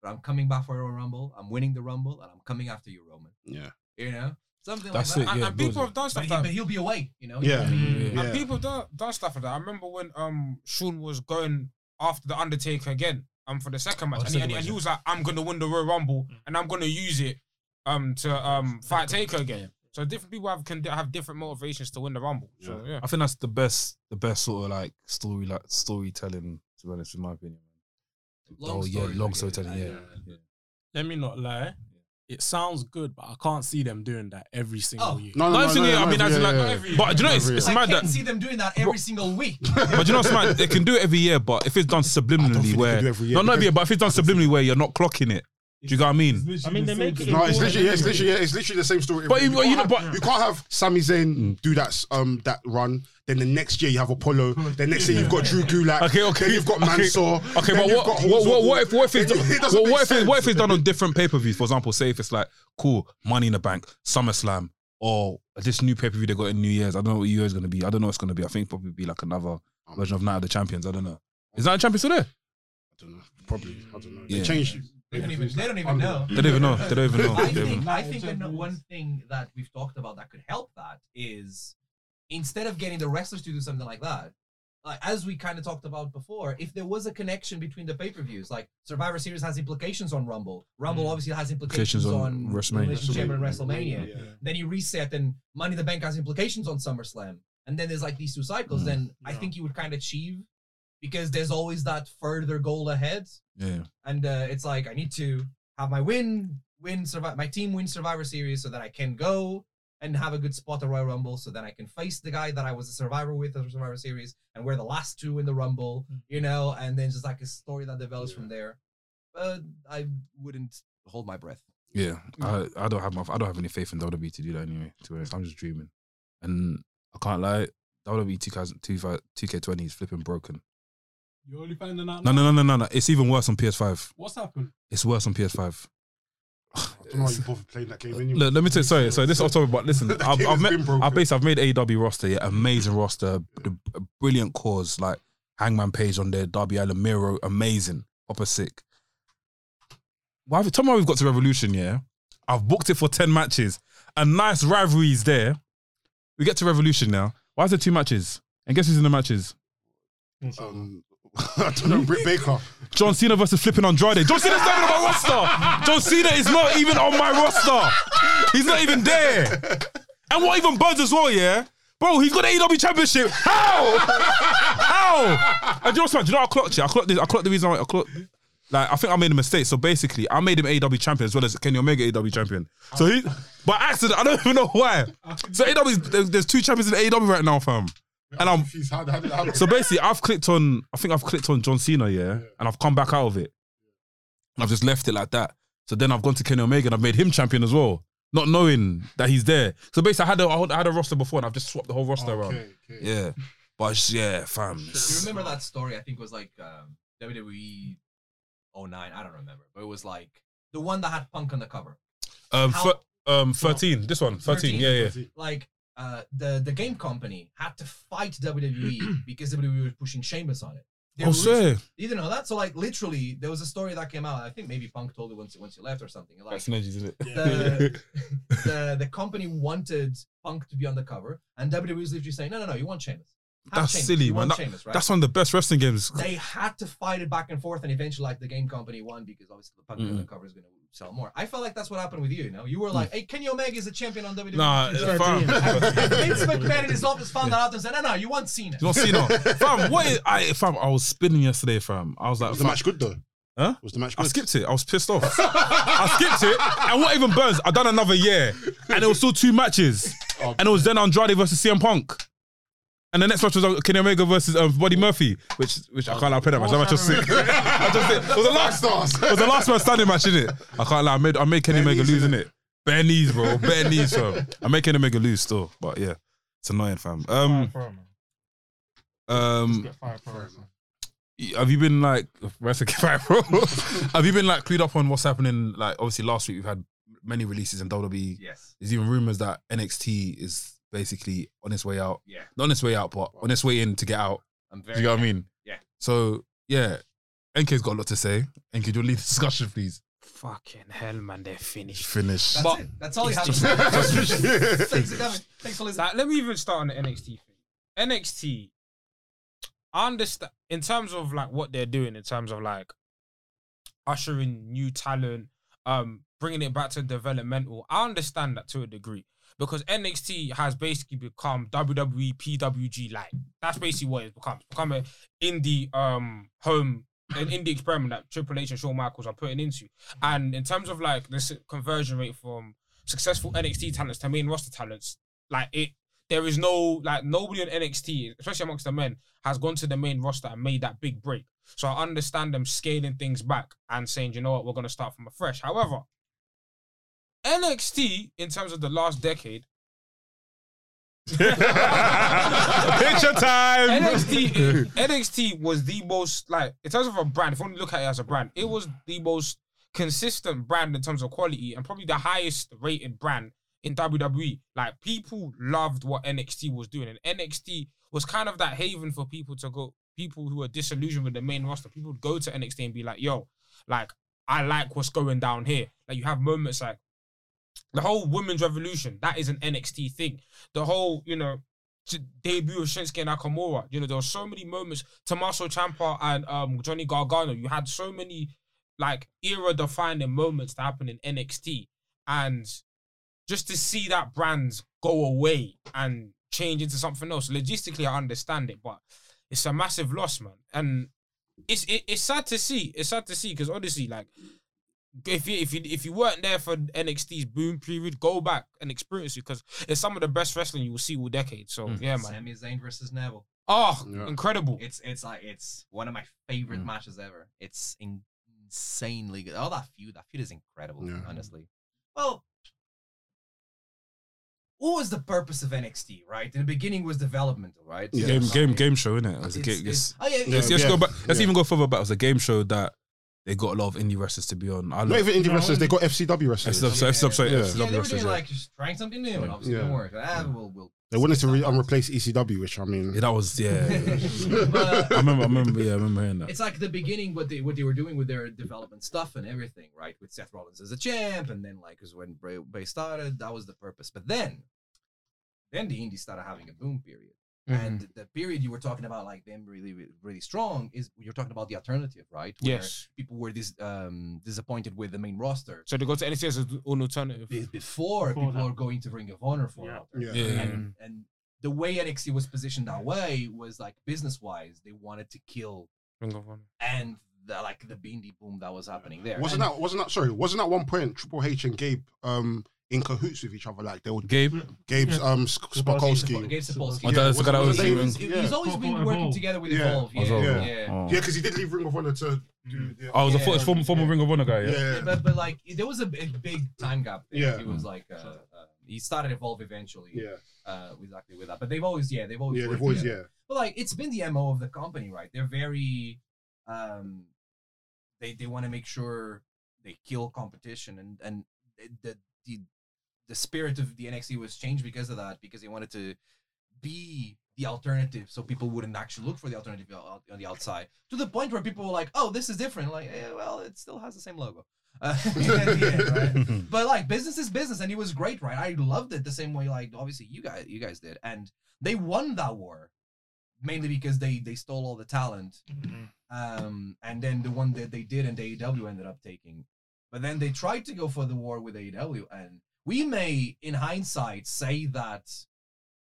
[SPEAKER 5] but I'm coming back for Royal Rumble. I'm winning the Rumble, and I'm coming after you, Roman.
[SPEAKER 2] Yeah.
[SPEAKER 5] You know? Something
[SPEAKER 1] That's
[SPEAKER 5] like that.
[SPEAKER 1] it.
[SPEAKER 4] And,
[SPEAKER 1] Yeah,
[SPEAKER 4] and people
[SPEAKER 1] bullseye.
[SPEAKER 4] have done stuff
[SPEAKER 5] But, he,
[SPEAKER 4] like
[SPEAKER 5] but he'll be away, you know?
[SPEAKER 2] Yeah.
[SPEAKER 6] Mm.
[SPEAKER 5] He'll be-
[SPEAKER 1] Yeah.
[SPEAKER 4] And people done, done stuff like that. I remember when um Sean was going after the Undertaker again, um for the second match,
[SPEAKER 1] Oh,
[SPEAKER 4] and, he,
[SPEAKER 1] second
[SPEAKER 4] and he
[SPEAKER 1] match,
[SPEAKER 4] was like, "I'm gonna win the Royal Rumble, and I'm gonna use it um to um fight Taker again." So different people have can have different motivations to win the Rumble. So yeah,
[SPEAKER 1] I think that's the best, the best sort of like story, like storytelling. To be honest, in my opinion.
[SPEAKER 5] Long
[SPEAKER 1] oh
[SPEAKER 5] story,
[SPEAKER 1] yeah, long
[SPEAKER 5] but
[SPEAKER 1] storytelling. Yeah, yeah.
[SPEAKER 6] Let me not lie. It sounds good, but I can't see them doing that every single
[SPEAKER 5] Oh.
[SPEAKER 6] year.
[SPEAKER 2] No,
[SPEAKER 1] Not every single year, I mean, as in, like,
[SPEAKER 4] every year.
[SPEAKER 1] But do you know, it's,
[SPEAKER 2] Every
[SPEAKER 1] it's
[SPEAKER 5] I
[SPEAKER 1] mad
[SPEAKER 5] can
[SPEAKER 1] that.
[SPEAKER 5] see them doing that every single week.
[SPEAKER 1] But do you know, it's mad. They can do it every year, but if it's done
[SPEAKER 2] I don't think
[SPEAKER 1] subliminally,
[SPEAKER 2] they
[SPEAKER 1] where
[SPEAKER 2] do every year
[SPEAKER 1] no, not every
[SPEAKER 2] because-
[SPEAKER 1] year, but if it's done subliminally, where you're not clocking it. Do you know what I mean?
[SPEAKER 3] I mean, they make it.
[SPEAKER 2] No, it's
[SPEAKER 3] important
[SPEAKER 2] literally, yeah, it's
[SPEAKER 3] anyway.
[SPEAKER 2] literally, yeah, it's literally the same story.
[SPEAKER 1] But you- but you
[SPEAKER 2] can't
[SPEAKER 1] know,
[SPEAKER 2] have-
[SPEAKER 1] but-
[SPEAKER 2] you can't have Sami Zayn do that um that run. Then the next year you have Apollo. Then next year you've got Drew Gulak.
[SPEAKER 1] Okay, okay.
[SPEAKER 2] Then you've got
[SPEAKER 1] okay.
[SPEAKER 2] Mansour.
[SPEAKER 1] Okay,
[SPEAKER 2] then
[SPEAKER 1] but
[SPEAKER 2] you've
[SPEAKER 1] what,
[SPEAKER 2] got
[SPEAKER 1] what, what,
[SPEAKER 2] Hogan.
[SPEAKER 1] what if what if it's
[SPEAKER 2] It- it
[SPEAKER 1] what,
[SPEAKER 2] doesn't make
[SPEAKER 1] what if it, what if
[SPEAKER 2] sense.
[SPEAKER 1] it's done on different pay per views? For example, say if it's like cool Money in the Bank, SummerSlam, or this new pay per view they got in New Year's. I don't know what New Year's gonna be. I don't know what's gonna be. I think probably be like another
[SPEAKER 2] Um,
[SPEAKER 1] version of Night of the Champions. I don't know. Is Night of the Champions still there?
[SPEAKER 2] I don't know. Probably. I don't know. They
[SPEAKER 1] Yeah.
[SPEAKER 2] changed.
[SPEAKER 5] They don't even, they don't even know.
[SPEAKER 2] Unbelievable.
[SPEAKER 1] They don't even know. They don't even know.
[SPEAKER 5] I
[SPEAKER 1] They
[SPEAKER 5] think,
[SPEAKER 1] don't-
[SPEAKER 5] I think that one thing that we've talked about that could help that is instead of getting the wrestlers to do something like that, like as we kind of talked about before, if there was a connection between the pay per views, like Survivor Series has implications on Rumble, Rumble obviously has implications,
[SPEAKER 1] Implications on
[SPEAKER 5] on,
[SPEAKER 1] WrestleMania.
[SPEAKER 5] Elimination Chamber and WrestleMania.
[SPEAKER 2] Yeah.
[SPEAKER 5] Then you reset, and Money in the Bank has implications on SummerSlam, and then there's like these two cycles.
[SPEAKER 1] Mm.
[SPEAKER 5] Then I
[SPEAKER 3] Yeah.
[SPEAKER 5] think you would kind of achieve because there's always that further goal ahead
[SPEAKER 1] Yeah.
[SPEAKER 5] and uh, it's like I need to have my win, win survive my team win Survivor Series so that I can go and have a good spot at Royal Rumble, so then I can face the guy that I was a survivor with at Survivor Series, and we're the last two in the Rumble, you know, and then just like a story that develops from there. But I wouldn't hold my breath.
[SPEAKER 1] Yeah, I, I don't have my, I don't have any faith in WWE to do that anyway. To be honest, I'm just dreaming, and I can't lie. WWE 2000 2K20 is flipping broken.
[SPEAKER 6] You only finding out.
[SPEAKER 1] No,
[SPEAKER 6] now?
[SPEAKER 1] no, no, no, no, no. It's even worse on PS5.
[SPEAKER 6] What's happened?
[SPEAKER 1] It's worse on PS5.
[SPEAKER 2] I don't know how you bother playing that game anyway.
[SPEAKER 1] Look, let me tell you. Sorry, sorry. This is off topic, but listen,
[SPEAKER 2] The
[SPEAKER 1] I've,
[SPEAKER 2] game
[SPEAKER 1] I've
[SPEAKER 2] has
[SPEAKER 1] made,
[SPEAKER 2] been broken.
[SPEAKER 1] I basically I've made AEW roster, yeah, amazing roster, b- b- brilliant cause like Hangman Page on there, Darby Allen, Miro, amazing, proper sick. Why have time we've got to Revolution, yeah? I've booked it for ten matches, a nice rivalry is there. We get to Revolution now. Why is there two matches? And guess who's in the matches?
[SPEAKER 2] Um, I don't know, Britt Baker.
[SPEAKER 1] John Cena versus flipping Andrade. John Cena's not even on my roster. John Cena is not even on my roster. He's not even there. And what even buds as well, yeah? Bro, he's got the AEW championship. How? How? And do you know what's mad? Do you know what I clocked you? I clocked this, I clocked the reason why I clocked like I think I made a mistake. So basically, I made him AEW champion as well as Kenny Omega AEW champion. So he by accident, I don't even know why. So AEW, there's, there's two champions in AEW right now, fam. And I'm
[SPEAKER 2] Jeez, how, how, how,
[SPEAKER 1] so basically, I've clicked on. I think I've clicked on John Cena, yeah, and I've come back out of it, and I've just left it like that. So then I've gone to Kenny Omega and I've made him champion as well, not knowing that he's there. So basically, I had a, I had a roster before, and I've just swapped the whole roster around.
[SPEAKER 2] okay, okay.
[SPEAKER 1] Yeah, but it's- yeah, fam.
[SPEAKER 5] Do you remember that story? I think was like um, WWE 09. I don't remember, but it was like the one that had Punk on the cover.
[SPEAKER 1] Um,
[SPEAKER 5] How-
[SPEAKER 1] thir- um, thirteen. This one, thirteen.
[SPEAKER 5] 13.
[SPEAKER 1] Yeah, yeah.
[SPEAKER 5] like uh, the the game company had to fight WWE because WWE was pushing Sheamus on it. They
[SPEAKER 1] Oh,
[SPEAKER 5] were lit-
[SPEAKER 1] sir.
[SPEAKER 5] you didn't know that? So like literally, there was a story that came out. I think maybe Punk told it once once you left or something. Like
[SPEAKER 1] That's energy, isn't it?
[SPEAKER 5] the, the the company wanted Punk to be on the cover, and WWE was literally saying, no, no, no, you want Sheamus. Have
[SPEAKER 1] That's
[SPEAKER 5] Sheamus.
[SPEAKER 1] silly,
[SPEAKER 5] you
[SPEAKER 1] man.
[SPEAKER 5] Want
[SPEAKER 1] That-
[SPEAKER 5] Sheamus, right?
[SPEAKER 1] That's one of the best wrestling games.
[SPEAKER 5] they had to fight it back and forth, and eventually, like the game company won because obviously the Punk on
[SPEAKER 1] Mm-hmm.
[SPEAKER 5] the cover is going to sell more. I felt like that's what happened with you. You know, you were like, hey, Kenny Omega is a champion on E." WWE.
[SPEAKER 1] Mm. Nah, fam.
[SPEAKER 5] And Vince McMahon in his office found that out and said, "No, no, you want Cena."
[SPEAKER 1] You not Cena, fam. What is, I, fam? I was spinning yesterday, fam. I was like,
[SPEAKER 2] Was the
[SPEAKER 1] fam,
[SPEAKER 2] match good though?
[SPEAKER 1] Huh?
[SPEAKER 2] Was the match
[SPEAKER 1] I
[SPEAKER 2] good?
[SPEAKER 1] skipped it. I was pissed off. I skipped it. And what even burns, I done another year. And it was still two matches.
[SPEAKER 2] Oh,
[SPEAKER 1] And it was then Andrade versus CM Punk. And the next match was uh, Kenny Omega versus um, Buddy Murphy, which which I can't lie, I played that match. That match was sick. I just sick. It was the
[SPEAKER 2] Five
[SPEAKER 1] last, it
[SPEAKER 2] stars.
[SPEAKER 1] was the last man standing match, innit? I can't lie, I made, I made Kenny
[SPEAKER 2] Bare
[SPEAKER 1] Omega lose,
[SPEAKER 2] knees, innit?
[SPEAKER 1] innit? Bare knees, bro. Bare knees, fam. I made Kenny Omega lose still, but yeah. It's annoying, fam.
[SPEAKER 3] Fire
[SPEAKER 1] Um,
[SPEAKER 3] pro, man.
[SPEAKER 1] um,
[SPEAKER 3] Get fire pro, man.
[SPEAKER 1] have you been like wrestling bro? have you been like clued up on what's happening? Like obviously last week we've had many releases in WWE.
[SPEAKER 5] Yes.
[SPEAKER 1] E. There's even rumors that NXT is basically on its way out.
[SPEAKER 5] Yeah.
[SPEAKER 1] Not on its way out, but on its way in to get out.
[SPEAKER 5] I'm
[SPEAKER 1] Do you
[SPEAKER 5] very.
[SPEAKER 1] know what I mean?
[SPEAKER 5] Yeah.
[SPEAKER 1] So yeah, NK's got a lot to say. NK, do you lead the discussion, please?
[SPEAKER 4] Fucking hell, man, they're finished.
[SPEAKER 1] Finish.
[SPEAKER 5] That's
[SPEAKER 4] But-
[SPEAKER 5] it. That's all he had. to say. Thanks for coming. Thanks for listening.
[SPEAKER 4] Like, let me even start on the NXT thing. NXT, I understand in terms of like what they're doing, in terms of like ushering new talent, um, bringing it back to developmental. I understand that to a degree because NXT has basically become E, WWE PWG. Like that's basically what it's become. It's become an indie um home. An indie experiment that Triple H and Shawn Michaels are putting into, and in terms of like this conversion rate from successful NXT talents to main roster talents, like it, there is no like nobody on NXT, especially amongst the men, has gone to the main roster and made that big break. So I understand them scaling things back and saying, you know what, we're gonna start from afresh. However, NXT in terms of the last decade,
[SPEAKER 1] Picture time.
[SPEAKER 4] NXT NXT was the most like in terms of a brand. If you only look at it as a brand, it was the most consistent brand in terms of quality and probably the highest rated brand in WWE. Like people loved what NXT was doing, and NXT was kind of that haven for people to go. People who are disillusioned with the main roster, people would go to NXT and be like, "Yo, like I like what's going down here. Like you have moments like the whole women's revolution. That is an NXT thing. The whole you know t- debut of Shinsuke Nakamura. You know there were so many moments. Tommaso Ciampa and um, Johnny Gargano. You had so many like era defining moments that happen in NXT, and just to see that brand go away and change into something else. Logistically, I understand it, but it's a massive loss, man. And it's it, it's sad to see. It's sad to see because honestly, like if you if you if you weren't there for NXT's boom period, go back and experience it because it's some of the best wrestling you will see all decade. So yeah, man.
[SPEAKER 5] Sami Zayn versus Neville.
[SPEAKER 4] Oh,
[SPEAKER 2] Yeah.
[SPEAKER 4] incredible!
[SPEAKER 5] It's it's like it's one of my favorite
[SPEAKER 2] Mm.
[SPEAKER 5] matches ever. It's in- insanely good. Oh, that feud, that feud is incredible.
[SPEAKER 2] Yeah.
[SPEAKER 5] Honestly, well, what was the purpose of NXT? Right in the beginning was development, right?
[SPEAKER 2] Yeah.
[SPEAKER 1] Game,
[SPEAKER 5] So-
[SPEAKER 1] game, game show, innit? It
[SPEAKER 5] It's,
[SPEAKER 1] was a
[SPEAKER 5] it's,
[SPEAKER 1] ga- it's-
[SPEAKER 5] oh yeah, yeah,
[SPEAKER 1] Let's,
[SPEAKER 2] Yeah,
[SPEAKER 1] let's
[SPEAKER 2] yeah.
[SPEAKER 1] go back. Let's
[SPEAKER 2] Yeah.
[SPEAKER 1] even go further back. It was a game show that they got a lot of indie wrestlers to be on. I
[SPEAKER 2] Not
[SPEAKER 1] love
[SPEAKER 2] even indie
[SPEAKER 3] No,
[SPEAKER 2] wrestlers, they got FCW wrestlers.
[SPEAKER 1] SW,
[SPEAKER 5] Yeah.
[SPEAKER 1] SW,
[SPEAKER 2] Yeah.
[SPEAKER 5] yeah, they were
[SPEAKER 1] wrestlers.
[SPEAKER 5] doing
[SPEAKER 1] yeah.
[SPEAKER 5] like just trying something new, and obviously it
[SPEAKER 2] Yeah.
[SPEAKER 5] didn't work. Ah, we'll, we'll
[SPEAKER 2] They wanted to re- um, replace ECW, which I mean, Um,
[SPEAKER 1] Yeah, that was yeah. yeah, yeah.
[SPEAKER 5] But-
[SPEAKER 1] I remember, I remember, yeah, I remember hearing that.
[SPEAKER 5] It's like the beginning, what they what they were doing with their development stuff and everything, right? With Seth Rollins as a champ, and then like is when Bray, Bray started, that was the purpose. But then, then the indies started having a boom period,
[SPEAKER 4] Mm-hmm.
[SPEAKER 5] and the period you were talking about, like them really really- really strong, is you're talking about the alternative, right? Where
[SPEAKER 4] Yes.
[SPEAKER 5] people were dis- um, disappointed with the main roster.
[SPEAKER 4] So they go to NXT as an alternative.
[SPEAKER 5] Be- Before,
[SPEAKER 3] Before
[SPEAKER 5] people
[SPEAKER 3] that.
[SPEAKER 5] are going to Ring of Honor for
[SPEAKER 3] Yeah.
[SPEAKER 5] an alternative
[SPEAKER 2] yeah.
[SPEAKER 1] Yeah.
[SPEAKER 5] and and the way NXT was positioned that way was like business wise, they wanted to kill
[SPEAKER 4] Ring of Honor.
[SPEAKER 5] and the, like the beanie boom that was happening there.
[SPEAKER 2] Wasn't
[SPEAKER 5] And-
[SPEAKER 2] that wasn't that sorry? Wasn't that one point Triple H and Gabe um in cahoots with each other? Like they were
[SPEAKER 1] Gabe,
[SPEAKER 2] Gabe's um Sk- Spolsky.
[SPEAKER 5] Gabe Sapolsky?
[SPEAKER 1] I thought that's the guy that was
[SPEAKER 2] Yeah.
[SPEAKER 1] leaving.
[SPEAKER 5] He- He's always been
[SPEAKER 3] Evolve.
[SPEAKER 5] working together with
[SPEAKER 2] Yeah.
[SPEAKER 5] Evolve. Yeah,
[SPEAKER 1] Evolve,
[SPEAKER 5] yeah.
[SPEAKER 1] Oh.
[SPEAKER 2] Yeah, because he did leave Ring of Honor to do. The,
[SPEAKER 1] I was
[SPEAKER 5] Yeah.
[SPEAKER 1] a first former, former Ring of Honor guy. Mm. Oh, Yeah.
[SPEAKER 5] Yeah,
[SPEAKER 2] yeah,
[SPEAKER 5] But, but like there was a big, big time gap. There.
[SPEAKER 2] Yeah.
[SPEAKER 5] he was like uh, uh, he started Evolve eventually.
[SPEAKER 2] yeah,
[SPEAKER 5] uh, exactly with that. But they've always yeah they've always
[SPEAKER 2] yeah.
[SPEAKER 5] worked
[SPEAKER 2] They've always
[SPEAKER 5] together.
[SPEAKER 2] yeah.
[SPEAKER 5] But like it's been the MO of the company, right? They're very um they they want to make sure they kill competition and and the the the spirit of the NXT was changed because of that because they wanted to be the alternative so people wouldn't actually look for the alternative out- on the outside to the point where people were like oh this is different like eh, well it still has the same logo uh, at the end, right? but like business is business and it was great right i loved it the same way like obviously you guys you guys did and they won that war mainly because they they stole all the talent um and then the one that they did and AEW ended up taking but then they tried to go for the war with AEW and we may in hindsight say that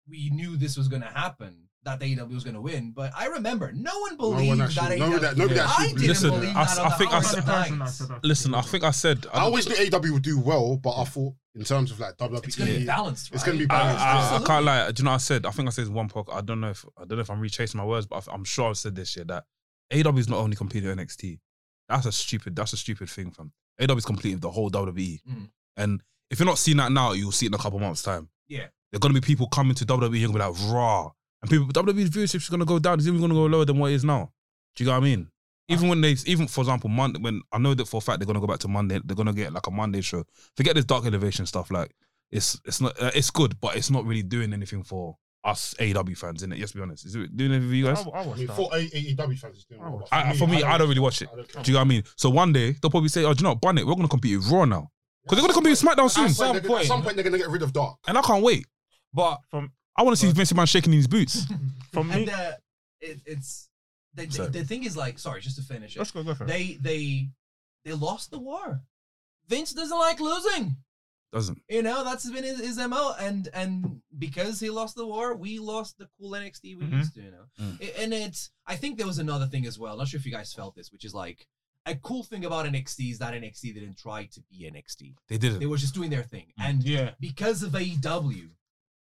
[SPEAKER 5] we knew this was going to happen that AEW was going to win but i remember no
[SPEAKER 2] one
[SPEAKER 5] one believed that
[SPEAKER 2] actually-
[SPEAKER 5] AEW
[SPEAKER 2] no one that- nobody
[SPEAKER 5] I
[SPEAKER 2] actually
[SPEAKER 5] didn't
[SPEAKER 2] believed
[SPEAKER 1] Listen,
[SPEAKER 5] believe
[SPEAKER 1] I
[SPEAKER 5] that
[SPEAKER 1] s-
[SPEAKER 5] on
[SPEAKER 1] I
[SPEAKER 5] the
[SPEAKER 1] think I
[SPEAKER 5] hardest
[SPEAKER 1] said-
[SPEAKER 3] Thousand, I
[SPEAKER 5] nights.
[SPEAKER 3] said that.
[SPEAKER 1] Listen, I think I said
[SPEAKER 2] I always knew AEW would do well, but I thought in terms of like E WWE,
[SPEAKER 5] it's going to be balanced
[SPEAKER 2] It's
[SPEAKER 5] right?
[SPEAKER 2] gonna be
[SPEAKER 1] I,
[SPEAKER 2] balanced,
[SPEAKER 1] I, I
[SPEAKER 5] Absolutely.
[SPEAKER 1] can't lie. Do you know what I said? I think I said this in one podcast. I don't know if I don't know if I'm rechasing my words, but I've- I'm sure I've said this shit that AW is not only competing with NXT. That's a stupid. That's a stupid thing, fam. AW is completing the whole WWE,
[SPEAKER 5] Mm.
[SPEAKER 1] and if you're not seeing that now, you'll see it in a couple months' time.
[SPEAKER 5] Yeah.
[SPEAKER 1] there're gonna be people coming to WWE. You're gonna be like raw, and people WWE's viewership is gonna go down. It's even gonna go lower than what it is now. Do you get what I mean? Even when they, even for example, Monday, when I know that for a fact they're gonna go back to Monday, they're gonna get like a Monday show. Forget this dark elevation stuff. Like it's it's not uh, it's good, but it's not really doing anything for us AW fans, in it. Let's be honest. Is it doing anything for you
[SPEAKER 3] I,
[SPEAKER 1] guys?
[SPEAKER 3] I
[SPEAKER 2] I
[SPEAKER 3] watched
[SPEAKER 2] mean,
[SPEAKER 3] that.
[SPEAKER 2] for AEW fans, it's doing well. but
[SPEAKER 1] I, for me, I don't really watch it.
[SPEAKER 2] I don't care.
[SPEAKER 1] Do you know what I mean? So one day they'll probably say, "Oh, do you know, what, ban it. We're gonna compete with Raw now because they're gonna compete with SmackDown
[SPEAKER 2] At
[SPEAKER 1] soon,"
[SPEAKER 2] some,
[SPEAKER 4] Some
[SPEAKER 2] point, they're- at some
[SPEAKER 4] point.
[SPEAKER 2] point, they're gonna get rid of Dark.
[SPEAKER 1] and I can't wait.
[SPEAKER 4] But
[SPEAKER 3] From
[SPEAKER 1] I want to see Vince McMahon shaking in his boots.
[SPEAKER 3] for me,
[SPEAKER 5] and uh, it, it's the, the,
[SPEAKER 1] Sorry.
[SPEAKER 5] the thing is like sorry just to finish it
[SPEAKER 3] let's go go for it.
[SPEAKER 5] they they they lost the war vince doesn't like losing
[SPEAKER 1] Doesn't.
[SPEAKER 5] you know that's been his, his mo and and because he lost the war we lost the cool nxt we
[SPEAKER 3] Mhm.
[SPEAKER 5] used to you know
[SPEAKER 1] Mm.
[SPEAKER 5] I- and it's i think there was another thing as well not sure if you guys felt this which is like a cool thing about nxt is that nxt didn't try to be nxt
[SPEAKER 1] They didn't.
[SPEAKER 5] they were just doing their thing and
[SPEAKER 4] yeah,
[SPEAKER 5] because of aew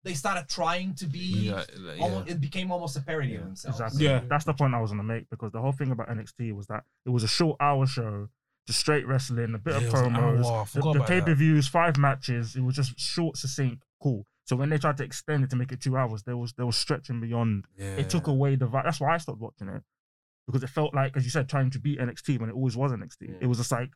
[SPEAKER 5] they started trying to be
[SPEAKER 1] yeah, like, yeah.
[SPEAKER 5] almo- it became almost a parody of
[SPEAKER 1] Yeah.
[SPEAKER 5] themselves
[SPEAKER 3] Exactly.
[SPEAKER 4] Yeah.
[SPEAKER 3] That's the point I was gonna make because the whole thing about NXT was that it was a short hour show, just straight wrestling, a bit
[SPEAKER 1] Yeah,
[SPEAKER 3] of
[SPEAKER 1] it was an
[SPEAKER 3] promos,
[SPEAKER 1] hour, I
[SPEAKER 3] the,
[SPEAKER 1] forgot
[SPEAKER 3] the
[SPEAKER 1] about that.
[SPEAKER 3] pay per views, five matches. It was just short, succinct, cool. So when they tried to extend it to make it two hours, there was there was stretching beyond.
[SPEAKER 1] Yeah.
[SPEAKER 3] It took away the vibe. That's why I stopped watching it because it felt like, as you said, trying to beat NXT when it always was NXT. It was just like.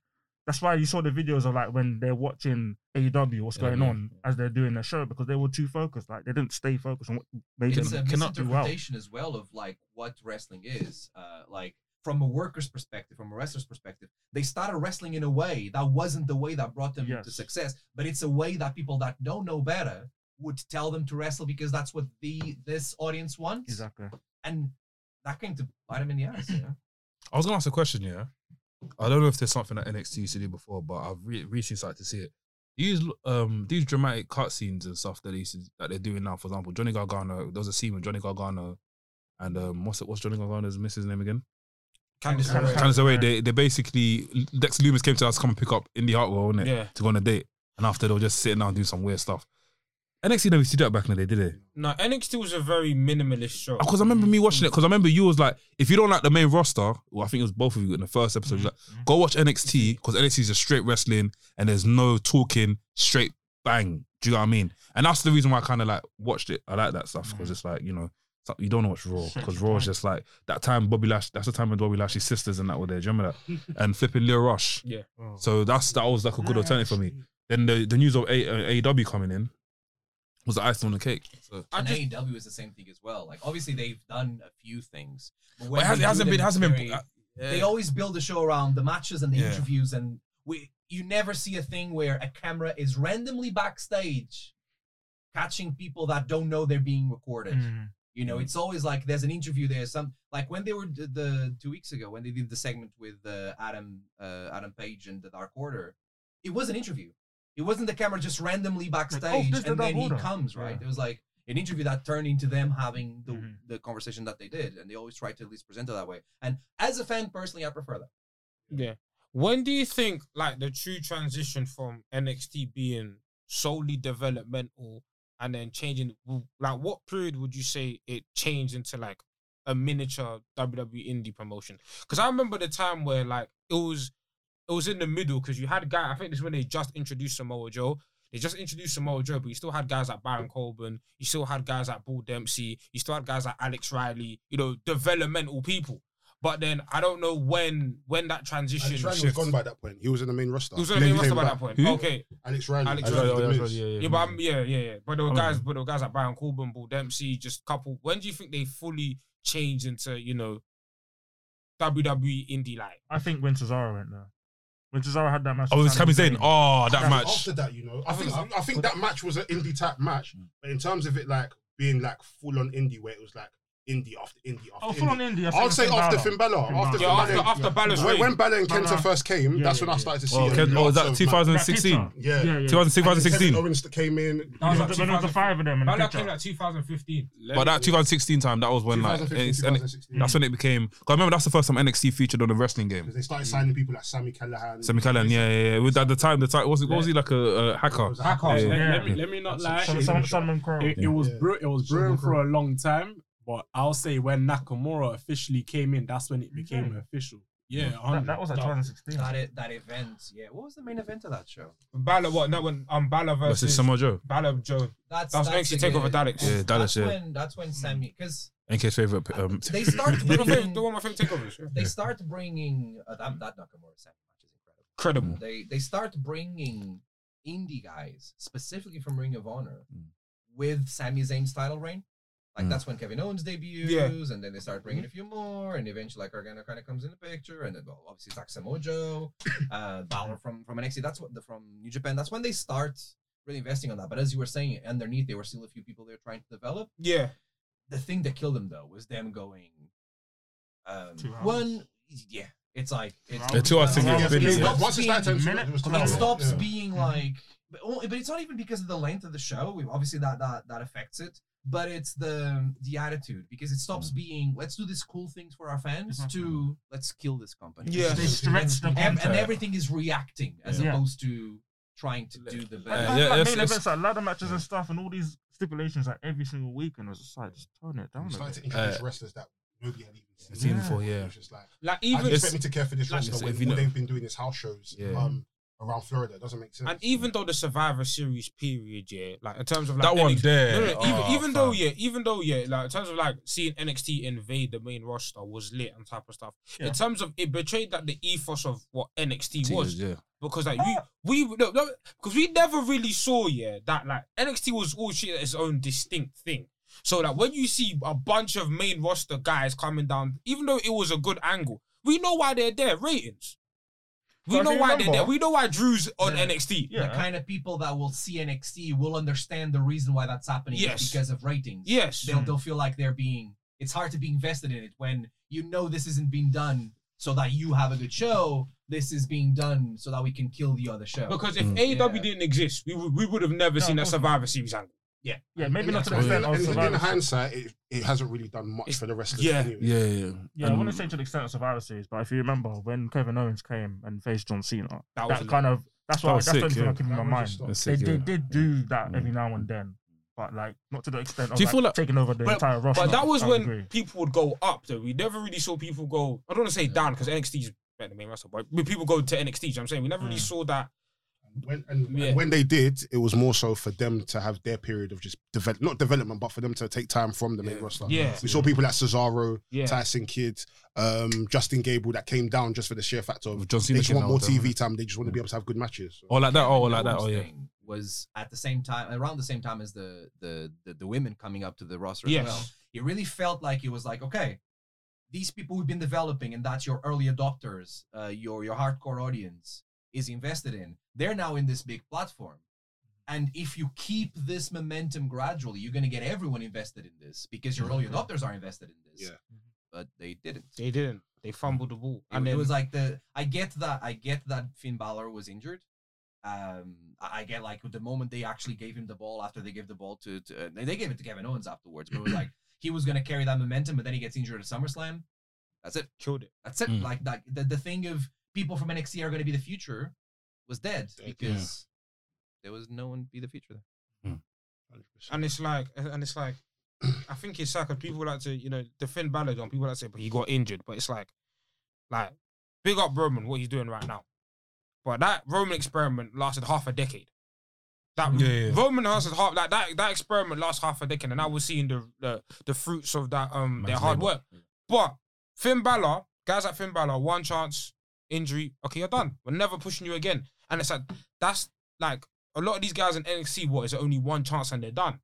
[SPEAKER 3] That's why you saw the videos of like when they're watching AEW, what's
[SPEAKER 1] Yeah,
[SPEAKER 3] going
[SPEAKER 1] yeah.
[SPEAKER 3] on as they're doing their show because they were too focused. Like they didn't stay focused on what made
[SPEAKER 5] it's
[SPEAKER 3] them
[SPEAKER 5] a
[SPEAKER 3] cannot do well.
[SPEAKER 5] misinterpretation as well of like what wrestling is. Uh, like from a worker's perspective, from a wrestler's perspective, they started wrestling in a way that wasn't the way that brought them to
[SPEAKER 3] Yes.
[SPEAKER 5] success, but it's a way that people that don't know better would tell them to wrestle because that's what the this audience wants,
[SPEAKER 3] Exactly.
[SPEAKER 5] and that came to bite them in the ass. You know?
[SPEAKER 1] I was gonna ask a question, yeah. I don't know if there's something that NXT used to do before, but I've re- recently started to see it. These um these dramatic cutscenes and stuff that they used to, that they're doing now. For example, Johnny Gargano. There was a scene with Johnny Gargano, and um what's it, what's Johnny Gargano's missus name again?
[SPEAKER 4] Candice
[SPEAKER 3] Candice
[SPEAKER 4] LeRae.
[SPEAKER 3] LeRae.
[SPEAKER 1] Candice LeRae. They they basically Lex Loomis came to us to come and pick up Indy Hartwell, wasn't it?
[SPEAKER 4] Yeah.
[SPEAKER 1] To go on a date, and after they were just sitting down doing some weird stuff. NXT never used to do that back in the day, did they?
[SPEAKER 4] No, NXT was a very minimalist show.
[SPEAKER 1] Because I remember me watching it. Because I remember you was like, if you don't like the main roster, well, I think it was both of you in the first episode. you was like, go watch NXT because NXT is just straight wrestling and there's no talking, straight bang. Do you know what I mean? And that's the reason why I kind of like watched it. I like that stuff because it's like you know so- you don't know what's Raw because Raw is just like that time Bobby Lash. That's the time when Bobby Lashley's sisters and that were there. Do you remember that? and flipping Leo Rush.
[SPEAKER 4] Yeah.
[SPEAKER 3] Oh.
[SPEAKER 1] So that's that was like a good alternative for me. Then the, the news of a, uh, AEW coming in was the icing on the cake. So.
[SPEAKER 4] I
[SPEAKER 5] and
[SPEAKER 4] just,
[SPEAKER 5] AEW is the same thing as well. Like obviously they've done a few things, but,
[SPEAKER 1] But
[SPEAKER 5] when
[SPEAKER 1] it has- it
[SPEAKER 5] they do
[SPEAKER 1] hasn't
[SPEAKER 5] them,
[SPEAKER 1] been
[SPEAKER 5] it's
[SPEAKER 1] hasn't been. uh,
[SPEAKER 5] very- they always build the show around the matches and the
[SPEAKER 1] Yeah.
[SPEAKER 5] interviews and we you never see a thing where a camera is randomly backstage catching people that don't know they're being recorded
[SPEAKER 1] Hmm.
[SPEAKER 3] Mm.
[SPEAKER 5] you
[SPEAKER 3] Mm-hmm.
[SPEAKER 5] know it's always like there's an interview there's some like when they were the, the two weeks ago when they did the segment with uh, adam uh, adam page and the dark order it was an interview it wasn't the camera just randomly backstage
[SPEAKER 3] this is "Oh, the
[SPEAKER 5] and
[SPEAKER 3] Dark
[SPEAKER 5] then he
[SPEAKER 3] Order.
[SPEAKER 5] comes right
[SPEAKER 3] Yeah.
[SPEAKER 5] it was like an interview that turned into them having the,
[SPEAKER 3] Mhm.
[SPEAKER 5] the conversation that they did and they always try to at least present it that way and as a fan personally i prefer that
[SPEAKER 4] yeah. When do you think like the true transition from NXT being solely developmental and then changing like what period would you say it changed into like a miniature WWE indie promotion? Because I remember the time where like it was it was in the middle because you had guy. I think this is when they just introduced Samoa Joe. They just introduced Samoa Joe, but you still had guys like Baron Corbin. You still had guys like Bull Dempsey. You still had guys like Alex Riley. You know, developmental people. But then I don't know when when that transition
[SPEAKER 2] Alex Riley was
[SPEAKER 4] shift.
[SPEAKER 2] gone by that point. He was in the main roster.
[SPEAKER 4] Who was
[SPEAKER 2] And
[SPEAKER 4] on
[SPEAKER 2] then
[SPEAKER 4] the
[SPEAKER 2] he
[SPEAKER 4] roster
[SPEAKER 2] came
[SPEAKER 4] by
[SPEAKER 2] back.
[SPEAKER 4] that point?
[SPEAKER 1] Who?
[SPEAKER 4] Okay,
[SPEAKER 2] Alex Riley.
[SPEAKER 4] Alex
[SPEAKER 2] Alex
[SPEAKER 4] Riley,
[SPEAKER 2] Riley, the Miz.
[SPEAKER 4] yeah, but I'm, yeah, yeah, yeah. But there were guys, but there were guys like Baron Corbin, Bull Dempsey, just couple. When do you think they fully changed into you know WWE indie like?
[SPEAKER 3] I think when Cesaro went there. When Cesaro had that match.
[SPEAKER 1] Oh,
[SPEAKER 3] with
[SPEAKER 1] it's Sami Zayn. Oh, that
[SPEAKER 2] Now,
[SPEAKER 1] match.
[SPEAKER 2] After that, you know, I think I, I think that match was an indie type match, but in terms of it like being like full on indie, where it was like indie after indie after.
[SPEAKER 3] Oh,
[SPEAKER 2] indie.
[SPEAKER 3] full on India.
[SPEAKER 2] I'll say after Finn Balor,
[SPEAKER 3] Finn
[SPEAKER 2] after
[SPEAKER 3] Balor.
[SPEAKER 4] Yeah,
[SPEAKER 2] Finn
[SPEAKER 4] after
[SPEAKER 2] Balor.
[SPEAKER 4] after Balor's
[SPEAKER 2] When,
[SPEAKER 4] reign.
[SPEAKER 2] when Balor and Kenta
[SPEAKER 3] Balor.
[SPEAKER 2] first came,
[SPEAKER 3] Yeah,
[SPEAKER 2] that's
[SPEAKER 3] yeah,
[SPEAKER 2] when I
[SPEAKER 3] yeah.
[SPEAKER 2] started to see.
[SPEAKER 1] Oh,
[SPEAKER 2] a
[SPEAKER 1] Ken- oh,
[SPEAKER 2] lot
[SPEAKER 1] is that
[SPEAKER 2] of
[SPEAKER 1] 2016?
[SPEAKER 3] match.
[SPEAKER 2] Yeah.
[SPEAKER 3] Yeah, yeah.
[SPEAKER 1] 2016.
[SPEAKER 2] Owens that came in.
[SPEAKER 4] That was like
[SPEAKER 3] When there was the
[SPEAKER 4] 2000.
[SPEAKER 3] five of them in the
[SPEAKER 4] Balor
[SPEAKER 3] picture.
[SPEAKER 4] came like 2015.
[SPEAKER 1] But that 2016 time, that was when like
[SPEAKER 2] 2015,
[SPEAKER 1] it's- and it-
[SPEAKER 2] 2016.
[SPEAKER 1] that's when it became. Cause I remember that's the first time NXT featured on a wrestling game.
[SPEAKER 2] 'Cause they started signing people like Sammy Callahan.
[SPEAKER 1] Sami Callan, Mm. yeah, yeah, yeah. With at the time, the time was it was he like a, a hacker?
[SPEAKER 2] Was that-
[SPEAKER 5] Hackers,
[SPEAKER 1] Yeah.
[SPEAKER 6] Let,
[SPEAKER 3] Yeah.
[SPEAKER 6] let me, let me not lie.
[SPEAKER 3] Some-
[SPEAKER 6] It,
[SPEAKER 3] some- Solomon Crow.
[SPEAKER 6] it- it was
[SPEAKER 2] Yeah.
[SPEAKER 6] brew, it was
[SPEAKER 2] Some
[SPEAKER 6] brewing for
[SPEAKER 2] pro-
[SPEAKER 6] a long time, but I'll say when Nakamura officially came in, that's when it became official. Yeah,
[SPEAKER 3] That, that was like 2016.
[SPEAKER 5] that e- that event. Yeah, what was the main event of that show?
[SPEAKER 4] Balor, what? No, when um, Balor
[SPEAKER 1] versus
[SPEAKER 4] versus
[SPEAKER 1] Samoa Joe,
[SPEAKER 4] Balor Joe.
[SPEAKER 5] That's
[SPEAKER 4] That was NXT Takeover
[SPEAKER 5] again-
[SPEAKER 4] Daleks.
[SPEAKER 1] Yeah, Dallas,
[SPEAKER 5] That's
[SPEAKER 1] yeah.
[SPEAKER 5] when that's
[SPEAKER 3] Mm.
[SPEAKER 5] when Sammy because
[SPEAKER 1] NK's favorite. Um,
[SPEAKER 5] they start
[SPEAKER 4] One of my favorite-
[SPEAKER 5] bringing
[SPEAKER 4] one of my favorite takeovers. yeah.
[SPEAKER 5] they start bringing uh, that that Nakamura Sammy match is incredible.
[SPEAKER 1] Mm.
[SPEAKER 4] Incredible.
[SPEAKER 5] They they start bringing indie guys specifically from Ring of Honor
[SPEAKER 1] Mm.
[SPEAKER 5] with Sami Zayn's title reign. Like
[SPEAKER 1] Mm. Mm-hmm.
[SPEAKER 5] that's when Kevin Owens debuts, and then they start bringing a few more, and eventually like Gargano kind of comes in the picture, and then well, obviously Zack Samoa Joe, uh, Balor from from NXT. That's what the from New Japan. That's when they start really investing on that. But as you were saying, underneath there were still a few people they're trying to develop
[SPEAKER 4] Yeah.
[SPEAKER 5] the thing that killed them though was them going um
[SPEAKER 3] Two hours.
[SPEAKER 5] one yeah it's like it's,
[SPEAKER 1] The two hours to
[SPEAKER 2] Yeah,
[SPEAKER 1] get
[SPEAKER 2] yeah,
[SPEAKER 1] finished,
[SPEAKER 2] yeah,
[SPEAKER 1] yeah.
[SPEAKER 2] but Once it started, it was- it was
[SPEAKER 3] It
[SPEAKER 5] it
[SPEAKER 2] terrible.
[SPEAKER 5] stops
[SPEAKER 2] Yeah.
[SPEAKER 5] being
[SPEAKER 3] Mm-hmm.
[SPEAKER 5] like but, oh, but it's not even because of the length of the show we obviously that that that affects it but it's the the attitude because it stops
[SPEAKER 3] Mm-hmm.
[SPEAKER 5] being let's do these cool things for our fans
[SPEAKER 3] Mhm.
[SPEAKER 5] to let's kill this company
[SPEAKER 4] Yeah.
[SPEAKER 3] They
[SPEAKER 5] Let's-
[SPEAKER 3] stretched the
[SPEAKER 5] ev- and
[SPEAKER 3] concept.
[SPEAKER 5] everything is reacting as
[SPEAKER 3] Yeah.
[SPEAKER 5] opposed to trying to do the
[SPEAKER 1] Yeah,
[SPEAKER 5] best
[SPEAKER 3] Like, like,
[SPEAKER 1] yeah,
[SPEAKER 3] like
[SPEAKER 1] yes,
[SPEAKER 3] main
[SPEAKER 1] yes.
[SPEAKER 3] events, like ladder matches and stuff, and all these stipulations like every single week, and I was just like, just tone it down.
[SPEAKER 2] We
[SPEAKER 3] A
[SPEAKER 2] started
[SPEAKER 3] bit.
[SPEAKER 2] to introduce
[SPEAKER 1] Uh,
[SPEAKER 2] wrestlers that nobody had even
[SPEAKER 1] seen
[SPEAKER 2] seen
[SPEAKER 1] before, yeah.
[SPEAKER 2] It was just like,
[SPEAKER 4] Like
[SPEAKER 2] I didn't
[SPEAKER 4] even
[SPEAKER 2] expect me to care for this
[SPEAKER 4] like
[SPEAKER 1] you
[SPEAKER 2] roster
[SPEAKER 1] said,
[SPEAKER 2] when
[SPEAKER 1] if you
[SPEAKER 2] all
[SPEAKER 1] know-
[SPEAKER 2] they've been doing is house shows
[SPEAKER 1] Yeah.
[SPEAKER 2] um, around Florida. It doesn't make sense.
[SPEAKER 4] and even though the Survivor Series period, yeah, like in terms of like
[SPEAKER 1] that one
[SPEAKER 4] NXT
[SPEAKER 1] there.
[SPEAKER 4] No, no, no, even
[SPEAKER 1] Oh,
[SPEAKER 4] even though
[SPEAKER 1] fam.
[SPEAKER 4] yeah, even though yeah, like in terms of like seeing NXT invade the main roster was lit and type of stuff.
[SPEAKER 3] Yeah.
[SPEAKER 4] In terms of it betrayed that the ethos of what NXT was
[SPEAKER 1] yeah.
[SPEAKER 4] because like we we no, no, because we never really saw yeah that like NXT was all shit its own distinct thing. So like when you see a bunch of main roster guys coming down, even though it was a good angle, We know why they're there. Ratings. We
[SPEAKER 3] But if
[SPEAKER 4] know
[SPEAKER 3] you
[SPEAKER 4] why they're
[SPEAKER 3] remember-
[SPEAKER 4] there. We know why Drew's on
[SPEAKER 5] Yeah.
[SPEAKER 4] NXT.
[SPEAKER 3] Yeah.
[SPEAKER 5] The kind of people that will see NXT will understand the reason why that's happening is
[SPEAKER 4] Yes.
[SPEAKER 5] because of ratings.
[SPEAKER 4] Yes.
[SPEAKER 5] They'll, they'll feel like they're being, it's hard to be invested in it when you know this isn't being done so that you have a good show. This is being done so that we can kill the other show.
[SPEAKER 4] Because if
[SPEAKER 1] Mm.
[SPEAKER 4] AEW
[SPEAKER 5] Yeah.
[SPEAKER 4] didn't exist, we would we would have never
[SPEAKER 3] No,
[SPEAKER 4] seen
[SPEAKER 3] of
[SPEAKER 4] that
[SPEAKER 3] course not.
[SPEAKER 4] Survivor Series angle.
[SPEAKER 3] Yeah, maybe not to the
[SPEAKER 2] In,
[SPEAKER 3] extent of
[SPEAKER 2] in- in
[SPEAKER 3] Survivor Series.
[SPEAKER 2] hindsight, it, it hasn't really done much
[SPEAKER 4] It's-
[SPEAKER 2] for the wrestlers.
[SPEAKER 4] yeah.
[SPEAKER 2] anyway.
[SPEAKER 6] Yeah, yeah.
[SPEAKER 3] Yeah, I wouldn't say to the extent of Survivor Series, but if you remember when Kevin Owens came and faced John Cena,
[SPEAKER 4] That
[SPEAKER 3] that,
[SPEAKER 4] was a-
[SPEAKER 3] kind of that's
[SPEAKER 1] That
[SPEAKER 3] what
[SPEAKER 1] was
[SPEAKER 3] that's the
[SPEAKER 1] sick,
[SPEAKER 3] only thing
[SPEAKER 1] yeah.
[SPEAKER 3] I keep in
[SPEAKER 2] That
[SPEAKER 3] my
[SPEAKER 2] was
[SPEAKER 3] mind.
[SPEAKER 2] just
[SPEAKER 1] That's
[SPEAKER 3] They,
[SPEAKER 1] sick,
[SPEAKER 3] they
[SPEAKER 1] yeah.
[SPEAKER 3] did do that every now and then, but like not to the extent of
[SPEAKER 6] Do you
[SPEAKER 3] like,
[SPEAKER 6] feel like-
[SPEAKER 3] taking over the
[SPEAKER 4] But-
[SPEAKER 3] entire roster.
[SPEAKER 4] But that was
[SPEAKER 3] I would
[SPEAKER 4] when
[SPEAKER 3] agree.
[SPEAKER 4] people would go up. Though we never really saw people go. I don't want to say down because NXT's better than main roster, but when people go to NXT, do you know what I'm saying we never
[SPEAKER 3] Mm.
[SPEAKER 4] really saw that.
[SPEAKER 2] When, and and
[SPEAKER 4] Yeah.
[SPEAKER 2] when they did, it was more so for them to have their period of just develop, not development, but for them to take time from the main roster.
[SPEAKER 4] Yeah.
[SPEAKER 2] We saw people like Cesaro,
[SPEAKER 4] Yeah.
[SPEAKER 2] Tyson Kidd, um, Justin Gable that came down just for the sheer fact of
[SPEAKER 1] With John Cena
[SPEAKER 2] they just
[SPEAKER 1] came
[SPEAKER 2] want
[SPEAKER 1] down
[SPEAKER 2] more
[SPEAKER 1] with them,
[SPEAKER 2] TV
[SPEAKER 1] innit?
[SPEAKER 2] time. They just want to be able to have good matches. So-
[SPEAKER 1] Oh, like that. Oh,
[SPEAKER 5] Kevin
[SPEAKER 1] like that. Oh,
[SPEAKER 5] Owens
[SPEAKER 1] yeah.
[SPEAKER 5] thing Was at the same time, around the same time as the the the, the women coming up to the roster
[SPEAKER 4] Yes.
[SPEAKER 5] as well. It really felt like it was like, okay, these people we've been developing, and that's your early adopters, uh, your your hardcore audience is invested in. They're now in this big platform. And if you keep this momentum gradually, you're going to get everyone invested in this because your
[SPEAKER 1] Mm-hmm.
[SPEAKER 5] early adopters are invested in this.
[SPEAKER 2] Yeah.
[SPEAKER 5] But they didn't.
[SPEAKER 4] They didn't. They fumbled the ball,
[SPEAKER 5] And it was like the I get that I get that Finn Balor was injured. Um, I I get like the moment they actually gave him the ball after they gave the ball to, to uh, they they gave it to Kevin Owens afterwards, but it was like he was gonna carry that momentum, but then he gets injured at SummerSlam. That's it.
[SPEAKER 4] killed it.
[SPEAKER 5] That's it.
[SPEAKER 1] Mm.
[SPEAKER 5] Like that the, the thing of people from NXT are gonna be the future was dead
[SPEAKER 2] Dead, yeah.
[SPEAKER 5] because there was no one to be the future there.
[SPEAKER 4] And it's like, and it's like, I think it's like 'cause people like to, you know, defend Balor on people like say, but he got injured. But it's like, like, big up Roman, what he's doing right now. But that Roman experiment lasted half a decade. That
[SPEAKER 1] Yeah, yeah.
[SPEAKER 4] Roman lasted half like that. That experiment lasts half a decade, and I was seeing the the, the fruits of that um their
[SPEAKER 1] Man's
[SPEAKER 4] hard
[SPEAKER 1] labour.
[SPEAKER 4] work. But Finn Balor, guys like Finn Balor, one chance injury, okay, you're done. We're never pushing you again. And it's like that's like a lot of these guys in NXT. What is it? Only one chance, and they're done.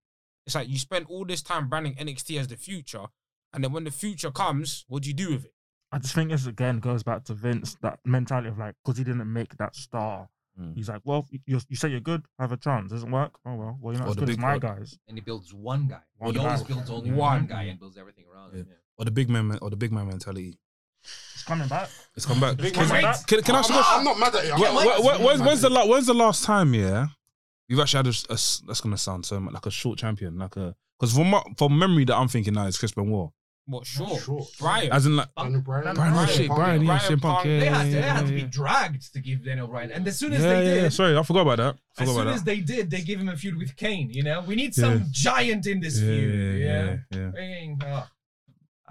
[SPEAKER 4] It's like you spend all this time branding NXT as the future, and then when the future comes, what do you do with it?
[SPEAKER 3] I just think this again goes back to Vince that mentality of like because he didn't make that star.
[SPEAKER 1] Mm.
[SPEAKER 3] He's like, well, you, you say you're good, have a chance. Doesn't work. Oh well, well you're not
[SPEAKER 1] Or
[SPEAKER 3] as
[SPEAKER 1] the
[SPEAKER 3] good as
[SPEAKER 1] big
[SPEAKER 3] my
[SPEAKER 1] one.
[SPEAKER 3] guys.
[SPEAKER 5] And he builds one guy.
[SPEAKER 3] One
[SPEAKER 5] he always
[SPEAKER 3] guy.
[SPEAKER 5] builds only one,
[SPEAKER 4] One.
[SPEAKER 5] guy and builds everything around him. Yeah.
[SPEAKER 1] Or the big man, or the big man mentality.
[SPEAKER 3] It's coming back.
[SPEAKER 1] It's come back.
[SPEAKER 4] Big
[SPEAKER 1] Can,
[SPEAKER 4] man.
[SPEAKER 1] can, can I ask you a
[SPEAKER 2] I'm not mad at it. I'm
[SPEAKER 1] Wh-
[SPEAKER 2] not mad
[SPEAKER 1] wh-
[SPEAKER 2] at
[SPEAKER 1] wh-
[SPEAKER 2] it.
[SPEAKER 1] when's, when's the la- when's the last time? Yeah, you've actually had a, s- a s- that's gonna sound so much like a short champion, like a because from my, from memory that I'm thinking now is Chris Benoit,
[SPEAKER 4] What sure,
[SPEAKER 2] Sure.
[SPEAKER 4] Brian?
[SPEAKER 1] as in like
[SPEAKER 2] Daniel Bryan.
[SPEAKER 1] Brian, oh,
[SPEAKER 4] Bryan,
[SPEAKER 1] shit,
[SPEAKER 2] Punk.
[SPEAKER 1] Brian, yeah,
[SPEAKER 4] Bryan
[SPEAKER 1] CM Punk,
[SPEAKER 4] Punk.
[SPEAKER 1] yeah,
[SPEAKER 5] They had, to, they
[SPEAKER 1] yeah,
[SPEAKER 5] had to
[SPEAKER 1] yeah,
[SPEAKER 5] be dragged to give Daniel Bryan, and as soon as
[SPEAKER 1] yeah,
[SPEAKER 5] they
[SPEAKER 1] yeah,
[SPEAKER 5] did,
[SPEAKER 1] yeah, Sorry, I forgot about that.
[SPEAKER 5] as
[SPEAKER 1] Forgot
[SPEAKER 5] soon
[SPEAKER 1] about
[SPEAKER 5] as
[SPEAKER 1] that.
[SPEAKER 5] they did, they gave him a feud with Kane. You know, we need some
[SPEAKER 1] Yeah.
[SPEAKER 5] giant in this
[SPEAKER 1] yeah,
[SPEAKER 5] feud.
[SPEAKER 1] yeah,
[SPEAKER 5] Yeah,
[SPEAKER 1] yeah, yeah.
[SPEAKER 5] Bringing- oh.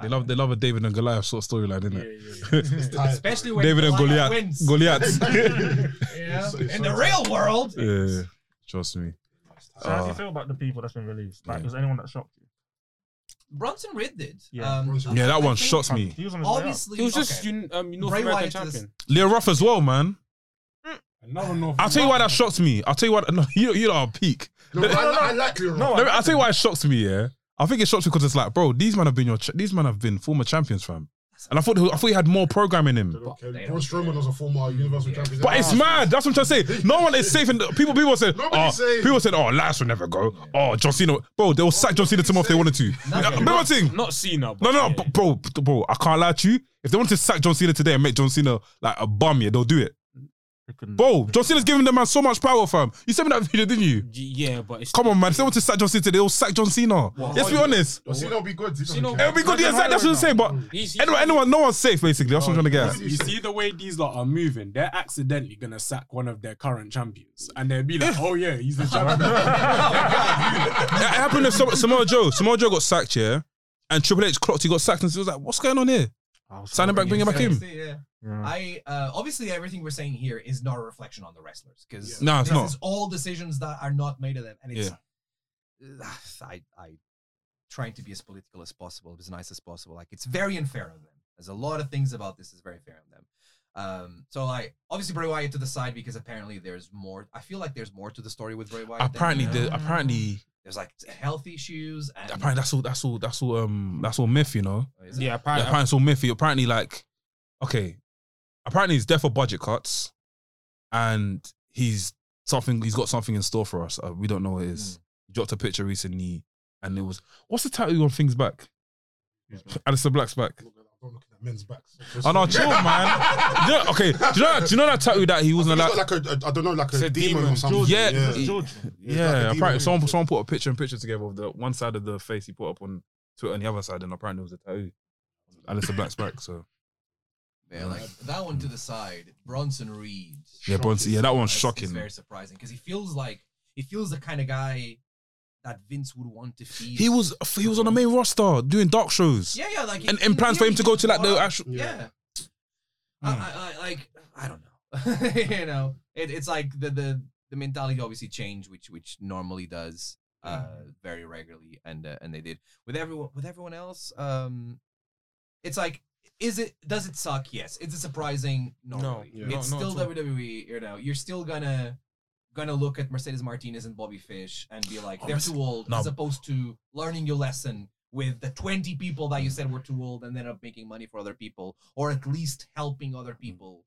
[SPEAKER 1] They love
[SPEAKER 5] uh,
[SPEAKER 1] they love a David and Goliath sort of storyline, isn't it?
[SPEAKER 2] It's tired.
[SPEAKER 5] especially when
[SPEAKER 1] David and
[SPEAKER 5] Goliath
[SPEAKER 1] Goliath,
[SPEAKER 5] wins.
[SPEAKER 1] Goliath.
[SPEAKER 5] you know?
[SPEAKER 2] It's so- it's
[SPEAKER 5] in
[SPEAKER 2] so
[SPEAKER 5] the real world,
[SPEAKER 1] yeah, trust me.
[SPEAKER 3] So how do you
[SPEAKER 1] Uh,
[SPEAKER 3] feel about the people that's been released? Like,
[SPEAKER 1] yeah.
[SPEAKER 3] was anyone that shocked you?
[SPEAKER 5] Bronson Reed did.
[SPEAKER 3] Yeah.
[SPEAKER 5] um,
[SPEAKER 2] Bronson-
[SPEAKER 1] Yeah,
[SPEAKER 5] I- I
[SPEAKER 1] that one
[SPEAKER 5] think
[SPEAKER 1] shocks me.
[SPEAKER 3] He was on his way out.
[SPEAKER 5] Obviously,
[SPEAKER 4] He was just
[SPEAKER 5] okay.
[SPEAKER 4] you, um, North
[SPEAKER 5] Bray
[SPEAKER 4] American
[SPEAKER 5] Wyatt is-
[SPEAKER 4] champion.
[SPEAKER 1] Leo Ruff as well, man.
[SPEAKER 6] Another North.
[SPEAKER 1] I'll tell you why that shocked me. I'll tell you why. No, you you are peak.
[SPEAKER 2] No, I, I, I like Leroy.
[SPEAKER 1] No, I'll tell you why it shocks me. Yeah, I think it shocks me because it's like, bro, these men have been your, ch- these men have been former champions, fam. And I thought, I thought he had more program in him.
[SPEAKER 2] Okay, Braun Strowman was a former Universal Champion.
[SPEAKER 1] But it's mad. That's what I'm trying to say. No one is safe. And people, people said,
[SPEAKER 2] Nobody's
[SPEAKER 1] oh,
[SPEAKER 2] safe.
[SPEAKER 1] people said, oh, Last will never go. Oh, John Cena, bro, they'll sack John Cena tomorrow if they wanted to. Remember one thing?
[SPEAKER 4] Not Cena.
[SPEAKER 1] No,
[SPEAKER 4] but
[SPEAKER 1] no,
[SPEAKER 4] yeah.
[SPEAKER 1] no, bro, bro, I can't lie to you. If they wanted to sack John Cena today and make John Cena like a bum, yeah, they'll do it.
[SPEAKER 3] They couldn't-
[SPEAKER 1] Bro, John Cena's giving the man so much power, fam. You sent me that video, didn't you?
[SPEAKER 4] G- Yeah, but it's
[SPEAKER 1] Come on, man. If they want to sack John Cena today, they'll sack John Cena. Let's be honest.
[SPEAKER 2] Well, Cena will be good. He doesn't
[SPEAKER 4] Cena-
[SPEAKER 2] care.
[SPEAKER 1] It'll be good. Yeah, that's what I'm saying. But
[SPEAKER 4] He's, he's,
[SPEAKER 1] anyone, anyone, no one's safe, basically. That's what I'm trying to get at.
[SPEAKER 6] You see the way these lot are moving, they're accidentally gonna sack one of their current champions, and they'll be like, "Oh yeah, he's the champion."
[SPEAKER 1] it happened to Sam- Samoa Joe. Samoa Joe got sacked, yeah, and Triple H clocked. He got sacked, and so he was like, "What's going on here?
[SPEAKER 3] I was
[SPEAKER 1] Sign him back, bring him back in."
[SPEAKER 5] Yeah.
[SPEAKER 3] Yeah.
[SPEAKER 5] I uh, obviously everything we're saying here is not a reflection on the wrestlers because
[SPEAKER 1] No, it's
[SPEAKER 5] this
[SPEAKER 1] not.
[SPEAKER 5] is all decisions that are not made of them, and it's I I trying to be as political as possible, as nice as possible. Like it's very unfair of them. There's a lot of things about this is very fair of them. Um, so I obviously Bray Wyatt to the side because apparently there's more. I feel like there's more to the story with Bray Wyatt. than,
[SPEAKER 1] Apparently,
[SPEAKER 5] you know,
[SPEAKER 1] the, apparently,
[SPEAKER 5] there's like health issues and Oh,
[SPEAKER 1] apparently, that's all. That's all. That's all. Um, that's all myth, you know.
[SPEAKER 5] Is it?
[SPEAKER 4] yeah,
[SPEAKER 1] Yeah,
[SPEAKER 4] apparently,
[SPEAKER 1] apparently, it's all myth. Apparently, like okay, apparently he's there for budget cuts, and he's something. He's got something in store for us. Uh, we don't know what it is. He dropped a picture recently, and it was what's the title on things back? Alistair Black's back.
[SPEAKER 2] I'm looking at men's backs.
[SPEAKER 1] Oh no, chill, man. Do you know- okay, do you know? Do you know that tattoo that he wasn't
[SPEAKER 2] He's
[SPEAKER 1] allowed?
[SPEAKER 2] got like a, a, I don't know, like
[SPEAKER 4] It's
[SPEAKER 2] a,
[SPEAKER 4] a
[SPEAKER 2] demon,
[SPEAKER 4] demon.
[SPEAKER 2] or something.
[SPEAKER 1] Yeah,
[SPEAKER 2] yeah.
[SPEAKER 1] he-
[SPEAKER 3] George,
[SPEAKER 2] like a
[SPEAKER 1] Yeah,
[SPEAKER 2] demon,
[SPEAKER 1] apparently
[SPEAKER 2] isn't
[SPEAKER 1] someone
[SPEAKER 2] it?
[SPEAKER 1] someone put a picture and picture together of the one side of the face he put up on Twitter and the other side, and apparently it was a tattoo. Alistair Black's back. So
[SPEAKER 5] Yeah, like that one to the side, Bronson Reed.
[SPEAKER 1] yeah, Bronson. Yeah, that one's
[SPEAKER 5] It's- It's
[SPEAKER 1] shocking.
[SPEAKER 5] very surprising because he feels like he feels the kind of guy that Vince would want to feed.
[SPEAKER 1] He was he was on the main roster doing dark shows.
[SPEAKER 5] yeah, yeah, like
[SPEAKER 1] And-
[SPEAKER 5] in
[SPEAKER 1] and plans for
[SPEAKER 5] theory,
[SPEAKER 1] him to
[SPEAKER 5] he
[SPEAKER 1] go
[SPEAKER 5] was
[SPEAKER 1] to, like, the Hmm.
[SPEAKER 5] brought up.
[SPEAKER 1] actual-
[SPEAKER 5] yeah. I, I, I, like I don't know, you know, it, it's like the the the mentality obviously changed, which which normally does uh very regularly, and uh, and they did with everyone with everyone else. Um, it's like. Is it? Does it suck? Yes. Is it surprising? No. really.
[SPEAKER 2] Yeah.
[SPEAKER 5] It's
[SPEAKER 4] No, not
[SPEAKER 5] still
[SPEAKER 4] at all.
[SPEAKER 5] WWE. You know, you're still gonna gonna look at Mercedes Martinez and Bobby Fish and be like,
[SPEAKER 1] Oh,
[SPEAKER 5] they're
[SPEAKER 1] Merce-
[SPEAKER 5] too old,
[SPEAKER 1] No.
[SPEAKER 5] as opposed to learning your lesson with the 20 people that you said were too old and then up making money for other people, or at least helping other people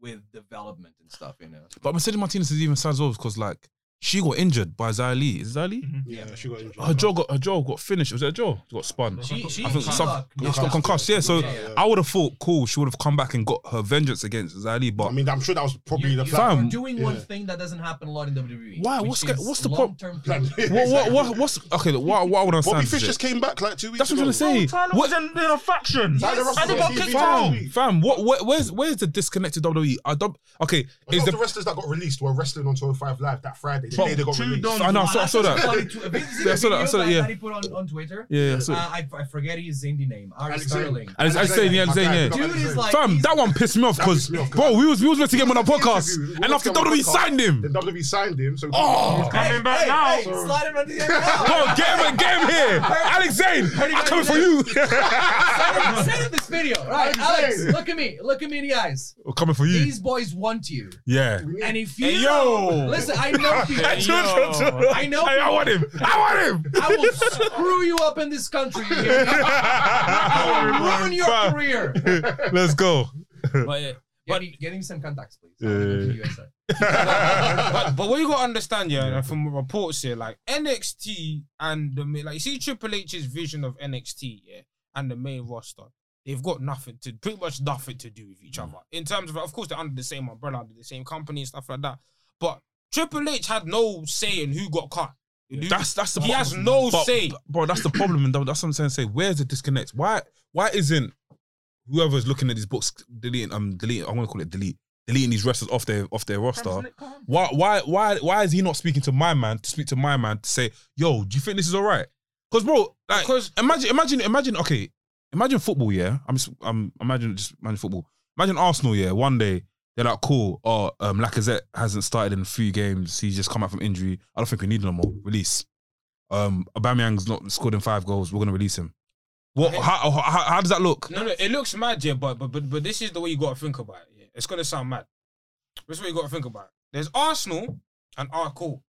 [SPEAKER 5] with development and stuff, you know.
[SPEAKER 1] But Mercedes Martinez is even sad as well because like she got injured by Zali. Is it Zali?
[SPEAKER 2] Yeah, she got injured.
[SPEAKER 1] Her jaw got her jaw got finished. Was it her jaw? Got spun.
[SPEAKER 5] She, she,
[SPEAKER 1] I think
[SPEAKER 5] she
[SPEAKER 1] some-
[SPEAKER 5] got
[SPEAKER 1] Yeah, she got
[SPEAKER 2] Concussed,
[SPEAKER 1] concussed. Yeah, so
[SPEAKER 5] Yeah, yeah.
[SPEAKER 1] I would have thought cool. She would have come back and got her vengeance against Zali. But
[SPEAKER 2] I mean, I'm sure that was probably
[SPEAKER 5] You're,
[SPEAKER 2] the
[SPEAKER 5] you're,
[SPEAKER 1] Fam.
[SPEAKER 2] plan.
[SPEAKER 5] you're doing one
[SPEAKER 2] Yeah.
[SPEAKER 5] thing that doesn't happen a lot in WWE.
[SPEAKER 1] Why?
[SPEAKER 5] which
[SPEAKER 1] What's go-
[SPEAKER 5] is
[SPEAKER 1] what's the prob-
[SPEAKER 5] long-term
[SPEAKER 2] plan.
[SPEAKER 5] thinking.
[SPEAKER 1] what, what what what's okay? look, What what I would
[SPEAKER 2] Bobby
[SPEAKER 1] understand?
[SPEAKER 2] Fish
[SPEAKER 1] is it-
[SPEAKER 2] just came back like two weeks
[SPEAKER 1] That's what
[SPEAKER 2] ago.
[SPEAKER 1] I'm trying to say.
[SPEAKER 3] Tyler
[SPEAKER 1] What-
[SPEAKER 3] was in, in a faction.
[SPEAKER 2] Tyler
[SPEAKER 5] Yes,
[SPEAKER 2] Russell
[SPEAKER 3] and he
[SPEAKER 2] was
[SPEAKER 3] got
[SPEAKER 2] on
[SPEAKER 3] kicked
[SPEAKER 2] TV last
[SPEAKER 3] out.
[SPEAKER 1] Fam,
[SPEAKER 2] week.
[SPEAKER 1] fam, what, where, where's where's the disconnected WWE? I don't. Okay,
[SPEAKER 2] A lot
[SPEAKER 1] is
[SPEAKER 2] of
[SPEAKER 1] the
[SPEAKER 2] the wrestlers that got released were wrestling on 205 Live that Friday. The
[SPEAKER 1] But
[SPEAKER 2] day they got
[SPEAKER 3] two
[SPEAKER 2] released.
[SPEAKER 3] don't-
[SPEAKER 1] I know I saw, I saw that.
[SPEAKER 5] Funny tw- have you seen
[SPEAKER 1] Yeah, I
[SPEAKER 5] the
[SPEAKER 1] saw that, I
[SPEAKER 5] video
[SPEAKER 1] saw that, yeah.
[SPEAKER 5] he put on, on Twitter.
[SPEAKER 1] Yeah, yeah, I saw
[SPEAKER 5] Uh,
[SPEAKER 1] it.
[SPEAKER 5] I, I forget his indie name. Ari
[SPEAKER 2] Alex Zane.
[SPEAKER 5] Sterling.
[SPEAKER 1] And it's, I say, yeah, I'm saying, yeah.
[SPEAKER 2] Dude
[SPEAKER 5] Dude is like
[SPEAKER 1] Fam,
[SPEAKER 5] he's-
[SPEAKER 1] that one pissed me off because
[SPEAKER 2] pissed me off,
[SPEAKER 1] bro, we was we was meant to get him on a podcast,
[SPEAKER 2] Interview. We
[SPEAKER 1] and
[SPEAKER 2] went
[SPEAKER 1] after
[SPEAKER 2] to get him
[SPEAKER 1] WWE
[SPEAKER 2] on podcast.
[SPEAKER 1] signed
[SPEAKER 2] Then
[SPEAKER 1] him.
[SPEAKER 2] WWE signed him. So
[SPEAKER 1] Oh,
[SPEAKER 2] He's-
[SPEAKER 3] Coming back now.
[SPEAKER 5] Hey, slide him under the end now.
[SPEAKER 1] bro, get him, get him here, Alex Zane. I'm coming for you.
[SPEAKER 5] Send him- Send him this video. All right, Alex, look at me. Look at me in the eyes.
[SPEAKER 1] We're coming for you.
[SPEAKER 5] These boys want you.
[SPEAKER 1] Hmm. Yeah.
[SPEAKER 5] And if you
[SPEAKER 4] Hey, yo.
[SPEAKER 5] don't- listen, I know
[SPEAKER 1] Hey,
[SPEAKER 5] people.
[SPEAKER 1] chill, chill, chill.
[SPEAKER 5] I know
[SPEAKER 1] Hey, I want him. I want him.
[SPEAKER 5] I will screw you up in this country. you hear me? I will ruin your
[SPEAKER 1] Fam.
[SPEAKER 5] career.
[SPEAKER 1] Let's go.
[SPEAKER 4] But yeah.
[SPEAKER 5] Get,
[SPEAKER 4] But-
[SPEAKER 5] me, get him some contacts, please.
[SPEAKER 1] Yeah.
[SPEAKER 5] I'll give you a sec.
[SPEAKER 4] but but what you gotta understand, yeah, and from reports here, like NXT and the main, like you see Triple H's vision of NXT, yeah, and the main roster, they've got nothing to pretty much nothing to do with each other in terms of, of course, they're under the same umbrella, under the same company and stuff like that. But Triple H had no say in who got cut. Who-
[SPEAKER 1] That's that's the
[SPEAKER 4] He
[SPEAKER 1] pro-
[SPEAKER 4] has no
[SPEAKER 1] but-
[SPEAKER 4] say.
[SPEAKER 1] but- bro. That's the problem, and that's what I'm saying. Say, where's the disconnect? Why why isn't whoever's looking at these books deleting um deleting? I want to call it delete deleting these wrestlers off their off their roster. Why why why why is he not speaking to my man to speak to my man to say, yo, do you think this is all right? Because bro, like,
[SPEAKER 4] Because-
[SPEAKER 1] imagine imagine imagine okay, imagine football. Yeah, I'm just, I'm imagine just imagine football. Imagine Arsenal. Yeah, one day. They're like, cool. Oh, um, Lacazette hasn't started in three games. He's just come out from injury. I don't think we need him no more. Release um Aubameyang's not scored in five goals. We're gonna release him. What?
[SPEAKER 4] Okay.
[SPEAKER 1] How, how, how how does that look?
[SPEAKER 4] No, no, it looks mad, yeah, but but but, but this is the way you gotta think about it. Yeah. It's gonna sound mad. This is what you gotta think about. There's Arsenal and ah, cool.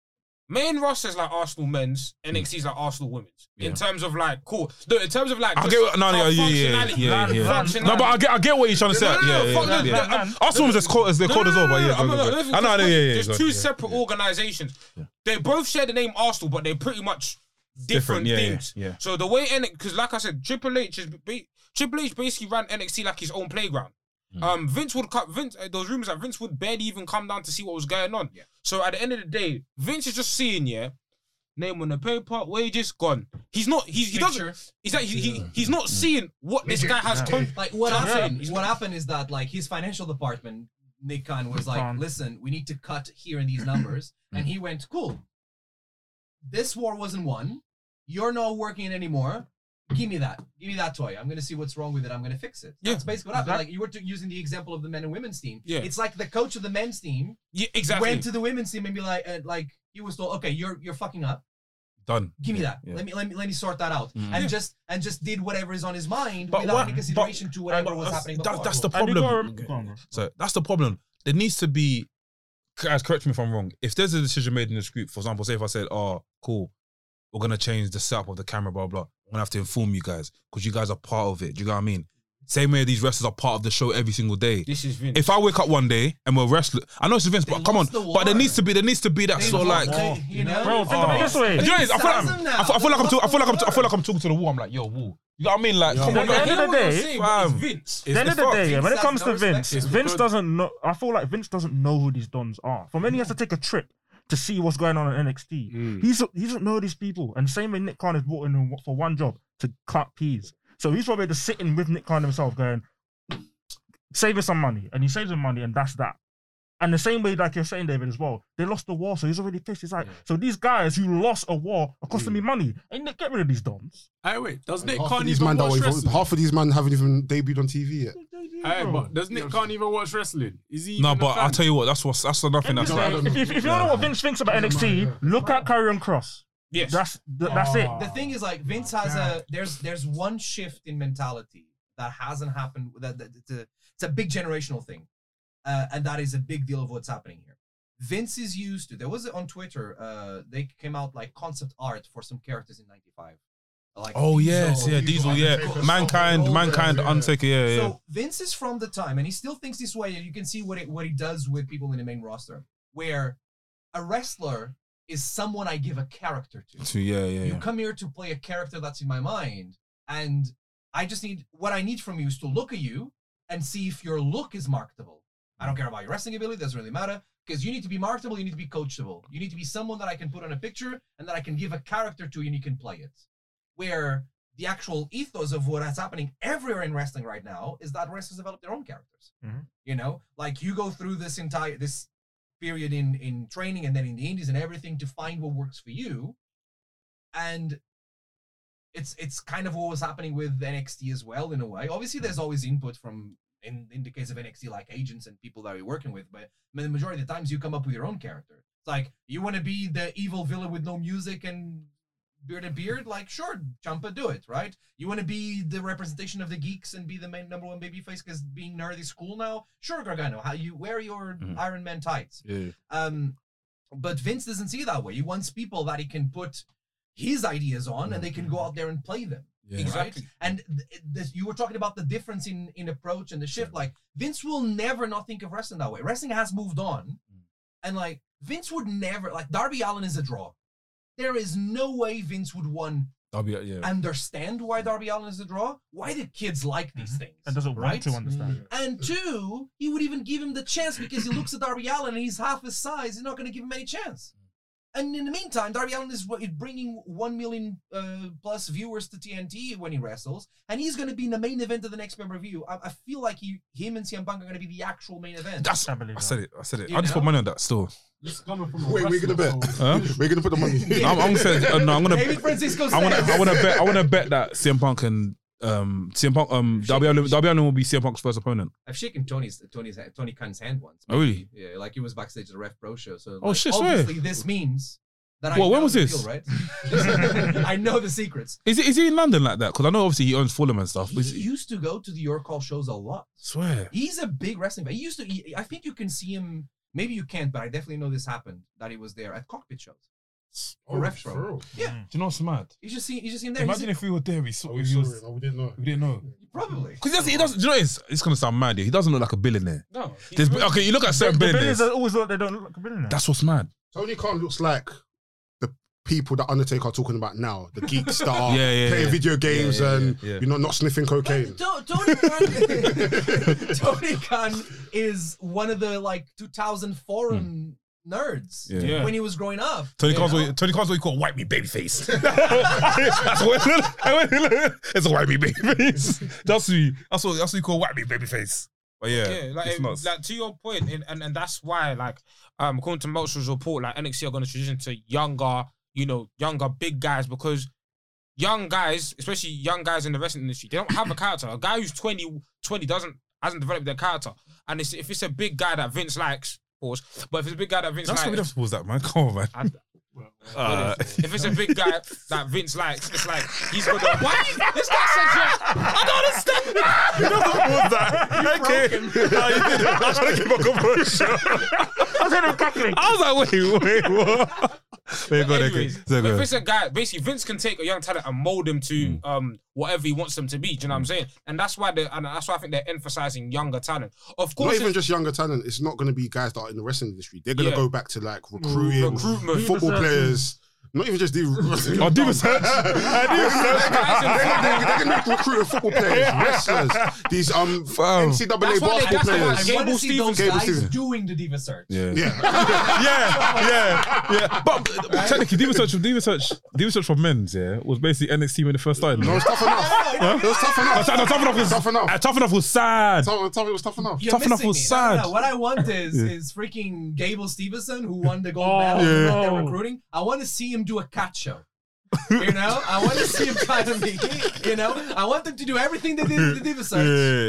[SPEAKER 4] Main roster's like Arsenal men's, NXT's like Arsenal women's. In
[SPEAKER 1] Mm. Yeah.
[SPEAKER 4] terms of like cool, no, in terms of like
[SPEAKER 1] I
[SPEAKER 4] just
[SPEAKER 1] get what, no, no,
[SPEAKER 4] our
[SPEAKER 1] yeah, yeah,
[SPEAKER 4] functionality,
[SPEAKER 1] yeah,
[SPEAKER 4] man,
[SPEAKER 1] yeah.
[SPEAKER 4] functionality.
[SPEAKER 1] No, but I get, I get what you're trying to say.
[SPEAKER 4] No, no, no,
[SPEAKER 1] yeah,
[SPEAKER 4] fuck
[SPEAKER 1] yeah,
[SPEAKER 4] no,
[SPEAKER 1] yeah.
[SPEAKER 4] no, no.
[SPEAKER 1] Us women, there's quotas, there's
[SPEAKER 4] No, no,
[SPEAKER 1] quotas
[SPEAKER 4] no,
[SPEAKER 1] over.
[SPEAKER 4] no,
[SPEAKER 1] Yeah,
[SPEAKER 4] I'm
[SPEAKER 1] go,
[SPEAKER 4] not-
[SPEAKER 1] go,
[SPEAKER 4] listen,
[SPEAKER 1] go. I know, I know, yeah, yeah.
[SPEAKER 4] There's
[SPEAKER 1] go,
[SPEAKER 4] two
[SPEAKER 1] yeah,
[SPEAKER 4] separate
[SPEAKER 1] yeah.
[SPEAKER 4] organizations. They both share the name Arsenal, but they're pretty much
[SPEAKER 1] Different,
[SPEAKER 4] different,
[SPEAKER 1] yeah, yeah,
[SPEAKER 4] things.
[SPEAKER 1] yeah.
[SPEAKER 4] So the way NXT, because like I said, Triple H is ba- Triple H basically ran NXT like his own playground. Um, Vince would cut Vince. Uh, those rumors that Vince would barely even come down to see what was going on.
[SPEAKER 5] Yeah.
[SPEAKER 4] So at the end of the day, Vince is just seeing yeah, name on the paper, wages gone. He's not. He's, he doesn't.
[SPEAKER 5] Picture.
[SPEAKER 4] He's like, he, he, he's not seeing what this guy has. Con-
[SPEAKER 5] Like what
[SPEAKER 4] Yeah.
[SPEAKER 5] happened?
[SPEAKER 4] Yeah.
[SPEAKER 5] What happened is that like his financial department, Nick Khan, was like,
[SPEAKER 3] Khan.
[SPEAKER 5] "Listen, we need to cut here in these numbers," and he went, "Cool, this war wasn't won. You're not working it anymore. Give me that. Give me that toy. I'm gonna see what's wrong with it. I'm gonna fix it."
[SPEAKER 4] Yeah.
[SPEAKER 5] That's basically what happened. Like you were to, using the example of the men and women's team.
[SPEAKER 4] Yeah.
[SPEAKER 5] It's like the coach of the men's team
[SPEAKER 4] yeah, exactly.
[SPEAKER 5] went to the women's team and be like, uh, like he was told, "Okay, you're you're fucking up
[SPEAKER 1] Done.
[SPEAKER 5] give me that.
[SPEAKER 1] Yeah.
[SPEAKER 5] Let me let me let me sort that out.
[SPEAKER 1] Mm.
[SPEAKER 5] And just and just did whatever is on his mind
[SPEAKER 1] But
[SPEAKER 5] without
[SPEAKER 1] what-
[SPEAKER 5] any consideration to whatever was
[SPEAKER 1] that's-
[SPEAKER 5] happening.
[SPEAKER 1] that-
[SPEAKER 5] before.
[SPEAKER 1] that's the
[SPEAKER 3] And you
[SPEAKER 1] problem.
[SPEAKER 3] gotta- go on, bro.
[SPEAKER 1] So that's the problem. There needs to be, guys, correct me if I'm wrong. If there's a decision made in this group, for example, say if I said, oh, cool, we're going to change the setup of the camera, blah, blah, I'm going to have to inform you guys because you guys are part of it. Do you know what I mean? Same way these wrestlers are part of the show every single day.
[SPEAKER 4] This is Vince.
[SPEAKER 1] If I wake up one day and we're wrestling, I know it's Vince, but come on,
[SPEAKER 5] lost the
[SPEAKER 1] but there
[SPEAKER 5] war.
[SPEAKER 1] needs to be there needs to be that sort of like.
[SPEAKER 5] They- you know,
[SPEAKER 3] Bro, think of it this way.
[SPEAKER 1] Do you know what it is? I feel like
[SPEAKER 5] Sarcasm
[SPEAKER 1] I'm,
[SPEAKER 5] now.
[SPEAKER 1] I feel, I feel like I'm talk- I feel like I'm
[SPEAKER 5] Lost the
[SPEAKER 1] I feel like I'm talking to the wall. I'm like, yo, wall. You know what I mean? Like, come
[SPEAKER 3] Yeah,
[SPEAKER 1] on,
[SPEAKER 3] yeah,
[SPEAKER 1] like,
[SPEAKER 3] yeah. end of the day,
[SPEAKER 1] fam.
[SPEAKER 5] Vince.
[SPEAKER 3] At the end of the day, yeah, when it
[SPEAKER 5] Vince
[SPEAKER 3] comes
[SPEAKER 5] has
[SPEAKER 3] to
[SPEAKER 5] no
[SPEAKER 3] Vince,
[SPEAKER 5] respect.
[SPEAKER 3] Vince doesn't know. I feel like Vince doesn't know who these dons are. For many, he has to take a trip to see what's going on at NXT. He's he doesn't know these people. And same way Nick Khan is brought in for one job to clap peas. So he's probably just sitting with Nick Khan himself, going, saving some money, and he saves him money, and that's that. And the same way, like you're saying, David, as well, they lost the war, so he's already pissed. He's like, so these guys who lost a war are costing me money. Ain't they get rid of these dons?
[SPEAKER 6] Aye, wait, does Nick
[SPEAKER 2] Half
[SPEAKER 6] Khan
[SPEAKER 2] of, these
[SPEAKER 6] even
[SPEAKER 2] man that
[SPEAKER 6] watch
[SPEAKER 2] were even,
[SPEAKER 6] wrestling?
[SPEAKER 2] half of these man haven't even debuted on TV yet.
[SPEAKER 6] Aye, but does Nick Khan even watch wrestling? Is he?
[SPEAKER 1] No,
[SPEAKER 6] even a
[SPEAKER 1] but I
[SPEAKER 6] fan?
[SPEAKER 1] tell you what, that's what's that's another thing that's
[SPEAKER 3] If-
[SPEAKER 1] like.
[SPEAKER 3] if, if you don't know what Vince thinks about NXT, look at Karrion Cross.
[SPEAKER 4] Yes.
[SPEAKER 3] That's th-
[SPEAKER 6] Ah.
[SPEAKER 3] that's it.
[SPEAKER 5] the thing is like
[SPEAKER 1] Oh
[SPEAKER 5] Vince has a there's there's one shift in mentality that hasn't happened that, that it's, a, it's a big generational thing uh, and that is a big deal of what's happening here Vince is used to there was on Twitter uh, they came out like concept art for some characters in 95 like
[SPEAKER 1] Oh yes,
[SPEAKER 5] Diesel,
[SPEAKER 1] yeah, Diesel, yeah,
[SPEAKER 5] Undertaker,
[SPEAKER 1] mankind,
[SPEAKER 5] Stone Cold,
[SPEAKER 1] mankind,
[SPEAKER 5] yeah.
[SPEAKER 1] Undertaker, yeah, yeah.
[SPEAKER 5] So Vince is from the time, and he still thinks this way. And you can see what it, what he does with people in the main roster, where a wrestler is someone I give a character to.
[SPEAKER 1] So, yeah, yeah,
[SPEAKER 5] You
[SPEAKER 1] yeah.
[SPEAKER 5] come here to play a character that's in my mind, and I just need what I need from you is to look at you and see if your look is marketable. I don't care about your wrestling ability; doesn't really matter because you need to be marketable. You need to be coachable. You need to be someone that I can put on a picture and that I can give a character to, and you can play it. Where the actual ethos of what is happening everywhere in wrestling right now is that wrestlers develop their own characters.
[SPEAKER 1] Mm-hmm.
[SPEAKER 3] Mhm.
[SPEAKER 5] You know, like you go through this entire this period in in training and then in the indies and everything to find what works for you and it's it's kind of what was happening with NXT as well in a way. Obviously, there's always input from in in the case of NXT like agents and people that you're working with, but ma- the majority of the times you come up with your own character. It's like you want to be the evil villain with no music and beard and beard, like sure, Champa, do it, right? You want to be the representation of the geeks and be the main number one babyface because being nerd is cool now. Sure, Gargano, how you wear your
[SPEAKER 1] Mhm.
[SPEAKER 5] Iron Man tights?
[SPEAKER 1] yeah.
[SPEAKER 5] Um, but Vince doesn't see it that way. He wants people that he can put his ideas on, and they can go out there and play them.
[SPEAKER 1] Mm-hmm. Yeah.
[SPEAKER 5] Right? And th- th- this- you were talking about the difference in in approach and the shift. Like Vince will never not think of wrestling that way. Wrestling has moved on,
[SPEAKER 1] Mm.
[SPEAKER 5] and like Vince would never like Darby Allen is a draw. There is no way Vince would one
[SPEAKER 1] I'll be, yeah.
[SPEAKER 5] understand why Darby Allen is a draw. Why do kids like these things?
[SPEAKER 3] Mm-hmm. And doesn't
[SPEAKER 5] right?
[SPEAKER 3] want to understand it.
[SPEAKER 5] And two, he would even give him the chance because he looks at Darby Allen and he's half his size. He's not going to give him any chance. And in the meantime, Darby Allen is what- bringing 1 million uh, plus viewers to TNT when he wrestles. And he's going to be in the main event of the next pay per view. I, I feel like he, him and CM Punk are going to be the actual main event.
[SPEAKER 1] That's.
[SPEAKER 3] I believe
[SPEAKER 1] I
[SPEAKER 3] that.
[SPEAKER 1] said it. I said it.
[SPEAKER 5] You
[SPEAKER 1] I just
[SPEAKER 5] know?
[SPEAKER 1] put money on that. Still,
[SPEAKER 6] This is coming from a
[SPEAKER 2] Wait, we're
[SPEAKER 6] wrestler,
[SPEAKER 2] gonna bet.
[SPEAKER 6] so-
[SPEAKER 1] huh?
[SPEAKER 2] We're gonna put the money.
[SPEAKER 1] I'm, I'm saying uh, no. I'm gonna.
[SPEAKER 5] David Francisco
[SPEAKER 1] I want to.
[SPEAKER 5] says-
[SPEAKER 1] I want to bet. I want to bet that CM Punk and um CM Punk um Darby Allin, Darby Allin will be CM Punk's first opponent.
[SPEAKER 5] I've shaken Tony's Tony's Tony Khan's hand once.
[SPEAKER 1] Oh, really?
[SPEAKER 5] Yeah, like he was backstage at the Ref Pro show. So
[SPEAKER 1] Oh,
[SPEAKER 5] like,
[SPEAKER 1] shit, swear.
[SPEAKER 5] obviously this means that I
[SPEAKER 1] Well, when
[SPEAKER 5] know
[SPEAKER 1] was
[SPEAKER 5] the
[SPEAKER 1] this?
[SPEAKER 5] deal, right? I know the secrets.
[SPEAKER 1] Is it? Is he in London like that? Because I know obviously he owns Fulham and stuff.
[SPEAKER 5] He
[SPEAKER 1] But is he,
[SPEAKER 5] used to go to the Your Call shows a lot.
[SPEAKER 1] swear.
[SPEAKER 5] He's a big wrestling fan. He used to. He, I think you can see him. Maybe you can't, but I definitely know this happened. That he was there at cockpit shows.
[SPEAKER 2] Oh,
[SPEAKER 5] Or ref pro.
[SPEAKER 1] Do you know what's mad?
[SPEAKER 5] You just see. You just see him there. He's-
[SPEAKER 1] if we were there, we saw.
[SPEAKER 2] We didn't know.
[SPEAKER 1] we didn't know.
[SPEAKER 5] probably.
[SPEAKER 1] Because he doesn't. He doesn't do you know what it is? It's gonna sound mad. Here. He doesn't look like a billionaire.
[SPEAKER 4] No. he
[SPEAKER 1] There's,
[SPEAKER 4] really-
[SPEAKER 1] okay, you look at
[SPEAKER 3] The
[SPEAKER 1] certain
[SPEAKER 3] billionaires
[SPEAKER 1] billionaires.
[SPEAKER 3] are always look, they don't look like a billionaire.
[SPEAKER 1] That's what's mad.
[SPEAKER 2] Tony Khan looks like the people that Undertaker are talking about now, the geeks that are
[SPEAKER 1] Yeah, yeah,
[SPEAKER 2] playing
[SPEAKER 1] yeah.
[SPEAKER 2] video games
[SPEAKER 1] yeah,
[SPEAKER 2] and
[SPEAKER 1] yeah.
[SPEAKER 2] you know not sniffing cocaine.
[SPEAKER 5] But To- Tony Khan, Tony Khan is one of the like 2000 forum nerds
[SPEAKER 1] Hmm. Yeah.
[SPEAKER 4] Yeah.
[SPEAKER 5] when he was growing up.
[SPEAKER 1] Tony
[SPEAKER 5] you
[SPEAKER 1] Khan's
[SPEAKER 5] know?
[SPEAKER 1] what, Tony Khan's what you call white me baby face. that's what it's a white me baby face. That's what you, that's what that's what you call white me baby face. But yeah,
[SPEAKER 4] Yeah, like,
[SPEAKER 1] it's
[SPEAKER 4] it-
[SPEAKER 1] nuts.
[SPEAKER 4] like to your point, and, and and that's why, like, um, according to Meltzer's report, like NXT are going to transition to younger, you know, younger big guys because young guys, especially young guys in the wrestling industry, they don't have a character. A guy who's 20, 20 doesn't hasn't developed their character, and it's, if it's a big guy that Vince likes, of course, but if it's a big guy that Vince
[SPEAKER 1] that's what we
[SPEAKER 4] likes,
[SPEAKER 1] don't pause that man. Come on, man.
[SPEAKER 4] I-
[SPEAKER 1] Uh,
[SPEAKER 4] if it's a big guy that Vince likes, it's like he's got to. Why you- this guy said yes? I don't understand.
[SPEAKER 1] you don't pause that. Okay, no, you did it. I was trying to give a commercial.
[SPEAKER 3] I said I'm cackling.
[SPEAKER 1] I was like, wait, wait, what? There you go, there
[SPEAKER 4] But
[SPEAKER 1] you
[SPEAKER 4] anyways,
[SPEAKER 1] go. There you
[SPEAKER 4] but
[SPEAKER 1] go. Mm.
[SPEAKER 4] if it's a guy, basically Vince can take a young talent and mold them to um whatever he wants them to be. Do you know what I'm saying? And that's why they and that's why I think they're emphasizing younger talent. Of
[SPEAKER 2] Not
[SPEAKER 4] course,
[SPEAKER 2] even
[SPEAKER 4] it's
[SPEAKER 2] just younger talent. It's not going to be guys that are in the wrestling industry. They're going to
[SPEAKER 4] Yeah.
[SPEAKER 2] go back to like recruiting,
[SPEAKER 4] recruitment.
[SPEAKER 2] football players. Not even just do.
[SPEAKER 1] I'll do research. I do research.
[SPEAKER 2] They're going to recruit football players, wrestlers, these um
[SPEAKER 1] Fam.
[SPEAKER 2] NCAA
[SPEAKER 4] That's why they-
[SPEAKER 2] basketball
[SPEAKER 4] that's why
[SPEAKER 2] players.
[SPEAKER 4] I
[SPEAKER 5] I want
[SPEAKER 4] Gable
[SPEAKER 5] to see those
[SPEAKER 2] Gable
[SPEAKER 5] guys
[SPEAKER 2] Stevens.
[SPEAKER 5] doing the diva search.
[SPEAKER 1] yeah, yeah, yeah. But, but technically, Diva Search, Diva Search, Diva Search for men's, yeah, was basically NXT when it first started.
[SPEAKER 2] No,
[SPEAKER 1] No,
[SPEAKER 2] it's tough enough. It was tough enough.
[SPEAKER 1] tough, no, tough enough was
[SPEAKER 2] Tough enough.
[SPEAKER 1] uh, tough enough was sad.
[SPEAKER 2] Tough, tough, it was tough enough.
[SPEAKER 5] You're
[SPEAKER 1] Tough Enough
[SPEAKER 5] missing
[SPEAKER 1] was
[SPEAKER 5] me. No, no, no.
[SPEAKER 1] sad.
[SPEAKER 5] What I want is is freaking Gable Stevenson who won the gold
[SPEAKER 3] Oh,
[SPEAKER 5] medal and that
[SPEAKER 3] yeah.
[SPEAKER 5] they're recruiting. I want to see him do a cat show. You know, I want to see him try to be. You know, I want them to do everything they did in the Diva Search,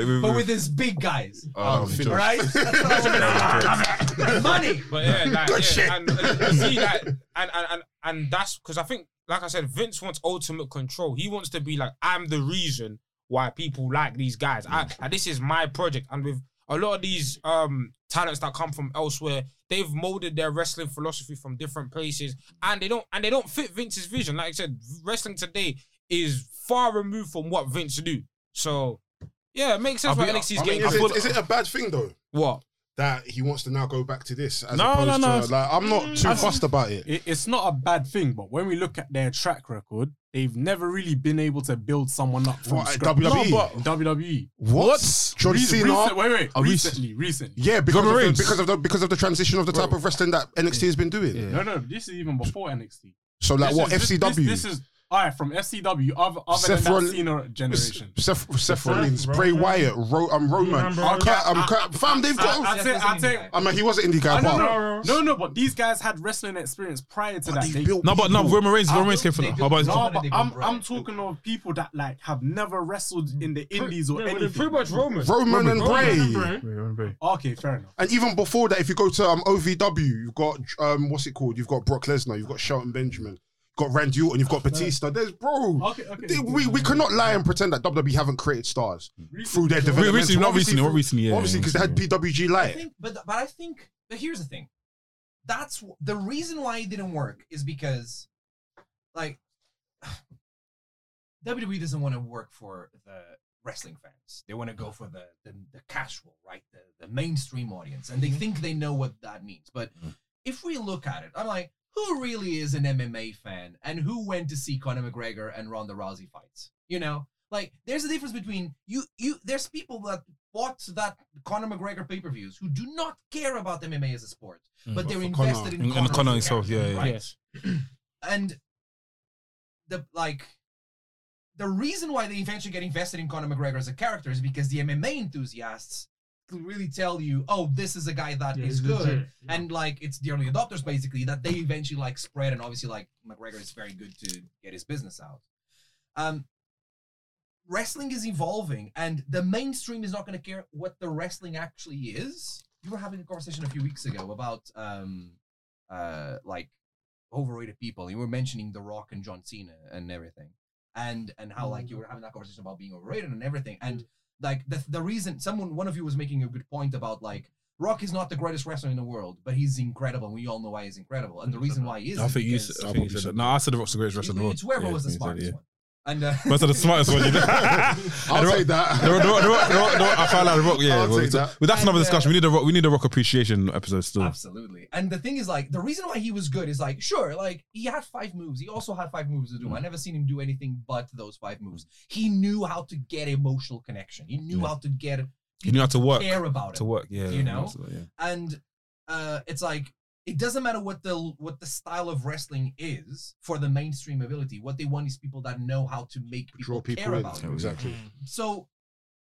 [SPEAKER 1] Yeah,
[SPEAKER 5] but with his big guys.
[SPEAKER 2] Oh,
[SPEAKER 5] All right, That's what I want. money.
[SPEAKER 4] But yeah, like,
[SPEAKER 2] Good
[SPEAKER 4] yeah,
[SPEAKER 2] shit.
[SPEAKER 4] And, and you see, like, and, and and and that's because I think, like I said, Vince wants ultimate control. He wants to be like, I'm the reason why people like these guys. I, like, this is my project. And with a lot of these um talents that come from elsewhere, they've molded their wrestling philosophy from different places, and they don't and they don't fit Vince's vision. Like I said, wrestling today is far removed from what Vince do. So. Yeah, it makes sense why NXT's
[SPEAKER 2] I mean,
[SPEAKER 4] getting
[SPEAKER 2] is, it, is it a bad thing though
[SPEAKER 4] what?
[SPEAKER 2] that he wants to now go back to this? As
[SPEAKER 1] No,
[SPEAKER 2] opposed
[SPEAKER 1] no, Mm, no.
[SPEAKER 2] To, like, I'm not too
[SPEAKER 6] I-
[SPEAKER 2] fussed about it.
[SPEAKER 6] It, it's not a bad thing, but when we look at their track record, they've never really been able to build someone up from
[SPEAKER 2] What, at
[SPEAKER 6] scratch.
[SPEAKER 2] WWE?
[SPEAKER 6] No, but WWE.
[SPEAKER 2] What? John
[SPEAKER 6] Recent-
[SPEAKER 2] Cena.
[SPEAKER 6] recent- wait, wait.
[SPEAKER 1] A recent-
[SPEAKER 6] recently, recently.
[SPEAKER 2] Yeah, because
[SPEAKER 1] Roman
[SPEAKER 2] of,
[SPEAKER 1] Reigns.
[SPEAKER 2] the, because of the because of the transition of the type of wrestling that NXT has been doing.
[SPEAKER 6] No, no, this is even before NXT.
[SPEAKER 2] So like
[SPEAKER 6] This
[SPEAKER 2] what
[SPEAKER 6] is- this-
[SPEAKER 2] FCW,
[SPEAKER 6] This, this is all right from FCW. Other, other
[SPEAKER 2] Seth
[SPEAKER 6] than
[SPEAKER 2] Roll-
[SPEAKER 6] that Cena generation.
[SPEAKER 2] Seth, Seth
[SPEAKER 3] Seth
[SPEAKER 2] Rollins,
[SPEAKER 3] Rollins.
[SPEAKER 2] Bray Wyatt, Ro- um, Roman,
[SPEAKER 3] Remember-
[SPEAKER 2] Cat- um,
[SPEAKER 6] I-
[SPEAKER 2] Cat- fam, they've got.
[SPEAKER 6] I-
[SPEAKER 2] I,
[SPEAKER 6] I'll take- I'll take-
[SPEAKER 2] mean, he was an indie
[SPEAKER 6] Oh,
[SPEAKER 2] guy, but
[SPEAKER 6] no, no, no, no, but these guys had wrestling experience prior to
[SPEAKER 2] but
[SPEAKER 6] that.
[SPEAKER 2] they've
[SPEAKER 6] They-
[SPEAKER 2] built
[SPEAKER 1] No, but no,
[SPEAKER 2] people.
[SPEAKER 1] Roman Reigns, Roman Reigns came from that. How about his
[SPEAKER 6] no,
[SPEAKER 5] They
[SPEAKER 6] but
[SPEAKER 5] built
[SPEAKER 6] I'm,
[SPEAKER 5] Bryan.
[SPEAKER 6] I'm talking of people that like have never
[SPEAKER 1] Mm.
[SPEAKER 6] wrestled in the indies or
[SPEAKER 3] Yeah, well, they're
[SPEAKER 6] anything.
[SPEAKER 3] pretty much Roman.
[SPEAKER 2] Roman and
[SPEAKER 3] Roman
[SPEAKER 2] Bray.
[SPEAKER 3] and Bray.
[SPEAKER 6] Okay, fair enough.
[SPEAKER 2] And even before that, if you go to um, OVW, you've got um, what's it called? You've got Brock Lesnar, you've got Shelton Benjamin, you've got Randy Orton, you've got Batista. There's bro.
[SPEAKER 6] Okay, okay.
[SPEAKER 2] They- We, we cannot lie and pretend that WWE haven't created stars through their
[SPEAKER 1] Re-
[SPEAKER 2] development.
[SPEAKER 1] recently, not recently, not recently, yeah.
[SPEAKER 2] Obviously, because they had PWG
[SPEAKER 5] I
[SPEAKER 2] Light.
[SPEAKER 5] think, but but I think. But here's the thing. That's wh- the reason why it didn't work is because, like, WWE doesn't want to work for the wrestling fans. They want to go for the the, the casual, right? The, the mainstream audience, and they think they know what that means. But if we look at it, I'm like, who really is an MMA fan, and who went to see Conor McGregor and Ronda Rousey fights? You know, like, there's a difference between you you. There's people that bought that Conor McGregor pay per views who do not care about MMA as a sport,
[SPEAKER 3] Mm.
[SPEAKER 5] but they're
[SPEAKER 2] But for Conor-
[SPEAKER 5] invested in
[SPEAKER 1] and
[SPEAKER 5] Conor,
[SPEAKER 1] Conor
[SPEAKER 5] as a
[SPEAKER 1] himself,
[SPEAKER 5] character,
[SPEAKER 1] yeah, yeah.
[SPEAKER 5] right?
[SPEAKER 4] Yes.
[SPEAKER 5] and the like the reason why they eventually get invested in Conor McGregor as a character is because the MMA enthusiasts could really tell you, oh, this is a guy that is
[SPEAKER 3] Yeah, he's
[SPEAKER 5] good.
[SPEAKER 3] legit. Yeah.
[SPEAKER 5] And like it's the early adopters basically that they eventually like spread and obviously like McGregor is very good to get his business out. Um wrestling is evolving and the mainstream is not gonna care what the wrestling actually is. You were having a conversation a few weeks ago about um uh like overrated people. You were mentioning The Rock and John Cena and everything, and and how like you were having that conversation about being overrated and everything. And like the the reason someone one of you was making a good point about like Rock is not the greatest wrestler in the world, but he's incredible. and We all know why he's incredible, and the reason why he is.
[SPEAKER 1] I think you
[SPEAKER 5] because
[SPEAKER 1] said, I think you said that. No, I said the Rock's the greatest wrestler in the world.
[SPEAKER 5] It's whoever
[SPEAKER 1] Yeah,
[SPEAKER 5] was the
[SPEAKER 1] you said,
[SPEAKER 5] smartest
[SPEAKER 1] yeah.
[SPEAKER 5] one. And uh,
[SPEAKER 1] But I said the smartest one, you know.
[SPEAKER 2] I'll
[SPEAKER 1] The Rock-
[SPEAKER 2] take that.
[SPEAKER 1] The Rock- the Rock- the Rock- the Rock- the Rock- I found out the Rock, yeah.
[SPEAKER 2] I'll
[SPEAKER 1] well,
[SPEAKER 2] take
[SPEAKER 1] so-
[SPEAKER 2] that.
[SPEAKER 1] But that's another
[SPEAKER 5] And, uh,
[SPEAKER 1] discussion. We need a rock. We need a rock appreciation episode still.
[SPEAKER 5] Absolutely. And the thing is, like, the reason why he was good is like, sure, like he had five moves. He also had five moves to
[SPEAKER 1] Mm-hmm.
[SPEAKER 5] do. I never seen him do anything but those five moves. He knew how to get emotional connection. He knew
[SPEAKER 1] Yeah.
[SPEAKER 5] how to get
[SPEAKER 1] You know how to work.
[SPEAKER 5] care about it.
[SPEAKER 1] To work, yeah.
[SPEAKER 5] You know?
[SPEAKER 1] yeah.
[SPEAKER 5] And uh, it's like it doesn't matter what the what the style of wrestling is for the mainstream ability. What they want is people that know how to make people,
[SPEAKER 2] Draw people
[SPEAKER 5] care
[SPEAKER 2] in.
[SPEAKER 5] about it.
[SPEAKER 2] Exactly.
[SPEAKER 5] So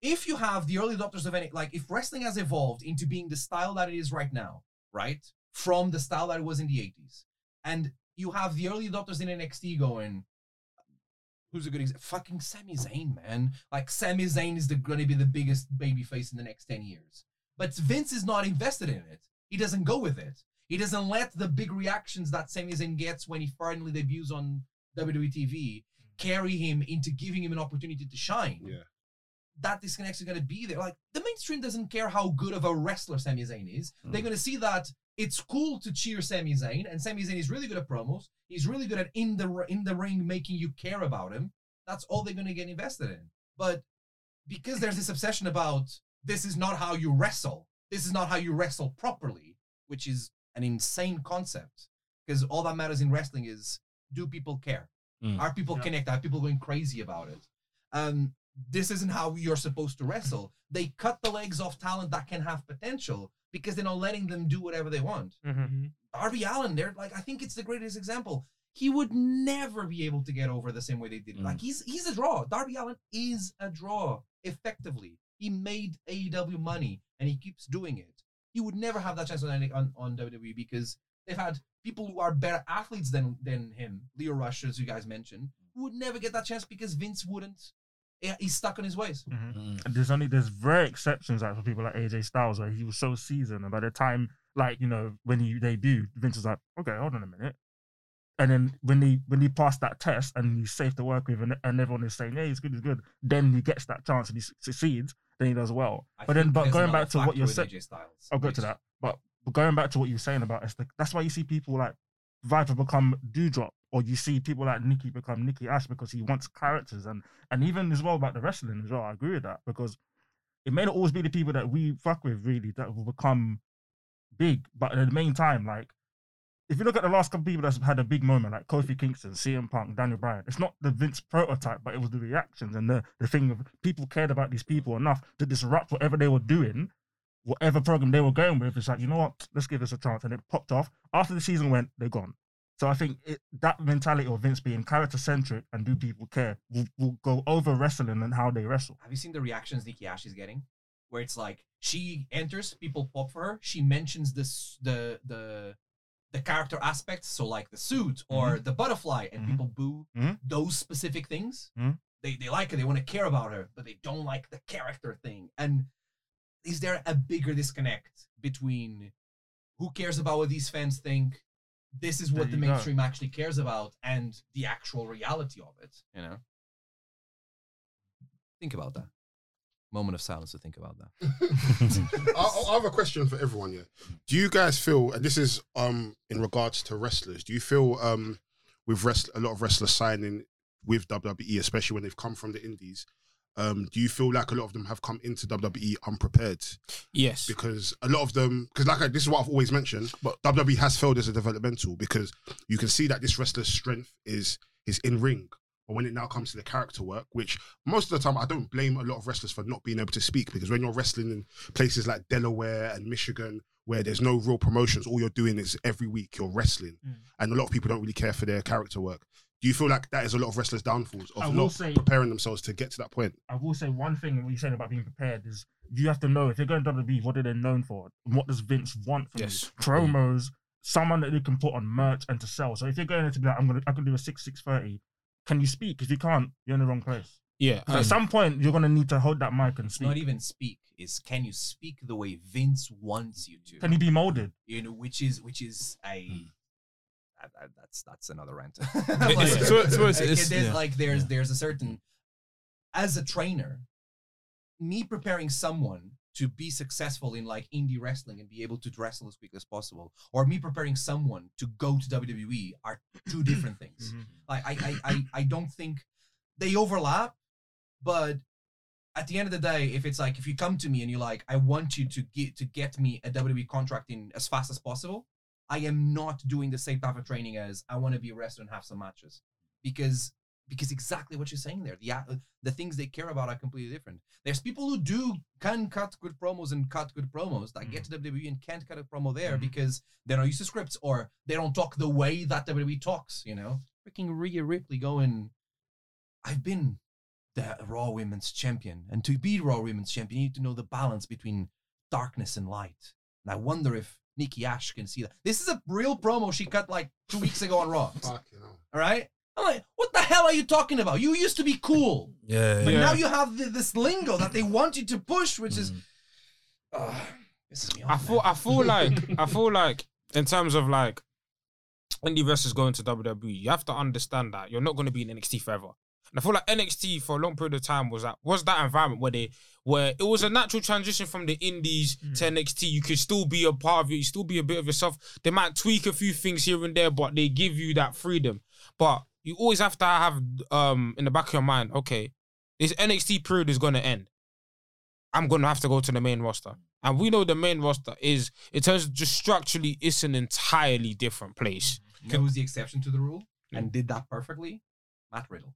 [SPEAKER 5] if you have the early adopters of any like if wrestling has evolved into being the style that it is right now, right? From the style that it was in the 80s, and you have the early adopters in NXT going, who's a good example? Fucking Sami Zayn, man. Like Sami Zayn is the, gonna be the biggest babyface in the next 10 years. But Vince is not invested in it. He doesn't go with it. He doesn't let the big reactions that Sami Zayn gets when he finally debuts on WWE TV carry him into giving him an opportunity to shine.
[SPEAKER 2] Yeah.
[SPEAKER 5] That disconnect's gonna be there. Like the mainstream doesn't care how good of a wrestler Sami Zayn is. They're gonna see that it's cool to cheer Sami Zayn, and Sami Zayn is really good at promos. He's really good at in the in the ring making you care about him. That's all they're gonna get invested in. But because there's this obsession about this is not how you wrestle. This is not how you wrestle properly, which is an insane concept. Because all that matters in wrestling is do people care?
[SPEAKER 1] Mm.
[SPEAKER 5] Are people
[SPEAKER 3] Yeah.
[SPEAKER 5] connected? Are people going crazy about it? Um, this isn't how you're supposed to wrestle. They cut the legs off talent that can have potential because they're not letting them do whatever they want.
[SPEAKER 3] Mm-hmm.
[SPEAKER 5] Darby Allen, they're like, I think it's the greatest example. He would never be able to get over the same way they did. it.
[SPEAKER 1] Mm.
[SPEAKER 5] Like he's he's a draw. Darby Allen is a draw, effectively. He made AEW money and he keeps doing it. He would never have that chance on any, on, on WWE because they've had people who are better athletes than than him, Leo Rush, as you guys mentioned, who would never get that chance because Vince wouldn't. Yeah, He's stuck on his ways.
[SPEAKER 3] Mm. Mm-hmm.
[SPEAKER 5] Mm.
[SPEAKER 3] There's only there's rare exceptions like for people like AJ Styles where he was so seasoned and by the time like you know when he debuted, Vince was like, okay, hold on a minute. And then when he when he passed that test and he's safe to work with and, and everyone is saying, yeah, he's good, he's good. Then he gets that chance and he su- succeeds. Then he does well.
[SPEAKER 5] I
[SPEAKER 3] but then,
[SPEAKER 5] think
[SPEAKER 3] but
[SPEAKER 5] there's
[SPEAKER 3] going
[SPEAKER 5] another
[SPEAKER 3] back to what
[SPEAKER 5] factor
[SPEAKER 3] you're
[SPEAKER 5] with
[SPEAKER 3] saying,
[SPEAKER 5] AJ Styles,
[SPEAKER 3] I'll go
[SPEAKER 5] which-
[SPEAKER 3] to that. But going back to what you were saying about Esther, that's why you see people like Viper become Dewdrop, or you see people like Nikki become Nikki Ash because he wants characters, and and even as well about the wrestling as well. I agree with that because it may not always be the people that we fuck with really that will become big, but at the main time, like. If you look at the last couple people that's had a big moment, like Kofi Kingston, CM Punk, Daniel Bryan, it's not the Vince prototype, but it was the reactions and the, the thing of people cared about these people enough to disrupt whatever they were doing whatever program they were going with, it's like, you know what, let's give this a chance. And it popped off. After the season went, they're gone. So I think it, that mentality of Vince being character centric and do people care will, will go over wrestling and how they wrestle.
[SPEAKER 5] Have you seen the reactions Nikki Ash is getting? Where it's like she enters, people pop for her. She mentions this the the the character aspects, so like the suit or the butterfly, and
[SPEAKER 3] Mhm.
[SPEAKER 5] people boo
[SPEAKER 3] Mhm.
[SPEAKER 5] those specific things.
[SPEAKER 3] Mhm.
[SPEAKER 5] They they like her, they want to care about her, but they don't like the character thing. And is there a bigger disconnect between who cares about what these fans think? This is what the
[SPEAKER 3] There you go.
[SPEAKER 5] mainstream actually cares about, and the actual reality of it. You know. Think about that. Moment of silence to think about that.
[SPEAKER 2] I, I- I have a question for everyone. Yeah, do you guys feel, and this is um in regards to wrestlers, do you feel um with wrest a lot of wrestlers signing with WWE, especially when they've come from the Indies, um, do you feel like a lot of them have come into WWE unprepared?
[SPEAKER 4] Yes.
[SPEAKER 2] Because a lot of them, because like I, this is what I've always mentioned, but WWE has failed as a developmental because you can see that this wrestler's strength is is in ring. But when it now comes to the character work, which most of the time I don't blame a lot of wrestlers for not being able to speak, because when you're wrestling in places like Delaware and Michigan, where there's no real promotions, all you're doing is every week you're wrestling,
[SPEAKER 3] Mm.
[SPEAKER 2] and a lot of people don't really care for their character work. Do you feel like that is a lot of wrestlers' downfalls
[SPEAKER 3] I
[SPEAKER 2] of
[SPEAKER 3] will
[SPEAKER 2] not
[SPEAKER 3] say-
[SPEAKER 2] preparing themselves to get to that point?
[SPEAKER 3] I will say one thing what you're saying about being prepared is you have to know if you're going to WWE, what are they known for? What does Vince want from
[SPEAKER 4] Yes.
[SPEAKER 3] you? Promos, someone that they can put on merch and to sell. So if you're going there to be like, I'm gonna I can do a six six thirty, can you speak? If you can't, you're in the wrong place.
[SPEAKER 4] Yeah.
[SPEAKER 7] Um,
[SPEAKER 3] So at some point you're gonna need to hold that mic and
[SPEAKER 5] It's
[SPEAKER 3] speak.
[SPEAKER 5] not even speak. It's can you speak the way Vince wants you to?
[SPEAKER 3] Can he be molded?
[SPEAKER 5] you know, which is which is a.
[SPEAKER 4] Hmm.
[SPEAKER 5] I- I- that's that's another rant.
[SPEAKER 4] it's- so it's- so it's-
[SPEAKER 5] Like,
[SPEAKER 4] it's-
[SPEAKER 5] there's
[SPEAKER 4] yeah,
[SPEAKER 5] like there's
[SPEAKER 4] yeah.
[SPEAKER 5] there's a certain as a trainer, me preparing someone to be successful in like indie wrestling and be able to wrestle as quickly as possible, or me preparing someone to go to WWE are two different
[SPEAKER 3] Mm-hmm.
[SPEAKER 5] things.
[SPEAKER 7] Mm-hmm.
[SPEAKER 5] Like I, I, I, I don't think they overlap, but at the end of the day, if it's like if you come to me and you're like, I want you to get to get me a WWE contract in as fast as possible, I am not doing the same type of training as I want to be a wrestler and have some matches, because because exactly what you're saying there, the a- the things they care about are completely different. There's people who do can cut good promos and cut good promos that get to WWE and can't cut a promo there because they're not used to scripts or they don't talk the way that WWE talks. You know, freaking Rhea Ripley going, I've been the Raw Women's Champion, and to be Raw Women's Champion, you need to know the balance between darkness and light. And I wonder if Nikki Ash can see that. This is a real promo she cut like two weeks ago on Raw. All
[SPEAKER 2] Fucking hell.
[SPEAKER 5] right, I'm like, what the hell are you talking about? You used to be cool.
[SPEAKER 1] Yeah,
[SPEAKER 5] But
[SPEAKER 1] yeah.
[SPEAKER 5] now you have th- this lingo that they want you to push, which
[SPEAKER 7] Mm.
[SPEAKER 5] is. Uh, this is me
[SPEAKER 4] I feel I feel like I feel like in terms of E, like indie wrestlers going to WWE, you have to understand that you're not going to be in NXT forever. And I feel like NXT for a long period of time was that was that environment where they where it was a natural transition from the indies to NXT. You could still be a part of it, you still be a bit of yourself. They might tweak a few things here and there, but they give you that freedom. But you always have to have um in the back of your mind, okay, this NXT period is gonna end. I'm gonna have to go to the main roster. And we know the main roster is in terms of just structurally, it's an entirely different place.
[SPEAKER 5] You know who's the exception to the rule and did that perfectly? Matt Riddle.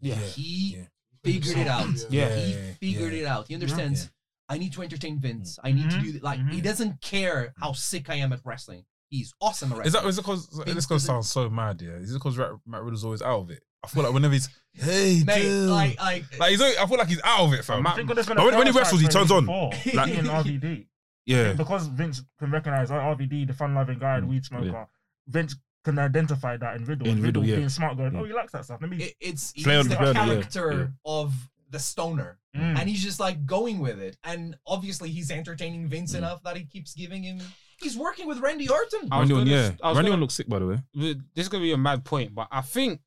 [SPEAKER 4] Yeah.
[SPEAKER 5] He
[SPEAKER 7] Yeah.
[SPEAKER 5] figured it out.
[SPEAKER 4] Yeah.
[SPEAKER 5] He
[SPEAKER 7] Yeah, yeah,
[SPEAKER 5] figured
[SPEAKER 7] yeah. Mm.
[SPEAKER 5] it out. He understands. I need to entertain Vince. I need to do th- like he doesn't care how sick I am at wrestling. He's awesome at
[SPEAKER 7] Is
[SPEAKER 5] wrestling.
[SPEAKER 7] that is it cause
[SPEAKER 5] Vince
[SPEAKER 7] this gonna
[SPEAKER 5] doesn't-
[SPEAKER 7] sound so mad, yeah? Is it cause Ra- Matt Riddle's always out of it? I feel like whenever he's hey,
[SPEAKER 5] Mate,
[SPEAKER 7] dude.
[SPEAKER 5] like, like,
[SPEAKER 7] Like, he's always, I feel like he's out of it, fam.
[SPEAKER 3] I think there's been
[SPEAKER 7] But
[SPEAKER 3] a
[SPEAKER 7] when- when he
[SPEAKER 3] prototype
[SPEAKER 7] wrestles, he
[SPEAKER 3] for
[SPEAKER 7] turns
[SPEAKER 3] him
[SPEAKER 7] on.
[SPEAKER 3] before,
[SPEAKER 5] Like-
[SPEAKER 3] in RVD.
[SPEAKER 7] yeah, Mm,
[SPEAKER 3] Because Vince can recognize oh, RVD, the fun loving guy and weed smoker. Vince can identify that in Riddle.
[SPEAKER 7] In
[SPEAKER 3] and
[SPEAKER 7] Riddle,
[SPEAKER 3] Riddle,
[SPEAKER 7] yeah.
[SPEAKER 3] being smart, going,
[SPEAKER 7] Yeah.
[SPEAKER 3] oh, he likes that stuff. Let me.
[SPEAKER 5] it- it's he's
[SPEAKER 7] Play on
[SPEAKER 5] the
[SPEAKER 7] together, yeah,
[SPEAKER 5] character
[SPEAKER 7] yeah.
[SPEAKER 5] of the stoner,
[SPEAKER 3] Mm.
[SPEAKER 5] and he's just like going with it. And obviously, he's entertaining Vince enough that he keeps giving him. He's working with Randy Orton.
[SPEAKER 4] I was
[SPEAKER 1] Randy Orton,
[SPEAKER 4] gonna-
[SPEAKER 1] yeah.
[SPEAKER 4] I was
[SPEAKER 1] Randy
[SPEAKER 4] gonna-
[SPEAKER 1] Orton looks sick, by the way.
[SPEAKER 4] this is gonna be a mad point, but I think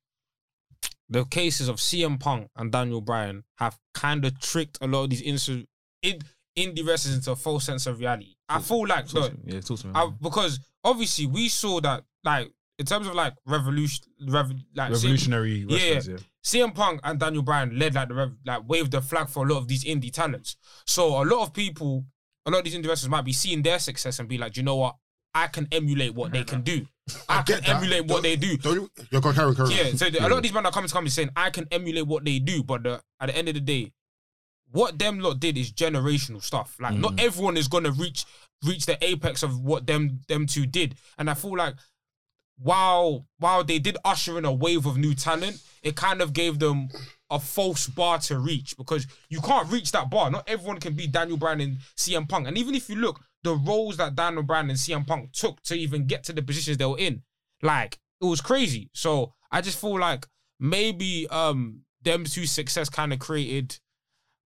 [SPEAKER 4] the cases of CM Punk and Daniel Bryan have kind of tricked a lot of these insu- in- indie wrestlers into a false sense of reality. I feel like
[SPEAKER 1] Talk
[SPEAKER 4] no,
[SPEAKER 1] to me. Yeah, talk to me.
[SPEAKER 4] I, because obviously we saw that like in terms of like revolution, rev, like CM,
[SPEAKER 7] revolutionary
[SPEAKER 4] Yeah.
[SPEAKER 7] wrestlers, yeah.
[SPEAKER 4] CM Punk and Daniel Bryan led like the rev, like waved the flag for a lot of these indie talents. So a lot of people, a lot of these indie wrestlers might be seeing their success and be like, "Do you know what? I can emulate what they can do. I, can
[SPEAKER 2] get that.
[SPEAKER 4] emulate what they do.
[SPEAKER 2] Don't you're going Karen Karen.
[SPEAKER 4] Yeah, so the, a lot of these men are coming to companies saying, I can emulate what they do, but the, at the end of the day, what them lot did is generational stuff. Like
[SPEAKER 2] Mm.
[SPEAKER 4] not everyone is gonna reach reach the apex of what them them two did. And I feel like while while they did usher in a wave of new talent, it kind of gave them a false bar to reach because you can't reach that bar. Not everyone can be Daniel Bryan and CM Punk. And even if you look, the roles that Daniel Bryan and CM Punk took to even get to the positions they were in, like it was crazy. So I just feel like maybe um them two success kind of created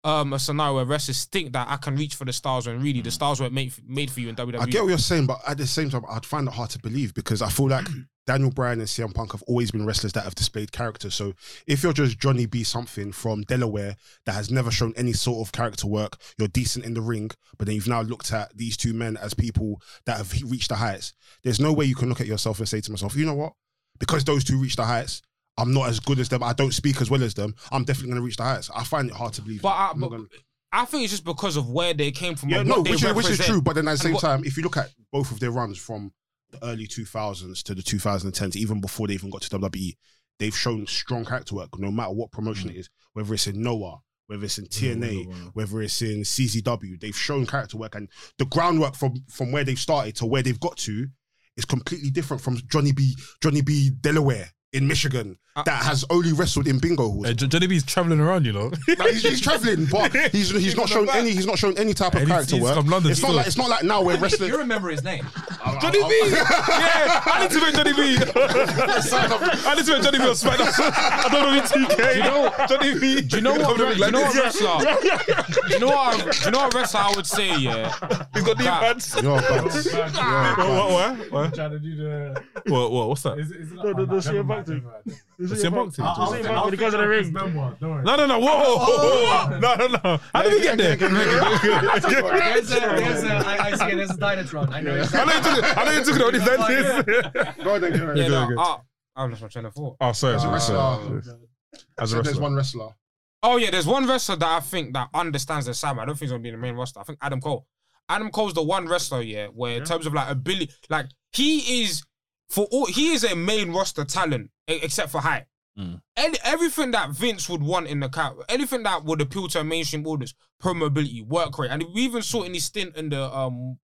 [SPEAKER 4] um a scenario where wrestlers think that I can reach for the stars when really the stars weren't made made for you in E. WWE.
[SPEAKER 2] I get what you're saying, but at the same time, I'd find it hard to believe because I feel like Daniel Bryan and CM Punk have always been wrestlers that have displayed character. So if you're just Johnny B something from Delaware that has never shown any sort of character work, you're decent in the ring, but then you've now looked at these two men as people that have he- reached the heights. There's no way you can look at yourself and say to myself, you know what? Because those two reached the heights, I'm not as good as them. I don't speak as well as them. I'm definitely going to reach the heights. I find it hard to believe.
[SPEAKER 4] But,
[SPEAKER 2] that.
[SPEAKER 4] I,
[SPEAKER 2] I'm not
[SPEAKER 4] but
[SPEAKER 2] gonna-
[SPEAKER 4] I think it's just because of where they came from.
[SPEAKER 2] yeah,
[SPEAKER 4] and
[SPEAKER 2] no,
[SPEAKER 4] what they
[SPEAKER 2] which is, which is
[SPEAKER 4] represent.
[SPEAKER 2] true. But then at the same
[SPEAKER 4] what-
[SPEAKER 2] time, if you look at both of their runs from the early 2000s to the 2010s, even before they even got to WWE, they've shown strong character work no matter what promotion
[SPEAKER 4] Mm.
[SPEAKER 2] it is, whether it's in Noah, whether it's in TNA, whether it's in CZW, they've shown character work and the groundwork from, from where they've started to where they've got to is completely different from Johnny B. Johnny B. Delaware in Michigan
[SPEAKER 4] Uh,
[SPEAKER 2] that has only wrestled in bingo halls.
[SPEAKER 7] Hey, Jo- Johnny B's traveling around, you know.
[SPEAKER 2] Like, he's, he's traveling, but he's he's not
[SPEAKER 7] on the
[SPEAKER 2] shown
[SPEAKER 7] back.
[SPEAKER 2] any he's not shown any type
[SPEAKER 7] And
[SPEAKER 2] of
[SPEAKER 7] he's-
[SPEAKER 2] character
[SPEAKER 7] he's
[SPEAKER 2] work.
[SPEAKER 7] from London
[SPEAKER 2] it's not
[SPEAKER 7] still.
[SPEAKER 2] like it's not like now we're wrestling.
[SPEAKER 5] you remember his name?
[SPEAKER 7] Johnny B! yeah, I need to make Johnny B. I need to make Johnny B on SmackDown. I don't know if TK. You know, Johnny B.
[SPEAKER 4] Do you know what?
[SPEAKER 7] Coming
[SPEAKER 4] Do
[SPEAKER 7] in
[SPEAKER 4] you know
[SPEAKER 7] like
[SPEAKER 4] what
[SPEAKER 7] this.
[SPEAKER 4] wrestler? Do you know what? Do you know what wrestler I would say? Yeah,
[SPEAKER 7] He's got knee
[SPEAKER 4] That-
[SPEAKER 7] pads.
[SPEAKER 2] You're bad. You're
[SPEAKER 7] What,
[SPEAKER 2] bad.
[SPEAKER 7] what, what?
[SPEAKER 6] Trying to do the.
[SPEAKER 7] What, what, what's that?
[SPEAKER 6] Is, is it
[SPEAKER 3] No, no, no, see you back to-
[SPEAKER 7] Is it boxing?
[SPEAKER 1] Oh,
[SPEAKER 3] I'll see about when he goes to the ring.
[SPEAKER 7] No, no, no, whoa, whoa, whoa. No, no, no. How did we get there?
[SPEAKER 5] There's a, there's a, I, I see it. There's a Dynatron. I know.
[SPEAKER 7] I know you took it. I know you took it already. That is.
[SPEAKER 2] Go on then, go on.
[SPEAKER 4] yeah.
[SPEAKER 7] good.
[SPEAKER 4] No, uh, I've lost my train of thought.
[SPEAKER 7] Oh, sorry.
[SPEAKER 2] As a wrestler,
[SPEAKER 7] As a
[SPEAKER 2] so there's
[SPEAKER 7] wrestler.
[SPEAKER 2] one wrestler.
[SPEAKER 4] Oh yeah, there's one wrestler that I think that understands the Sam. I don't think he's gonna be in the main roster. I think Adam Cole. Adam Cole's the one wrestler, yeah, where in terms of like ability, like he is for all he is a main roster talent e- except for height.
[SPEAKER 7] Mm.
[SPEAKER 4] And everything that Vince would want in the car, anything that would appeal to a mainstream audience, permeability, work rate, and we even saw in his stint in the um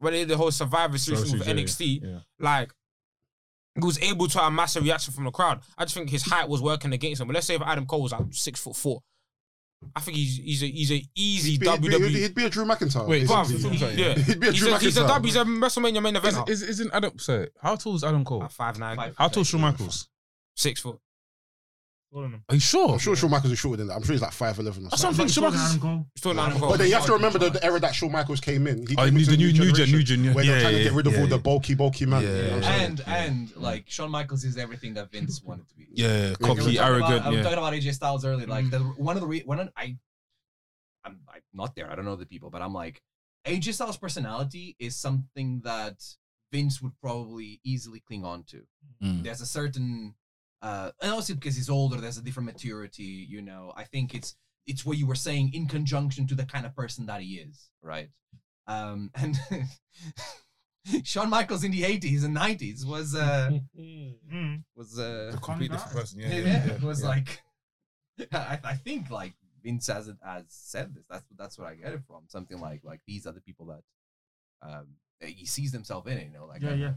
[SPEAKER 4] when they did the whole Survivor Series
[SPEAKER 7] Survivor
[SPEAKER 4] with
[SPEAKER 7] Series,
[SPEAKER 4] NXT,
[SPEAKER 7] yeah.
[SPEAKER 4] like he was able to amass a reaction from the crowd. I just think his height was working against him. But let's say if Adam Cole was like six foot four, I think he's he's a he's E. a easy
[SPEAKER 2] He'd be, he'd, be, he'd, be,
[SPEAKER 4] WWE.
[SPEAKER 2] he'd be a Drew McIntyre.
[SPEAKER 7] Wait,
[SPEAKER 2] He's-
[SPEAKER 4] Bruv,
[SPEAKER 7] he's-
[SPEAKER 4] he-
[SPEAKER 7] he's-
[SPEAKER 4] yeah,
[SPEAKER 2] he'd be a
[SPEAKER 4] he's
[SPEAKER 2] Drew
[SPEAKER 4] a, he's a
[SPEAKER 2] McIntyre.
[SPEAKER 4] W- E. he's a WrestleMania main eventer.
[SPEAKER 7] Is, is, not Adam, sorry, how tall is Adam Cole?
[SPEAKER 4] At five nine,
[SPEAKER 5] Five.
[SPEAKER 7] How tall is Shawn Michaels?
[SPEAKER 4] six foot.
[SPEAKER 3] Tottenham.
[SPEAKER 1] Are you sure?
[SPEAKER 2] Oh,
[SPEAKER 7] Oh,
[SPEAKER 1] Oh,
[SPEAKER 2] I'm sure Schumacher's shorter than that. I'm sure he's like five eleven or
[SPEAKER 1] That's
[SPEAKER 2] something.
[SPEAKER 1] something Schumacher's.
[SPEAKER 3] Tottenham goal.
[SPEAKER 4] Still not
[SPEAKER 2] But then you have to remember the, the era that Shawn Michaels came in. He
[SPEAKER 1] Oh,
[SPEAKER 2] came
[SPEAKER 1] new-
[SPEAKER 2] into
[SPEAKER 1] the
[SPEAKER 2] a
[SPEAKER 1] new- new gen- new
[SPEAKER 2] generation
[SPEAKER 1] gen,
[SPEAKER 2] Where
[SPEAKER 1] yeah,
[SPEAKER 2] they're trying
[SPEAKER 1] yeah,
[SPEAKER 2] to get rid of
[SPEAKER 1] yeah,
[SPEAKER 2] all the
[SPEAKER 1] yeah.
[SPEAKER 2] bulky, bulky man.
[SPEAKER 1] Yeah,
[SPEAKER 2] you know what I'm
[SPEAKER 1] yeah.
[SPEAKER 2] saying?
[SPEAKER 5] And and like Shawn Michaels is everything that Vince wanted to be.
[SPEAKER 1] Yeah,
[SPEAKER 5] Like, we were
[SPEAKER 1] cocky,
[SPEAKER 5] talking
[SPEAKER 1] arrogant.
[SPEAKER 5] About, I was
[SPEAKER 1] yeah.
[SPEAKER 5] talking about AJ Styles earlier. Like the, one of the re- when I, I'm, I'm not there. I don't know the people, but I'm like AJ Styles' personality is something that Vince would probably easily cling on to.
[SPEAKER 1] Mm.
[SPEAKER 5] There's a certain, uh, and also because he's older, there's a different maturity. You know, I think it's it's what you were saying in conjunction to the kind of person that he is, right? Um, and. Shawn Michaels in the 80s and 90s was uh,
[SPEAKER 3] Mm.
[SPEAKER 5] was uh,
[SPEAKER 1] A complete different person. Yeah,
[SPEAKER 5] yeah,
[SPEAKER 1] yeah, yeah,
[SPEAKER 5] it was
[SPEAKER 1] yeah.
[SPEAKER 5] like I, I think like Vince has, has said this. That's that's what I get it from. Something like like these are the people that um that he sees himself in. You know, like
[SPEAKER 3] Yeah,
[SPEAKER 5] and,
[SPEAKER 3] yeah.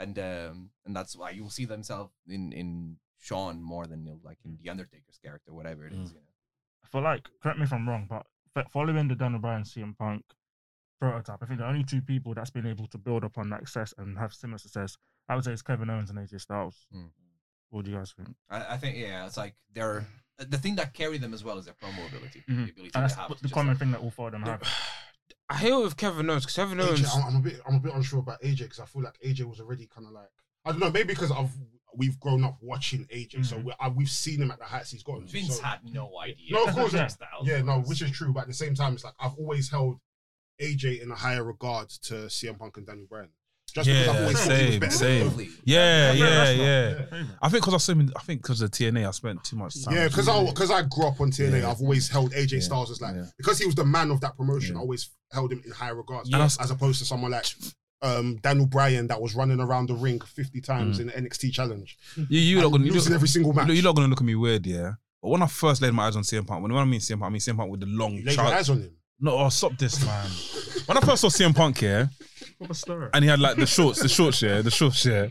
[SPEAKER 5] and um and that's why you'll see themselves in in Sean more than you'll like in the Undertaker's character, whatever it is. You know.
[SPEAKER 3] For like, correct me if I'm wrong, but f- following the Dan O'Brien CM Punk prototype, I think the only two people that's been able to build upon that success and have similar success, I would say, is Kevin Owens and AJ Styles.
[SPEAKER 5] Mm.
[SPEAKER 3] What do you guys think?
[SPEAKER 5] I, I think yeah, it's like they're the thing that carried them as well is their promo ability,
[SPEAKER 3] Mhm.
[SPEAKER 5] the ability
[SPEAKER 3] And
[SPEAKER 5] they
[SPEAKER 3] that's
[SPEAKER 5] have. to
[SPEAKER 3] the
[SPEAKER 5] just,
[SPEAKER 3] common
[SPEAKER 5] like-
[SPEAKER 3] thing that all four of them have.
[SPEAKER 4] I hate it with Kevin Owens because Kevin Owens.
[SPEAKER 2] AJ, I'm, I'm a bit, I'm a bit unsure about AJ because I feel like AJ was already kind of like, I don't know, maybe because I've we've grown up watching AJ, so
[SPEAKER 3] Mhm.
[SPEAKER 2] we I, we've seen him at the heights he's gotten. to,
[SPEAKER 5] Vince
[SPEAKER 2] so-
[SPEAKER 5] had no idea.
[SPEAKER 2] No, of course
[SPEAKER 5] Jay
[SPEAKER 2] not.
[SPEAKER 5] Styles
[SPEAKER 2] yeah, no,
[SPEAKER 5] was.
[SPEAKER 2] which is true, but at the same time, it's like I've always held AJ in a higher regard to CM Punk and Daniel Bryan, just because I've
[SPEAKER 1] Yeah,
[SPEAKER 2] always thought he was
[SPEAKER 1] same,
[SPEAKER 2] better.
[SPEAKER 1] same.
[SPEAKER 5] Lovely.
[SPEAKER 1] Yeah,
[SPEAKER 3] Yeah,
[SPEAKER 1] yeah,
[SPEAKER 3] that's not-
[SPEAKER 1] yeah.
[SPEAKER 3] Favourite.
[SPEAKER 1] I think because I so many, I think because of TNA, I spent too much time.
[SPEAKER 2] Yeah,
[SPEAKER 1] with
[SPEAKER 2] because I
[SPEAKER 1] TNA.
[SPEAKER 2] because I grew up on TNA,
[SPEAKER 1] Yeah.
[SPEAKER 2] I've always held AJ
[SPEAKER 1] Yeah.
[SPEAKER 2] Styles as like
[SPEAKER 1] Yeah.
[SPEAKER 2] because he was the man of that promotion.
[SPEAKER 1] Yeah.
[SPEAKER 2] I always held him in high regards,
[SPEAKER 1] Yeah.
[SPEAKER 2] as opposed to someone like um, Daniel Bryan that was running around the ring fifty
[SPEAKER 1] Mm.
[SPEAKER 2] times in the NXT challenge,
[SPEAKER 1] you, you not
[SPEAKER 2] and
[SPEAKER 1] gonna, you
[SPEAKER 2] losing
[SPEAKER 1] look,
[SPEAKER 2] every single match.
[SPEAKER 1] you you're not gonna look at me weird, yeah. But when I first laid my eyes on CM Punk, when I mean CM Punk, I mean CM Punk with the long
[SPEAKER 2] You laid your
[SPEAKER 1] trousers.
[SPEAKER 2] eyes on him.
[SPEAKER 1] No, oh, stop this, man. when I first saw CM Punk, yeah,
[SPEAKER 3] What a story.
[SPEAKER 1] and he had like the shorts, the shorts, yeah, the shorts, yeah,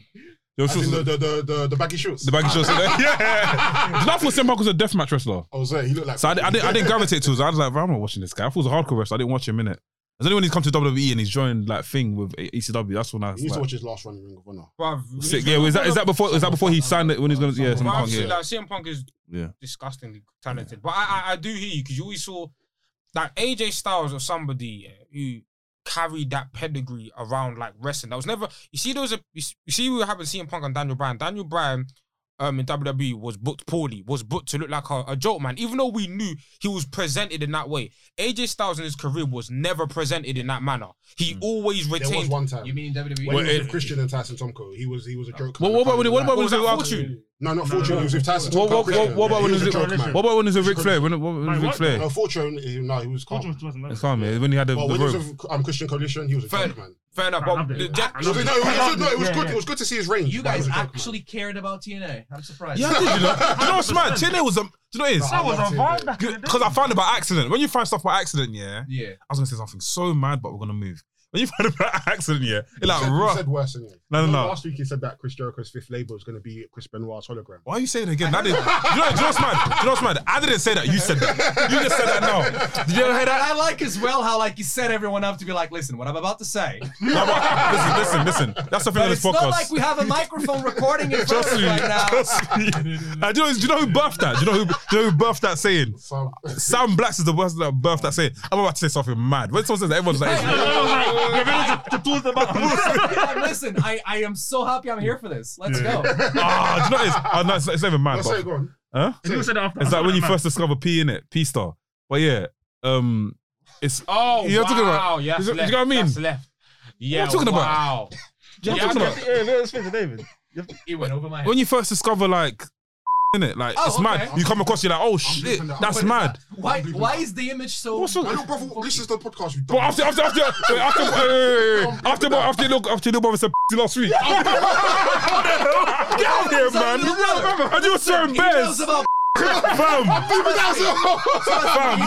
[SPEAKER 1] the
[SPEAKER 2] As in
[SPEAKER 1] shorts,
[SPEAKER 2] the,
[SPEAKER 1] the,
[SPEAKER 2] the, the, the, the baggy shorts.
[SPEAKER 1] baggy shorts, yeah. yeah. Did I thought CM Punk was a deathmatch wrestler?
[SPEAKER 2] I was there. He looked like.
[SPEAKER 1] So I, di- I, didn't, I didn't gravitate to it. I was like, "Bro, I'm not watching this guy. I thought he was a hardcore wrestler. I didn't watch him in it. It's only when he's come to WWE and he's joined like thing with A- ECW. That's when I was
[SPEAKER 2] He used to
[SPEAKER 1] like,
[SPEAKER 2] watch his last run in Ring of Honor.
[SPEAKER 4] Bruv,
[SPEAKER 1] sick. Yeah, is that is that before is that before he signed it when he's gonna yeah,
[SPEAKER 4] Bruv,
[SPEAKER 1] something Punk,
[SPEAKER 4] see,
[SPEAKER 1] yeah.
[SPEAKER 4] like, CM Punk is
[SPEAKER 1] Yeah.
[SPEAKER 4] disgustingly talented. But I, I, I do hear you because you always saw that AJ Styles or somebody yeah, who carried that pedigree around like wrestling. That was never. You see, there was a. You s- you see, what happened to CM Punk and Daniel Bryan. Daniel Bryan. Um, in WWE was booked poorly, was booked to look like a, a joke man. Even though we knew he was presented in that way, AJ Styles in his career was never presented in that manner. He
[SPEAKER 1] Mm.
[SPEAKER 4] always
[SPEAKER 2] There was
[SPEAKER 4] retained.
[SPEAKER 2] one time
[SPEAKER 5] You mean E? in WWE?
[SPEAKER 2] when he was
[SPEAKER 1] Well,
[SPEAKER 2] with
[SPEAKER 1] it-
[SPEAKER 2] Christian and Tyson Tomko. He was he was a joke.
[SPEAKER 1] Well,
[SPEAKER 2] man.
[SPEAKER 1] what about when- what about
[SPEAKER 4] Oh,
[SPEAKER 1] when
[SPEAKER 4] was
[SPEAKER 1] he
[SPEAKER 4] that
[SPEAKER 1] was with
[SPEAKER 4] fortune?
[SPEAKER 2] No, not
[SPEAKER 3] No,
[SPEAKER 2] Fortune.
[SPEAKER 3] no,
[SPEAKER 2] He was with Tyson.
[SPEAKER 1] What, what,
[SPEAKER 2] Tomko,
[SPEAKER 1] what, what about when he
[SPEAKER 2] he was
[SPEAKER 1] was
[SPEAKER 2] a
[SPEAKER 1] with
[SPEAKER 2] joke
[SPEAKER 3] Coalition?
[SPEAKER 2] man?
[SPEAKER 1] what about when he was with Ric Flair? When what was
[SPEAKER 3] Mate,
[SPEAKER 1] Ric
[SPEAKER 3] what?
[SPEAKER 1] Flair?
[SPEAKER 2] No, Fortune. he- No, he was calm.
[SPEAKER 1] It's calm, yeah. When he had the,
[SPEAKER 2] But
[SPEAKER 1] the
[SPEAKER 2] when he was
[SPEAKER 1] rope.
[SPEAKER 2] with um, Christian Coalition, he was a
[SPEAKER 4] Fair.
[SPEAKER 2] joke man.
[SPEAKER 4] Fair enough,
[SPEAKER 3] I
[SPEAKER 4] but
[SPEAKER 3] loved it.
[SPEAKER 4] the Jack-
[SPEAKER 3] I
[SPEAKER 2] It was,
[SPEAKER 3] loved
[SPEAKER 2] no, it was, no, it was
[SPEAKER 3] Yeah,
[SPEAKER 2] good.
[SPEAKER 3] yeah.
[SPEAKER 2] It was good to see his range.
[SPEAKER 5] You
[SPEAKER 2] but he
[SPEAKER 5] guys
[SPEAKER 2] was a joke, man.
[SPEAKER 5] actually cared about TNA. I'm surprised.
[SPEAKER 1] Yeah, I did you know? Do you know what's mad? TNA was a do you know what it is?
[SPEAKER 2] No, I
[SPEAKER 3] That was
[SPEAKER 2] loved
[SPEAKER 3] a
[SPEAKER 2] it,
[SPEAKER 3] vibe
[SPEAKER 2] yeah.
[SPEAKER 3] back in the day.
[SPEAKER 1] Because I found it by accident. When you find stuff by accident, yeah,
[SPEAKER 5] Yeah.
[SPEAKER 1] I was gonna say something so mad, but we're gonna move. When you find it by accident, yeah, it like
[SPEAKER 2] He said, he
[SPEAKER 1] raw.
[SPEAKER 2] said worse than you.
[SPEAKER 1] No, no,
[SPEAKER 2] You know,
[SPEAKER 1] no.
[SPEAKER 2] Last week he said that Chris Jericho's fifth label is going to be Chris Benoit's hologram.
[SPEAKER 1] Why are you saying it again? That is, you know, you know what's mad? You know what's mad? I didn't say that. You said that. You just said that now. Did you ever hear
[SPEAKER 5] And
[SPEAKER 1] that?
[SPEAKER 5] I like as well how like you set everyone up to be like, listen, what I'm about to say.
[SPEAKER 1] No, but- listen, listen, listen. That's the thing
[SPEAKER 5] But
[SPEAKER 1] on this
[SPEAKER 5] it's not
[SPEAKER 1] podcast.
[SPEAKER 5] like we have a microphone recording in front
[SPEAKER 1] Trust
[SPEAKER 5] of us
[SPEAKER 1] me.
[SPEAKER 5] right now.
[SPEAKER 1] Trust me. Uh, do, you know, do you know who birthed that? Do you know who, do you know who birthed that saying?
[SPEAKER 2] So,
[SPEAKER 1] Sam Blacks is the person that birthed that saying. I'm about to say something mad. When someone says that, everyone's like,
[SPEAKER 3] I was like, get ready to, to towards the bottom.
[SPEAKER 5] Like, listen, I, I am so happy I'm here for this. Let's go.
[SPEAKER 1] ah, do you know what it is? Oh, no, it's, it's not even mad.
[SPEAKER 2] no, sorry,
[SPEAKER 1] But,
[SPEAKER 2] go on.
[SPEAKER 1] huh?
[SPEAKER 3] You said it after-
[SPEAKER 1] It's like when you
[SPEAKER 3] Man.
[SPEAKER 1] first discover P in it, P star. But yeah, um, it's
[SPEAKER 4] Oh,
[SPEAKER 1] You know what I'm
[SPEAKER 4] wow.
[SPEAKER 1] talking about?
[SPEAKER 4] Yeah,
[SPEAKER 1] You know- you
[SPEAKER 4] left.
[SPEAKER 1] know what I mean?
[SPEAKER 4] That's left. Yeah,
[SPEAKER 1] What I'm talking about?
[SPEAKER 4] wow.
[SPEAKER 3] You
[SPEAKER 4] Yeah,
[SPEAKER 3] have to
[SPEAKER 4] I
[SPEAKER 3] get the- yeah, let's speak to
[SPEAKER 1] Oh,
[SPEAKER 3] David.
[SPEAKER 5] It went over my head.
[SPEAKER 1] when you first discover like in it, like
[SPEAKER 5] Oh,
[SPEAKER 1] it's mad.
[SPEAKER 5] okay.
[SPEAKER 1] You come across, you're like, oh shit,
[SPEAKER 2] bleeping that.
[SPEAKER 1] that's mad.
[SPEAKER 5] Why why is the image so
[SPEAKER 1] What's wrong?
[SPEAKER 2] I know, brother. This is the podcast we've
[SPEAKER 1] But
[SPEAKER 2] done.
[SPEAKER 1] after after after wait, after wait, wait, wait, wait. after my- after look after little brother said last week. Get out here, man! And you were swearing
[SPEAKER 5] He knows
[SPEAKER 1] bears,
[SPEAKER 5] about
[SPEAKER 1] fam, fam.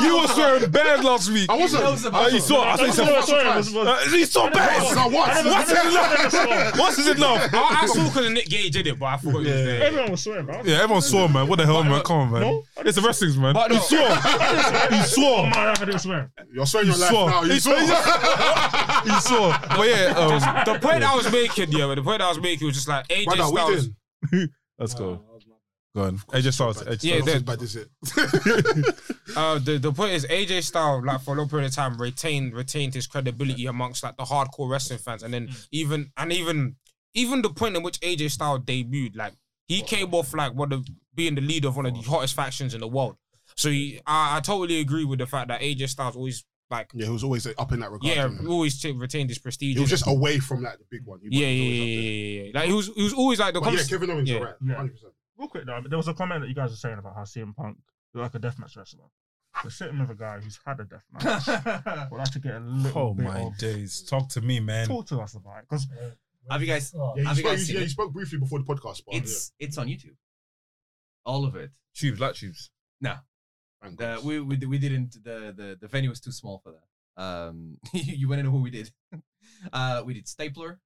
[SPEAKER 1] You were
[SPEAKER 5] was
[SPEAKER 1] swearing bears last week.
[SPEAKER 2] I
[SPEAKER 5] He knows
[SPEAKER 2] wasn't.
[SPEAKER 5] about
[SPEAKER 1] Uh, he saw. I saw. He saw.
[SPEAKER 2] sorry,
[SPEAKER 3] I was-
[SPEAKER 1] Uh, he saw bears.
[SPEAKER 2] No, what?
[SPEAKER 1] What's his love? What's his love?
[SPEAKER 4] I, I saw because Nick Gage did it, but I forgot he was there.
[SPEAKER 3] Everyone was swearing, bro.
[SPEAKER 1] Yeah, everyone saw, man. What the hell, man? Come on, man.
[SPEAKER 3] No, I
[SPEAKER 1] it's the wrestling's, man.
[SPEAKER 4] But
[SPEAKER 1] he
[SPEAKER 4] no.
[SPEAKER 1] swore. he
[SPEAKER 3] Oh
[SPEAKER 1] swore.
[SPEAKER 3] my God, I didn't swear.
[SPEAKER 2] You're swearing your
[SPEAKER 1] He
[SPEAKER 2] life
[SPEAKER 1] swore.
[SPEAKER 2] now. You
[SPEAKER 1] He
[SPEAKER 2] swore.
[SPEAKER 1] He swore. But yeah, um,
[SPEAKER 4] The point I was making, yeah, the point I was making was just like AJ
[SPEAKER 2] Brother, we
[SPEAKER 4] Styles.
[SPEAKER 2] didn't.
[SPEAKER 1] let's go. Go on. AJ Styles. AJ
[SPEAKER 4] Yeah,
[SPEAKER 1] Styles.
[SPEAKER 4] they-
[SPEAKER 2] Not bad, is it?
[SPEAKER 4] Uh, the the point is AJ Styles, like for a long period of time, retained retained his credibility amongst like the hardcore wrestling fans, and then
[SPEAKER 2] Mm.
[SPEAKER 4] even and even even the point in which AJ Styles debuted, like he came off like one of being the leader of one of the hottest factions in the world. So he, I, I totally agree with the fact that AJ Styles always like
[SPEAKER 2] Yeah, he was always like, up in that regard.
[SPEAKER 4] yeah
[SPEAKER 2] wasn't he?
[SPEAKER 4] always t- retained his prestige.
[SPEAKER 2] he was
[SPEAKER 4] innit?
[SPEAKER 2] just away from like the big one. He
[SPEAKER 4] yeah, yeah,
[SPEAKER 2] wasn't
[SPEAKER 4] yeah,
[SPEAKER 2] always up there.
[SPEAKER 4] yeah, yeah, yeah. Like he was he was always like the
[SPEAKER 2] But yeah,
[SPEAKER 4] convers-
[SPEAKER 2] Kevin Owens,
[SPEAKER 4] yeah.
[SPEAKER 2] you're right,
[SPEAKER 3] Yeah.
[SPEAKER 2] 100. percent
[SPEAKER 3] Real quick though, there was a comment that you guys were saying about how CM Punk was like a deathmatch wrestler. We're sitting with a guy who's had a deathmatch. We'll have to get a little
[SPEAKER 1] Oh
[SPEAKER 3] bit
[SPEAKER 1] my
[SPEAKER 3] of
[SPEAKER 1] days. Talk to me, man.
[SPEAKER 3] talk to us about it because
[SPEAKER 5] Have you guys?
[SPEAKER 2] Yeah, you
[SPEAKER 5] Have you
[SPEAKER 2] spoke,
[SPEAKER 5] guys
[SPEAKER 2] yeah,
[SPEAKER 5] seen
[SPEAKER 2] you
[SPEAKER 5] it?
[SPEAKER 2] spoke briefly before the podcast, but
[SPEAKER 5] It's it's on YouTube. All of it.
[SPEAKER 1] Tubes, like tubes.
[SPEAKER 2] yeah, thank
[SPEAKER 5] The,
[SPEAKER 2] God.
[SPEAKER 5] we, we we didn't the, the the venue was too small for that. Um, you want to know who we did? Uh, we did Stapler.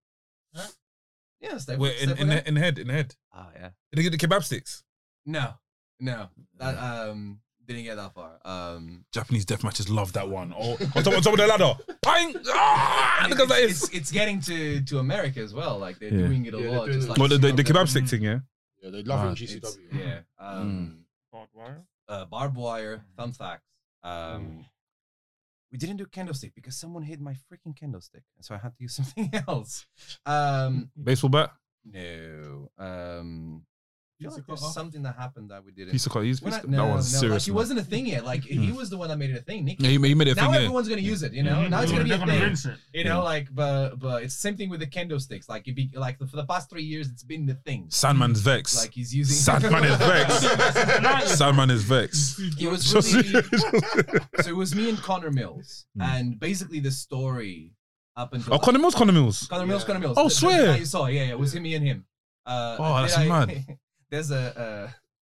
[SPEAKER 5] Yeah, Stapler.
[SPEAKER 1] Wait, in,
[SPEAKER 5] Stapler
[SPEAKER 1] in,
[SPEAKER 5] guy.
[SPEAKER 1] the, in the head, in the head.
[SPEAKER 5] Ah, yeah.
[SPEAKER 1] Did they get the kebab sticks?
[SPEAKER 5] No, no, that um didn't get that far. Um,
[SPEAKER 1] Japanese death matches love that one. Oh, on, top, on top of the ladder. Bang! Ah,
[SPEAKER 5] and
[SPEAKER 1] look at that is.
[SPEAKER 5] it's, it's, it's getting to to America as well. Like they're
[SPEAKER 1] Yeah.
[SPEAKER 5] doing it a
[SPEAKER 2] Yeah, they're
[SPEAKER 5] lot.
[SPEAKER 2] doing
[SPEAKER 5] just
[SPEAKER 2] it.
[SPEAKER 5] like
[SPEAKER 1] Well, the, the,
[SPEAKER 5] some
[SPEAKER 1] the
[SPEAKER 5] of them-
[SPEAKER 1] kebab stick thing, yeah?
[SPEAKER 2] yeah, they love
[SPEAKER 1] Ah,
[SPEAKER 2] him
[SPEAKER 5] It's-
[SPEAKER 2] GCW.
[SPEAKER 5] Yeah. Um,
[SPEAKER 3] barbed wire.
[SPEAKER 5] uh, barbed wire,
[SPEAKER 1] Hmm.
[SPEAKER 5] thumbtacks. Um, we didn't do candlestick because someone hid my freaking candlestick, and so I had to use something else. Um,
[SPEAKER 1] Baseball bat?
[SPEAKER 5] no, um, I feel like there's something that happened that we didn't.
[SPEAKER 1] Piece of cut. Use
[SPEAKER 5] We're
[SPEAKER 1] piece
[SPEAKER 5] not-
[SPEAKER 1] of, that one's
[SPEAKER 5] no, Like,
[SPEAKER 1] serious.
[SPEAKER 5] he
[SPEAKER 1] man.
[SPEAKER 5] wasn't a thing yet. Like he was the one that made it a thing. Nick.
[SPEAKER 1] Yeah, he, he made it a
[SPEAKER 5] now
[SPEAKER 1] thing, yeah.
[SPEAKER 5] everyone's gonna use it. You know, now it's
[SPEAKER 3] They're
[SPEAKER 5] gonna be a
[SPEAKER 3] gonna
[SPEAKER 5] thing.
[SPEAKER 3] Hmm. rinse it.
[SPEAKER 5] You know, like but but it's the same thing with the kendo sticks. Like it be like the, for the past three years, it's been the thing.
[SPEAKER 1] Sandman's Vex.
[SPEAKER 5] Like he's using
[SPEAKER 1] Sandman is Vex. Sandman is Vex.
[SPEAKER 5] It was
[SPEAKER 1] Just-
[SPEAKER 5] really, so it was me and Connor Mills,
[SPEAKER 1] Hmm.
[SPEAKER 5] and basically the story up until
[SPEAKER 1] oh, Connor Mills, Connor Mills.
[SPEAKER 5] Connor Mills, Connor Mills.
[SPEAKER 1] Oh,
[SPEAKER 5] The- the
[SPEAKER 1] swear.
[SPEAKER 5] guy you saw, yeah, yeah, it was him, me and him. Uh,
[SPEAKER 1] Oh,
[SPEAKER 5] and
[SPEAKER 1] that's
[SPEAKER 5] then I-
[SPEAKER 1] mad.
[SPEAKER 5] There's a.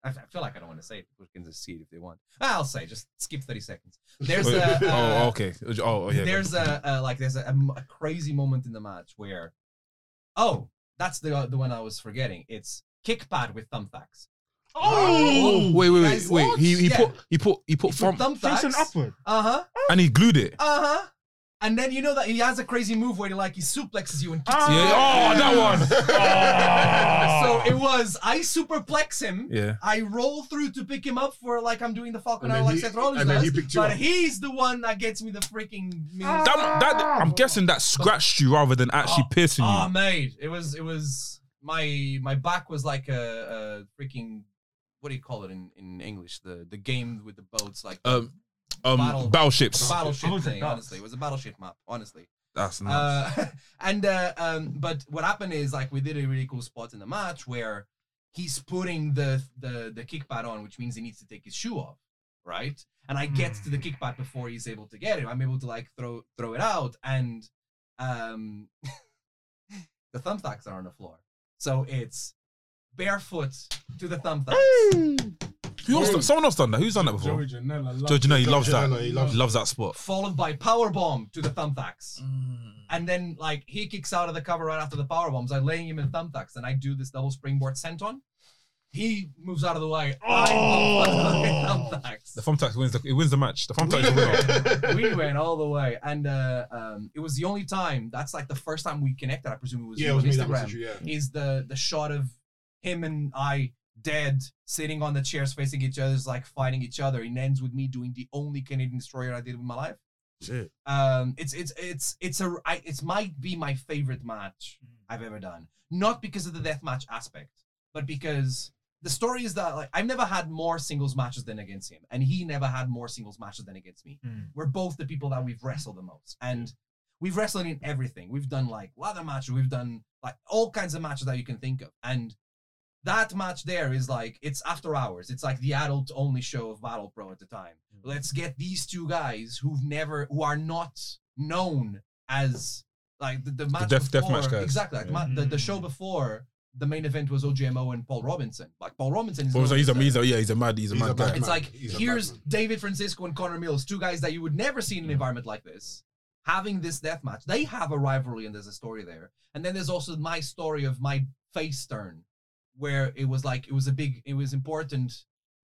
[SPEAKER 5] Uh, I I feel like I don't want to say it. People can just see it if they want. I'll say. Just skip thirty seconds. There's a. Uh,
[SPEAKER 1] oh, okay. Oh, yeah.
[SPEAKER 5] there's a, a like there's a, a m- a crazy moment in the match where, oh, that's the the one I was forgetting. It's kick pad with thumbtacks.
[SPEAKER 1] Oh, wait, wait, wait,
[SPEAKER 5] Guys,
[SPEAKER 1] wait. He he
[SPEAKER 5] yeah.
[SPEAKER 1] put he put he put Oh,
[SPEAKER 5] From
[SPEAKER 1] from
[SPEAKER 5] thumbtacks.
[SPEAKER 3] Facing upward.
[SPEAKER 5] Uh huh.
[SPEAKER 1] and he glued it.
[SPEAKER 5] Uh huh. And then you know that he has a crazy move where he like he suplexes you and kicks
[SPEAKER 1] Yeah.
[SPEAKER 3] Ah!
[SPEAKER 1] Oh, that one.
[SPEAKER 5] you. So it was I superplex him.
[SPEAKER 1] Yeah.
[SPEAKER 5] I roll through to pick him up for like I'm doing the Falcon
[SPEAKER 2] And then
[SPEAKER 5] Hour like
[SPEAKER 2] he-
[SPEAKER 5] Seth Rollins
[SPEAKER 2] and then
[SPEAKER 5] does,
[SPEAKER 2] he picked you
[SPEAKER 5] but
[SPEAKER 2] up.
[SPEAKER 5] he's the one that gets me the freaking. Oh,
[SPEAKER 1] That, that I'm guessing that scratched you rather than actually piercing
[SPEAKER 5] oh
[SPEAKER 1] you.
[SPEAKER 5] mate, it was it was my my back was like a, a freaking what do you call it in, in English the the game with the boats like
[SPEAKER 2] Uh,
[SPEAKER 1] Um, um,
[SPEAKER 5] Battle-
[SPEAKER 1] battleships.
[SPEAKER 5] battleship
[SPEAKER 3] Oh, is it
[SPEAKER 5] thing.
[SPEAKER 3] that?
[SPEAKER 5] Honestly, it was a battleship map. Honestly.
[SPEAKER 1] That's nice.
[SPEAKER 5] Uh, and uh, um, but what happened is like we did a really cool spot in the match where he's putting the the the kick pad on, which means he needs to take his shoe off, right? And I get to the kick pad before he's able to get it. I'm able to like throw throw it out, and um, the thumbtacks are on the floor, so it's barefoot to the thumbtacks.
[SPEAKER 1] Who else, someone else done that. Who's done that before?
[SPEAKER 6] Joey Janela. loves
[SPEAKER 1] George, you know he
[SPEAKER 2] Joe
[SPEAKER 1] loves that.
[SPEAKER 2] Janela, he
[SPEAKER 1] He
[SPEAKER 2] loves-
[SPEAKER 1] loves that spot.
[SPEAKER 5] Followed by power bomb to the thumbtacks. And then like he kicks out of the cover right after the power bombs. I lay him in thumbtacks, and I do this double springboard senton. He moves out of the way. I bomb the
[SPEAKER 1] The
[SPEAKER 5] thumbtacks.
[SPEAKER 1] thumbtacks wins. The, it wins the match. The thumbtacks win.
[SPEAKER 5] we went all the way, and uh, um, it was the only time. That's like the first time we connected. I presume it was,
[SPEAKER 2] Yeah,
[SPEAKER 5] you
[SPEAKER 2] it was
[SPEAKER 5] on
[SPEAKER 2] me that
[SPEAKER 5] Instagram.
[SPEAKER 2] messaged you, yeah.
[SPEAKER 5] Is the the shot of him and I dead sitting on the chairs facing each other, just, like fighting each other, and ends with me doing the only Canadian destroyer I did with my life.
[SPEAKER 2] Shit.
[SPEAKER 5] Um, it's it's it's it's a I, it's might be my favorite match I've ever done. Not because of the death match aspect, but because the story is that like I've never had more singles matches than against him, and he never had more singles matches than against me.
[SPEAKER 1] Hmm.
[SPEAKER 3] Mm.
[SPEAKER 5] We're both the people that we've wrestled the most, and we've wrestled in everything. We've done like ladder matches, we've done like all kinds of matches that you can think of, and that match there is like it's after hours. It's like the adult only show of Battle Pro at the time.
[SPEAKER 1] Hmm.
[SPEAKER 5] Let's get these two guys who've never who are not known as like the, the match
[SPEAKER 1] death- death
[SPEAKER 5] before,
[SPEAKER 1] match guys. Hmm.
[SPEAKER 5] exactly like ma- the, the show before the main event was OGMO and Paul Robinson. Like Paul Robinson is
[SPEAKER 1] Well,
[SPEAKER 5] known
[SPEAKER 1] he's a
[SPEAKER 5] as the-
[SPEAKER 1] he's a yeah he's a mad he's a
[SPEAKER 2] He's a
[SPEAKER 1] mad guy.
[SPEAKER 2] bad
[SPEAKER 5] it's
[SPEAKER 2] man.
[SPEAKER 5] like
[SPEAKER 2] He's a
[SPEAKER 5] here's
[SPEAKER 2] madman.
[SPEAKER 5] David Francisco and Connor Mills, two guys that you would never see in an environment like this, having this death match. They have a rivalry and there's a story there. And then there's also my story of my face turn, where it was like it was a big, it was important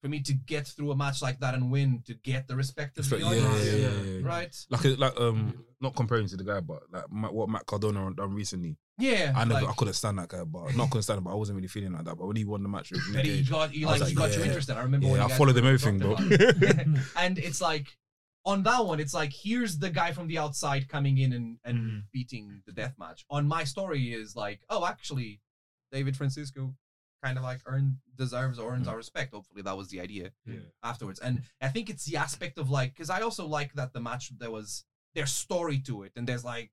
[SPEAKER 5] for me to get through a match like that and win to get the respect of
[SPEAKER 1] Respect-
[SPEAKER 5] the
[SPEAKER 1] yeah, yeah,
[SPEAKER 5] audience,
[SPEAKER 1] yeah, yeah, yeah, yeah.
[SPEAKER 5] right?
[SPEAKER 1] Like, it- like, um, not comparing to the guy, but like Ma- what Matt Cardona done recently.
[SPEAKER 5] Yeah,
[SPEAKER 1] I never,
[SPEAKER 5] like,
[SPEAKER 1] I couldn't stand that guy, but not couldn't stand him, but I wasn't really feeling like that. But when he won the match with Nick
[SPEAKER 5] But he
[SPEAKER 1] Gage,
[SPEAKER 5] got, he
[SPEAKER 1] I was
[SPEAKER 5] like, he
[SPEAKER 1] like,
[SPEAKER 5] got you
[SPEAKER 1] yeah.
[SPEAKER 5] interested. I remember.
[SPEAKER 1] Yeah,
[SPEAKER 5] when you
[SPEAKER 1] I
[SPEAKER 5] guys
[SPEAKER 1] followed him
[SPEAKER 5] talked
[SPEAKER 1] everything, though.
[SPEAKER 5] about it. and it's like on that one, it's like here's the guy from the outside coming in and and beating the death match. On my story is like, oh, actually, David Francisco kind of like earned deserves or earns our respect. Hopefully, that was the idea afterwards. And I think it's the aspect of like, because I also like that the match there was there's story to it, and there's like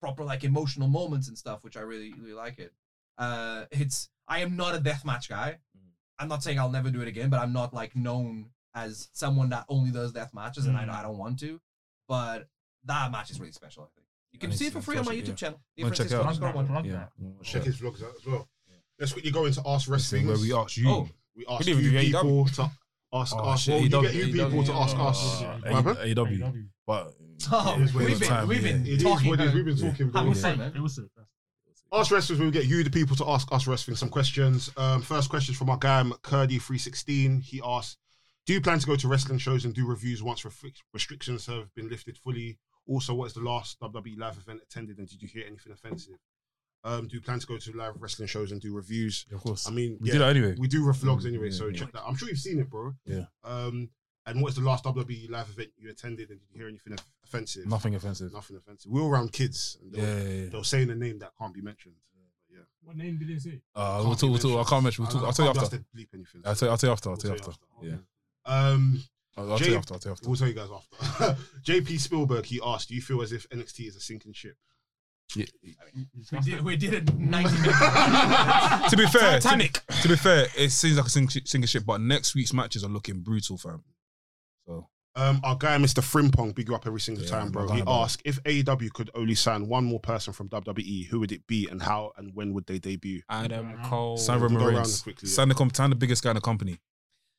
[SPEAKER 5] proper like emotional moments and stuff, which I really really like it. Uh, it's I am not a deathmatch guy. I'm not saying I'll never do it again, but I'm not like known as someone that only does death matches, and I, I don't want to. But that match is really special. I think you can
[SPEAKER 1] And
[SPEAKER 5] see it
[SPEAKER 1] it's-
[SPEAKER 5] for free on my
[SPEAKER 1] yeah.
[SPEAKER 5] YouTube channel. The
[SPEAKER 1] Go and check it
[SPEAKER 5] Francisco
[SPEAKER 1] out.
[SPEAKER 5] underscore one.
[SPEAKER 3] Plug
[SPEAKER 1] yeah,
[SPEAKER 3] that.
[SPEAKER 2] Check his vlogs out as well. Let's quickly go into Ask Wrestling.
[SPEAKER 1] where we asked you.
[SPEAKER 5] Oh,
[SPEAKER 2] We asked
[SPEAKER 4] didn't
[SPEAKER 2] you
[SPEAKER 4] do AEW.
[SPEAKER 2] people to ask
[SPEAKER 1] Oh,
[SPEAKER 2] us.
[SPEAKER 1] shit, E
[SPEAKER 2] Well,
[SPEAKER 1] he
[SPEAKER 2] you
[SPEAKER 1] done-
[SPEAKER 2] get you
[SPEAKER 1] he
[SPEAKER 2] people
[SPEAKER 1] done-
[SPEAKER 2] to ask us.
[SPEAKER 3] yeah.
[SPEAKER 2] What happened?
[SPEAKER 1] E- A- AW, but
[SPEAKER 5] Oh,
[SPEAKER 2] It is what it
[SPEAKER 5] we've
[SPEAKER 2] is.
[SPEAKER 5] been,
[SPEAKER 1] Time,
[SPEAKER 5] we've been
[SPEAKER 1] yeah.
[SPEAKER 2] It is
[SPEAKER 5] talking.
[SPEAKER 2] what it is. We've been
[SPEAKER 1] Yeah.
[SPEAKER 2] talking.
[SPEAKER 5] How
[SPEAKER 2] bro.
[SPEAKER 5] was it, man?
[SPEAKER 3] It was it. That's-
[SPEAKER 2] Ask wrestlers, we get you, the people, to ask us wrestling some questions. Um, first question from our guy McCurdy316. He asks, "Do you plan to go to wrestling shows and do reviews once refri- restrictions have been lifted fully? Also, what is the last WWE live event attended, and did you hear anything offensive? Um, do you plan to go to live wrestling shows and do reviews?
[SPEAKER 1] of course,
[SPEAKER 2] I mean,
[SPEAKER 1] we
[SPEAKER 2] yeah,
[SPEAKER 1] did that anyway.
[SPEAKER 2] we do vlogs anyway,
[SPEAKER 1] Mm, Yeah,
[SPEAKER 2] so
[SPEAKER 1] yeah.
[SPEAKER 2] check that. I'm sure you've seen it, bro.
[SPEAKER 1] Yeah.
[SPEAKER 2] Um, and what is the last WWE live event you attended, and did you hear anything off- offensive?
[SPEAKER 1] Nothing offensive.
[SPEAKER 2] Nothing offensive. We were around kids. And they
[SPEAKER 1] Yeah,
[SPEAKER 2] were-
[SPEAKER 1] yeah, yeah.
[SPEAKER 2] They were saying a name that can't be mentioned. Yeah.
[SPEAKER 6] What name did they say?
[SPEAKER 1] Uh, we'll talk. We'll talk. I can't mention. We'll talk. I'll tell you after. I'll tell. I'll tell you after. I'll tell you after. Yeah.
[SPEAKER 2] Um,
[SPEAKER 1] I'll, I'll
[SPEAKER 2] Jay-
[SPEAKER 1] tell you after. I'll tell you after.
[SPEAKER 2] we'll tell you guys after. JP Spielberg, he asked, "Do you feel as if NXT is a sinking ship?"
[SPEAKER 5] We did, we did it 90 minutes.
[SPEAKER 1] to be fair, Titanic. To, be fair, it seems like a sink, sinking ship, but next week's matches are looking brutal, fam. So
[SPEAKER 2] Um, our guy, Mr. Frimpong, big you up every single
[SPEAKER 1] Yeah,
[SPEAKER 2] time, bro.
[SPEAKER 1] my guy,
[SPEAKER 2] He
[SPEAKER 1] bro.
[SPEAKER 2] asked if AEW could only sign one more person from WWE, who would it be, and how, and when would they debut?
[SPEAKER 3] Adam
[SPEAKER 4] Adam
[SPEAKER 2] Mm-hmm.
[SPEAKER 4] Cole.
[SPEAKER 1] sign
[SPEAKER 2] Oh, we'll
[SPEAKER 1] Roman
[SPEAKER 2] go around
[SPEAKER 1] Reigns,
[SPEAKER 2] quickly, yeah.
[SPEAKER 1] sign the comp, sign the biggest guy in the company.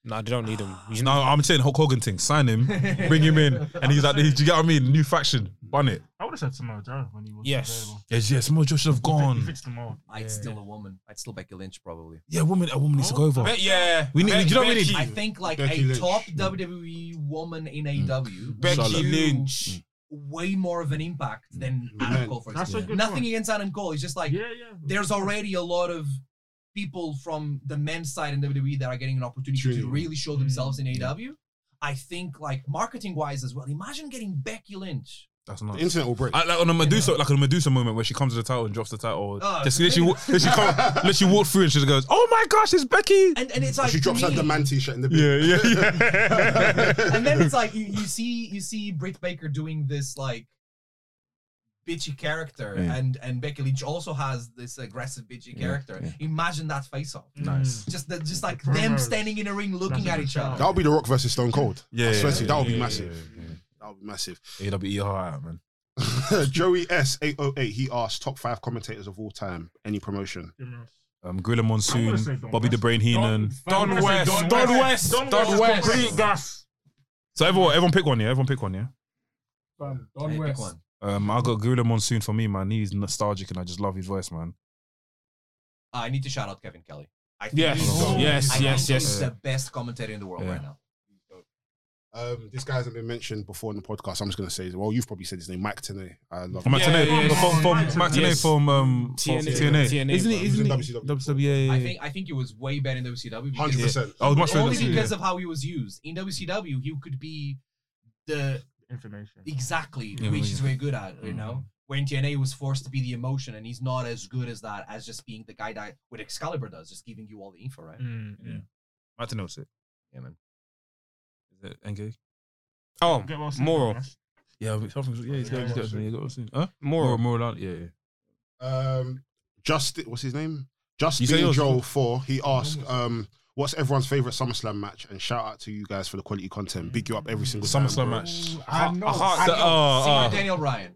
[SPEAKER 4] Nah, they don't need him. He's
[SPEAKER 1] No, I'm saying Hulk Hogan thing. Sign him, bring him in, and he's like, do you get what I mean? New faction, bun it.
[SPEAKER 3] I would have said Samoa Joe when he was
[SPEAKER 4] Yes.
[SPEAKER 3] available.
[SPEAKER 1] Yes, yes. Mojo should have
[SPEAKER 3] He
[SPEAKER 1] gone.
[SPEAKER 3] fits the mold.
[SPEAKER 5] I'd still a woman. I'd still Becky Lynch probably.
[SPEAKER 1] Yeah, woman. A woman needs to go over.
[SPEAKER 4] Be- yeah.
[SPEAKER 1] We need- you know what we
[SPEAKER 4] Becky-
[SPEAKER 1] need?
[SPEAKER 5] I think like
[SPEAKER 2] Becky
[SPEAKER 5] a
[SPEAKER 2] Lynch.
[SPEAKER 5] top WWE woman in E AEW.
[SPEAKER 4] Becky
[SPEAKER 5] would do
[SPEAKER 4] Lynch.
[SPEAKER 5] Mm. Way more of an impact than Adam
[SPEAKER 2] Man.
[SPEAKER 5] Cole, for
[SPEAKER 3] That's
[SPEAKER 5] example.
[SPEAKER 3] a good
[SPEAKER 5] Nothing
[SPEAKER 3] point.
[SPEAKER 5] against Adam Cole. It's just like
[SPEAKER 3] Yeah, yeah.
[SPEAKER 5] there's already a lot of people from the men's side in WWE that are getting an opportunity to
[SPEAKER 2] True.
[SPEAKER 5] really show themselves in AEW. I think like marketing wise as well. Imagine getting Becky Lynch.
[SPEAKER 1] That's not.
[SPEAKER 2] The internet will break.
[SPEAKER 1] I, like on a Medusa, like on a Medusa moment where she comes to the title and drops the title.
[SPEAKER 5] Oh,
[SPEAKER 1] just
[SPEAKER 5] man.
[SPEAKER 1] literally, wa- literally, come, literally walked through and she goes, "Oh my gosh, it's Becky!"
[SPEAKER 5] And and it's like
[SPEAKER 2] she
[SPEAKER 5] to
[SPEAKER 2] drops
[SPEAKER 5] me,
[SPEAKER 2] that the man t-shirt in the
[SPEAKER 1] Yeah, yeah, yeah.
[SPEAKER 5] and then it's like you, you see you see Britt Baker doing this like bitchy character,
[SPEAKER 1] Yeah.
[SPEAKER 5] and and Becky Lynch also has this aggressive bitchy character.
[SPEAKER 1] yeah.
[SPEAKER 5] Imagine that face off.
[SPEAKER 1] Nice.
[SPEAKER 5] Just the, just like
[SPEAKER 3] Promos.
[SPEAKER 5] them standing in a ring looking
[SPEAKER 3] Nothing
[SPEAKER 5] at
[SPEAKER 3] to
[SPEAKER 5] each
[SPEAKER 3] shout.
[SPEAKER 5] other.
[SPEAKER 2] That would be The Rock versus Stone Cold.
[SPEAKER 1] Yeah,
[SPEAKER 2] I swear to you, that would be
[SPEAKER 1] yeah,
[SPEAKER 2] massive.
[SPEAKER 1] yeah, yeah.
[SPEAKER 2] That would be massive.
[SPEAKER 1] AWE hard out, man.
[SPEAKER 2] Joey S808, he asked top five commentators of all time, any promotion.
[SPEAKER 1] Um, Gorilla
[SPEAKER 3] I'm
[SPEAKER 1] Monsoon,
[SPEAKER 3] gonna say Don
[SPEAKER 1] Bobby the
[SPEAKER 3] West.
[SPEAKER 1] Brain Heenan.
[SPEAKER 4] Don
[SPEAKER 3] Don
[SPEAKER 4] West.
[SPEAKER 3] West.
[SPEAKER 4] Don West.
[SPEAKER 3] Don
[SPEAKER 4] Don
[SPEAKER 3] West.
[SPEAKER 4] West.
[SPEAKER 3] is Complete gas.
[SPEAKER 1] So everyone, everyone pick one, yeah. Everyone pick one, yeah.
[SPEAKER 6] Fam,
[SPEAKER 5] Hey,
[SPEAKER 6] Don
[SPEAKER 5] pick
[SPEAKER 6] West.
[SPEAKER 5] one.
[SPEAKER 1] Um, I got Gorilla Monsoon for me, man. He's nostalgic and I just love his voice, man.
[SPEAKER 5] I need to shout out Kevin Kelly. I think
[SPEAKER 4] Yes.
[SPEAKER 5] he's-
[SPEAKER 2] Oh.
[SPEAKER 5] I
[SPEAKER 4] Yes.
[SPEAKER 5] think
[SPEAKER 4] Yes.
[SPEAKER 5] he's
[SPEAKER 4] Yes.
[SPEAKER 5] the best commentator in the world
[SPEAKER 1] Yeah.
[SPEAKER 5] right now.
[SPEAKER 2] Um, this guy hasn't been mentioned before in the podcast. I'm just going to say, his- well, you've probably said his name, Mike Tenay. I love
[SPEAKER 1] From
[SPEAKER 2] him.
[SPEAKER 1] Mac Tenay,
[SPEAKER 4] Yeah, yeah, yeah.
[SPEAKER 1] from, from
[SPEAKER 3] Yes.
[SPEAKER 1] Mac Tenay
[SPEAKER 4] Yes.
[SPEAKER 1] from um, from
[SPEAKER 4] TNA.
[SPEAKER 1] TNA.
[SPEAKER 4] TNA,
[SPEAKER 1] Isn't he?
[SPEAKER 4] bro.
[SPEAKER 2] He was
[SPEAKER 1] Isn't
[SPEAKER 2] in
[SPEAKER 1] he?
[SPEAKER 2] WCW.
[SPEAKER 1] WCW, yeah, yeah,
[SPEAKER 5] I
[SPEAKER 1] yeah.
[SPEAKER 5] think I think he was way better in WCW. because-
[SPEAKER 2] 100%.
[SPEAKER 1] I was much better.
[SPEAKER 5] Only
[SPEAKER 1] than-
[SPEAKER 5] because of how he was used in WCW, he could be the
[SPEAKER 3] Information.
[SPEAKER 5] Exactly,
[SPEAKER 1] Yeah,
[SPEAKER 5] which
[SPEAKER 1] yeah.
[SPEAKER 5] is very good at,
[SPEAKER 1] Mm.
[SPEAKER 5] you know. When TNA was forced to be the emotion, and he's not as good as that as just being the guy that what Excalibur does, just giving you all the info, right?
[SPEAKER 3] Mm,
[SPEAKER 1] Yeah. Mac Tenay was it.
[SPEAKER 5] Yeah, man.
[SPEAKER 1] Is it NK?
[SPEAKER 4] Oh,
[SPEAKER 3] Get well soon,
[SPEAKER 4] moral.
[SPEAKER 3] man.
[SPEAKER 1] Yeah, but something's yeah, he's got, he's got, he's got, he's got, he's got, huh? Moral,
[SPEAKER 4] Moral.
[SPEAKER 1] moral, yeah, yeah.
[SPEAKER 2] Um, Justin, what's his name?
[SPEAKER 1] You say
[SPEAKER 2] Justin
[SPEAKER 1] yours.
[SPEAKER 2] Joel Four. He asked, um, "What's everyone's favorite SummerSlam match?" And shout out to you guys for the quality content. Big you up every single time,
[SPEAKER 1] SummerSlam
[SPEAKER 2] bro.
[SPEAKER 1] match.
[SPEAKER 6] I know.
[SPEAKER 1] heart-
[SPEAKER 6] I
[SPEAKER 1] the- oh,
[SPEAKER 5] Cena
[SPEAKER 1] oh.
[SPEAKER 5] Daniel Ryan.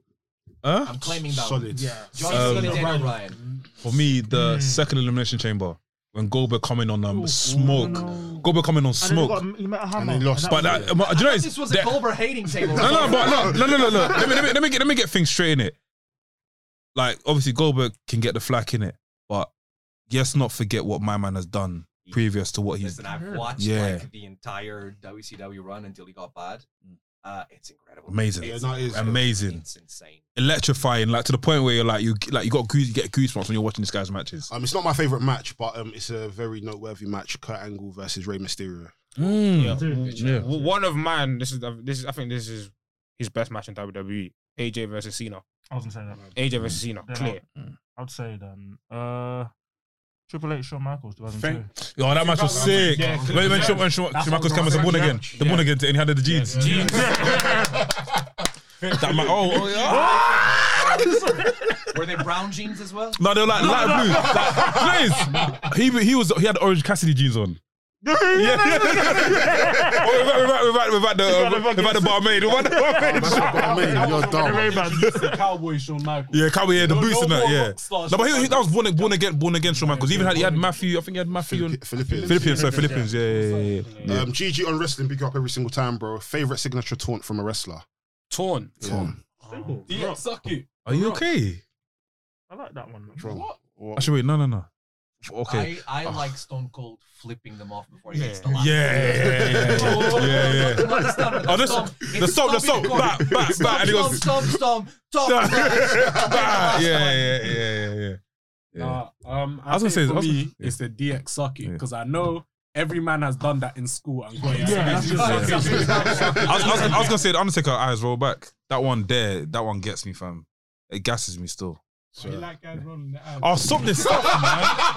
[SPEAKER 1] Huh?
[SPEAKER 5] I'm claiming that. one.
[SPEAKER 2] Solid.
[SPEAKER 6] Yeah.
[SPEAKER 5] John
[SPEAKER 1] Um,
[SPEAKER 5] Cena Daniel Ryan.
[SPEAKER 1] For me,
[SPEAKER 5] Hmm.
[SPEAKER 1] the second elimination chamber when Goldberg coming on um smoke, Goldberg coming on
[SPEAKER 3] And then he
[SPEAKER 1] smoke,
[SPEAKER 3] got a- he met a hammer.
[SPEAKER 2] they lost.
[SPEAKER 3] and
[SPEAKER 1] but
[SPEAKER 3] was
[SPEAKER 1] that
[SPEAKER 3] it.
[SPEAKER 1] um, do you know
[SPEAKER 5] I thought
[SPEAKER 1] it's-
[SPEAKER 5] This was
[SPEAKER 1] the-
[SPEAKER 5] a Goldberg hating table.
[SPEAKER 1] No, no, but no, no, no, no, no. Let me, let me, let me get, let me get things straight in it. Like, obviously, Goldberg can get the flack in it, but yes, not forget what my man has done
[SPEAKER 8] previous to what he's
[SPEAKER 5] Listen, I've watched
[SPEAKER 8] Yeah.
[SPEAKER 5] like the entire WCW run until he got bad.
[SPEAKER 1] Mm.
[SPEAKER 5] Uh, it's incredible.
[SPEAKER 8] Amazing.
[SPEAKER 5] It's
[SPEAKER 2] Yeah, no, it is.
[SPEAKER 8] Amazing.
[SPEAKER 5] It's insane.
[SPEAKER 8] electrifying, like to the point where you're like you like you got goose, you get goosebumps when you're watching this guy's matches.
[SPEAKER 2] Um, it's not my favorite match, but um, it's a very noteworthy match. Kurt Angle versus Rey Mysterio.
[SPEAKER 8] Yeah.
[SPEAKER 4] W- One of mine. This is this is. I think this is his best match in WWE. AJ versus Cena.
[SPEAKER 3] I was gonna say that.
[SPEAKER 4] AJ versus Cena.
[SPEAKER 3] Yeah.
[SPEAKER 4] Clear.
[SPEAKER 3] I'd say then. Uh, Triple H, Shawn Michaels, 2002.
[SPEAKER 6] Thank-
[SPEAKER 1] Oh, that match was sick.
[SPEAKER 6] Yeah.
[SPEAKER 1] When, when, Shawn- when Shawn- Michaels came as a born again, the born again, and he had the jeans.
[SPEAKER 4] Jeez.
[SPEAKER 1] That ma- oh, oh, yeah.
[SPEAKER 5] Were they brown jeans as well?
[SPEAKER 1] No, they were like light blue. Like, please. He he was he had Orange Cassidy jeans on. yeah, yeah. Oh, without, without, without, without the uh, without the barmaid, without the barmaid.
[SPEAKER 2] I mean, you're dumb.
[SPEAKER 6] Cowboy Shawn Michaels.
[SPEAKER 1] Yeah, Cowboy, yeah, the
[SPEAKER 6] No-
[SPEAKER 1] boots
[SPEAKER 6] no
[SPEAKER 1] and that,
[SPEAKER 6] more
[SPEAKER 1] yeah.
[SPEAKER 6] rock stars.
[SPEAKER 1] No, but he, he, that was born, born again, born again Shawn Michaels. He even had he had Matthew, I think he had Matthew and
[SPEAKER 2] Philippians.
[SPEAKER 1] Philippines, sorry, Philippines, yeah, yeah, yeah. yeah.
[SPEAKER 2] Um, GG on wrestling, big up every single time, bro. Favorite signature taunt from a wrestler.
[SPEAKER 4] Torn.
[SPEAKER 2] Tom.
[SPEAKER 6] DX, suck it.
[SPEAKER 1] Are you okay?
[SPEAKER 3] I like that one.
[SPEAKER 2] What? What?
[SPEAKER 1] Actually, wait, no, no, no. Okay. Ah.
[SPEAKER 5] I, I like Stone Cold flipping them off before he hits the
[SPEAKER 4] Yeah.
[SPEAKER 5] line.
[SPEAKER 1] Yeah, yeah, yeah, yeah, yeah, yeah.
[SPEAKER 5] Not the stomp,
[SPEAKER 1] Oh,
[SPEAKER 5] the
[SPEAKER 1] this-
[SPEAKER 5] stomp.
[SPEAKER 1] the
[SPEAKER 5] It's
[SPEAKER 1] stomp, the stomp,
[SPEAKER 5] stomping the
[SPEAKER 1] back, back, back, and he
[SPEAKER 5] Stomp,
[SPEAKER 1] goes.
[SPEAKER 5] stomp, stomp, stomp,
[SPEAKER 1] Yeah,
[SPEAKER 5] stomp.
[SPEAKER 1] Ah, yeah, yeah, yeah, yeah.
[SPEAKER 6] Nah, um, I,
[SPEAKER 1] I was gonna
[SPEAKER 6] think
[SPEAKER 1] say-
[SPEAKER 6] for
[SPEAKER 1] I was
[SPEAKER 6] me,
[SPEAKER 1] gonna- yeah.
[SPEAKER 6] it's the DX suck it
[SPEAKER 1] Yeah.
[SPEAKER 6] because I know every man has done that in school and got it.
[SPEAKER 3] that's
[SPEAKER 6] Yeah,
[SPEAKER 3] just-
[SPEAKER 6] suck it.
[SPEAKER 1] I was, I, was, I was gonna say the Undertaker eyes roll back. That one there, that one gets me, fam. It gasses me still.
[SPEAKER 6] You like guys rolling their eyes.
[SPEAKER 1] Oh, stop this stuff, man.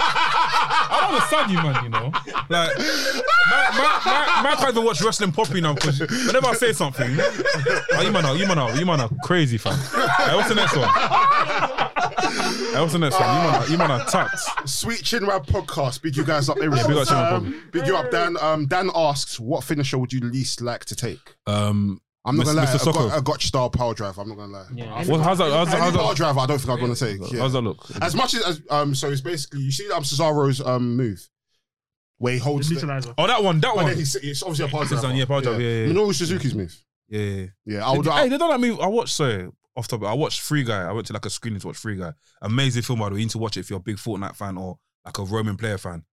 [SPEAKER 1] I'm a saggy man, you know. Like, my, my, my, my can't even watch wrestling poppy now because whenever I say something, oh, you man are, you man are, you man are crazy, fam. Hey, what's the next one? Hey, what's the next one? You man are, you man are tapped.
[SPEAKER 2] Sweet Chinwag podcast. Big you guys up every
[SPEAKER 1] Yeah, big
[SPEAKER 2] single
[SPEAKER 1] up Chinwag
[SPEAKER 2] time. Big you up, Dan. Um, Dan asks, what finisher would you least like to take?
[SPEAKER 1] Um,
[SPEAKER 2] I'm
[SPEAKER 1] Mr.
[SPEAKER 2] not gonna lie.
[SPEAKER 1] Mr.
[SPEAKER 2] I
[SPEAKER 1] Socko.
[SPEAKER 2] got, I got style power drive. I'm not gonna lie. Yeah.
[SPEAKER 1] what, how's that? How's that? How's
[SPEAKER 2] Any power
[SPEAKER 1] that?
[SPEAKER 2] driver, I don't think I'm gonna take. yeah.
[SPEAKER 1] How's that look?
[SPEAKER 2] As much as, as um, so it's basically you see um Cesaro's um move where he holds. The,
[SPEAKER 3] Neutralizer.
[SPEAKER 1] Oh, that one, that
[SPEAKER 2] but
[SPEAKER 1] one.
[SPEAKER 2] then he's, it's obviously a power
[SPEAKER 1] It's
[SPEAKER 2] driver.
[SPEAKER 1] on, yeah, power driver, yeah, yeah, yeah.
[SPEAKER 2] Minoru Suzuki's move.
[SPEAKER 1] Yeah, yeah. yeah.
[SPEAKER 2] Yeah, I would.
[SPEAKER 1] hey,
[SPEAKER 2] I,
[SPEAKER 1] they don't like me. I watched sorry, off topic. I watched Free Guy. I went to like a screening to watch Free Guy. Amazing film, by the way. You need to watch it if you're a big Fortnite fan or like a Roman player fan.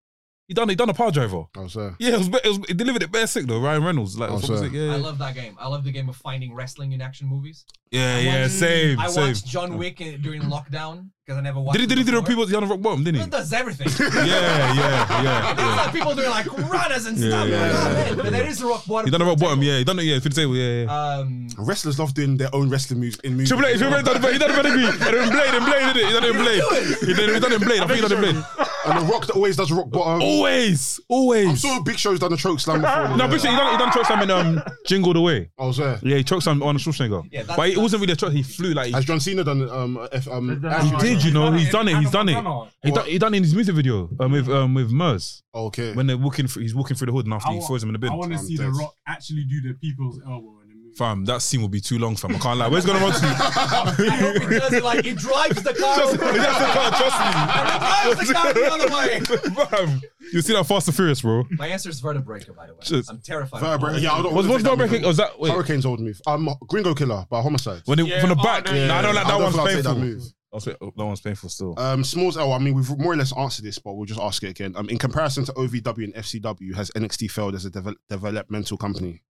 [SPEAKER 1] He done he done a power driver.
[SPEAKER 2] I was there.
[SPEAKER 1] Yeah, it was, it was he delivered it bare sick though. Ryan Reynolds, like, it was
[SPEAKER 2] Oh,
[SPEAKER 1] proper
[SPEAKER 2] sir.
[SPEAKER 1] sick. yeah,
[SPEAKER 5] I
[SPEAKER 1] yeah,
[SPEAKER 5] love that game. I love the game of finding wrestling in action movies.
[SPEAKER 1] yeah, yeah,
[SPEAKER 5] watched-
[SPEAKER 1] same,
[SPEAKER 5] I
[SPEAKER 1] same.
[SPEAKER 5] watched John Wick in, during lockdown because I never watched.
[SPEAKER 1] Did he did he
[SPEAKER 5] it
[SPEAKER 1] do the
[SPEAKER 5] before.
[SPEAKER 1] people the on the rock bottom? Didn't he?
[SPEAKER 5] It does everything.
[SPEAKER 1] Yeah, yeah,
[SPEAKER 5] It
[SPEAKER 1] yeah,
[SPEAKER 5] does
[SPEAKER 1] yeah.
[SPEAKER 5] like people doing like runners and
[SPEAKER 1] Yeah,
[SPEAKER 5] stuff.
[SPEAKER 1] yeah,
[SPEAKER 5] like,
[SPEAKER 1] yeah,
[SPEAKER 5] oh,
[SPEAKER 1] yeah,
[SPEAKER 5] man, But there is the rock bottom.
[SPEAKER 1] He done the rock bottom. Yeah, he done it. Yeah, for the table. Yeah. yeah.
[SPEAKER 5] Um,
[SPEAKER 2] Wrestlers love doing their own wrestling moves in movies.
[SPEAKER 1] Triple H, Triple H done it. He done it. Pedigree. He done it. in Blade and Blade. did it? He done it. in Blade. He done it. He done it. in Blade. I think he done it. in Blade.
[SPEAKER 2] And the Rock that always does rock bottom.
[SPEAKER 1] Always,
[SPEAKER 2] I'm
[SPEAKER 1] always.
[SPEAKER 2] sure Big Show's done a choke slam before.
[SPEAKER 1] Oh. No, Bishop, he done he done choke slam and um jingled away.
[SPEAKER 2] I was there.
[SPEAKER 1] Yeah, he choked some on Schwarzenegger.
[SPEAKER 5] Yeah, that's-
[SPEAKER 1] but it wasn't really a choke. He flew like he,
[SPEAKER 2] Has John Cena done um? F, um
[SPEAKER 3] Has
[SPEAKER 1] he
[SPEAKER 3] John-
[SPEAKER 1] did. You know, he's done it. He's done it. He
[SPEAKER 2] What?
[SPEAKER 1] done, he done it in his music video um, with um, with Murs
[SPEAKER 2] Oh, okay.
[SPEAKER 1] when they're walking. Through, he's walking through the hood and after
[SPEAKER 6] I
[SPEAKER 1] he
[SPEAKER 6] wa-
[SPEAKER 1] throws him in the bin.
[SPEAKER 6] I want to
[SPEAKER 2] I'm
[SPEAKER 6] see The
[SPEAKER 2] dead.
[SPEAKER 6] Rock actually do the people's elbow in the movie.
[SPEAKER 1] Fam, that scene will be too long, fam. I can't lie. Where's it gonna run to?
[SPEAKER 5] I hope he does it like he drives the car.
[SPEAKER 1] Trust,
[SPEAKER 5] over.
[SPEAKER 1] that's the car,
[SPEAKER 5] And he drives the car the other way.
[SPEAKER 1] trust me. Fam, you see that Fast and Furious, bro?
[SPEAKER 5] My answer is Vertebraker, by the way.
[SPEAKER 1] Just-
[SPEAKER 5] I'm terrified. of
[SPEAKER 2] Vertebrae. Yeah, I
[SPEAKER 1] Was
[SPEAKER 2] don't. I don't
[SPEAKER 1] was
[SPEAKER 2] think that
[SPEAKER 1] not breaking?
[SPEAKER 2] movie.
[SPEAKER 1] Was that wait?
[SPEAKER 2] Hurricane's old move. Um, Gringo Killer by Homicide.
[SPEAKER 1] When it,
[SPEAKER 4] Yeah,
[SPEAKER 1] from the
[SPEAKER 4] oh,
[SPEAKER 1] back,
[SPEAKER 4] no,
[SPEAKER 1] no, I don't like that
[SPEAKER 2] don't
[SPEAKER 1] one's
[SPEAKER 2] think I'd say
[SPEAKER 1] painful.
[SPEAKER 2] That move.
[SPEAKER 1] I'll say- oh, that one's painful still.
[SPEAKER 2] Um, Smalls L. I mean, we've more or less answered this, but we'll just ask it again. Um, in comparison to OVW and FCW, has NXT failed as a devel- developmental company?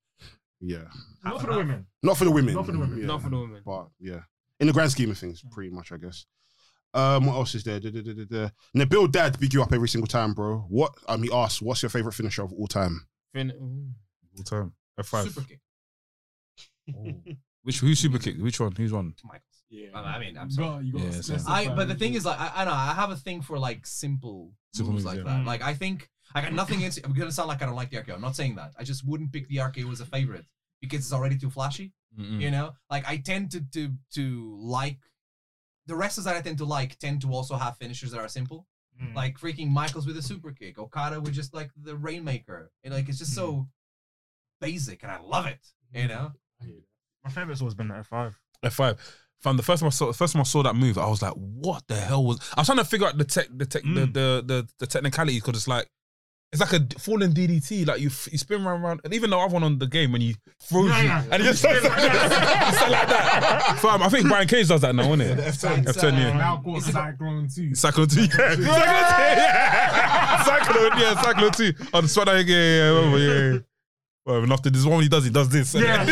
[SPEAKER 2] Yeah,
[SPEAKER 3] Not for the women.
[SPEAKER 2] not for the women.
[SPEAKER 3] Not for the women.
[SPEAKER 2] Yeah.
[SPEAKER 4] Not for the women.
[SPEAKER 2] But yeah, in the grand scheme of things, pretty much, I guess. Um, what else is there? Da, da, da, da, da. Nabil Dad big you up every single time, bro. What? Um, he asked, "What's your favorite finisher of all time?"
[SPEAKER 4] Fin-
[SPEAKER 1] All time. F five.
[SPEAKER 5] Super kick.
[SPEAKER 1] Which who's super kick? Which one? Who's one?
[SPEAKER 5] Michaels.
[SPEAKER 6] Yeah.
[SPEAKER 5] I mean, I'm
[SPEAKER 6] You
[SPEAKER 5] sorry.
[SPEAKER 6] got- you got
[SPEAKER 1] Yeah,
[SPEAKER 6] to
[SPEAKER 1] same.
[SPEAKER 6] specify
[SPEAKER 5] I but the thing is like I, I don't know I have a thing for like simple
[SPEAKER 1] Simple
[SPEAKER 5] moves
[SPEAKER 1] moves,
[SPEAKER 5] like
[SPEAKER 1] yeah.
[SPEAKER 5] that. Like I think I got nothing into I'm gonna sound like I don't like the RKO. I'm not saying that. I just wouldn't pick the RKO as a favorite because it's already too flashy.
[SPEAKER 1] Mm.
[SPEAKER 5] You know? Like I tend to to to like the wrestlers that I tend to like tend to also have finishers that are simple.
[SPEAKER 3] Mm.
[SPEAKER 5] Like freaking Michaels with a super kick, Okada with just like the Rainmaker. And like it's just so basic and I love it. You know?
[SPEAKER 3] My favorite's always been the F5.
[SPEAKER 1] F five. Fam, the first time I saw the first time I saw that move, I was like, Mm. "What the hell was?" I was trying to figure out the tech, the tech, the, the the the technicality because it's like It's like a falling DDT. Like you, f- you spin round, round, and even though I've won on the game when he throws you, and he just starts like, starts like that. Fam, I think Brian Cage does that now, isn't it?
[SPEAKER 6] F10.
[SPEAKER 1] F10, yeah.
[SPEAKER 6] Now called Cyclone 2.
[SPEAKER 1] Cyclone 2, yeah. Cyclone 2, yeah. Cyclone, yeah, Cyclone 2. On Spanish, yeah, yeah, whatever, yeah. yeah. Whatever, and after this one, he does, he does this. Yeah.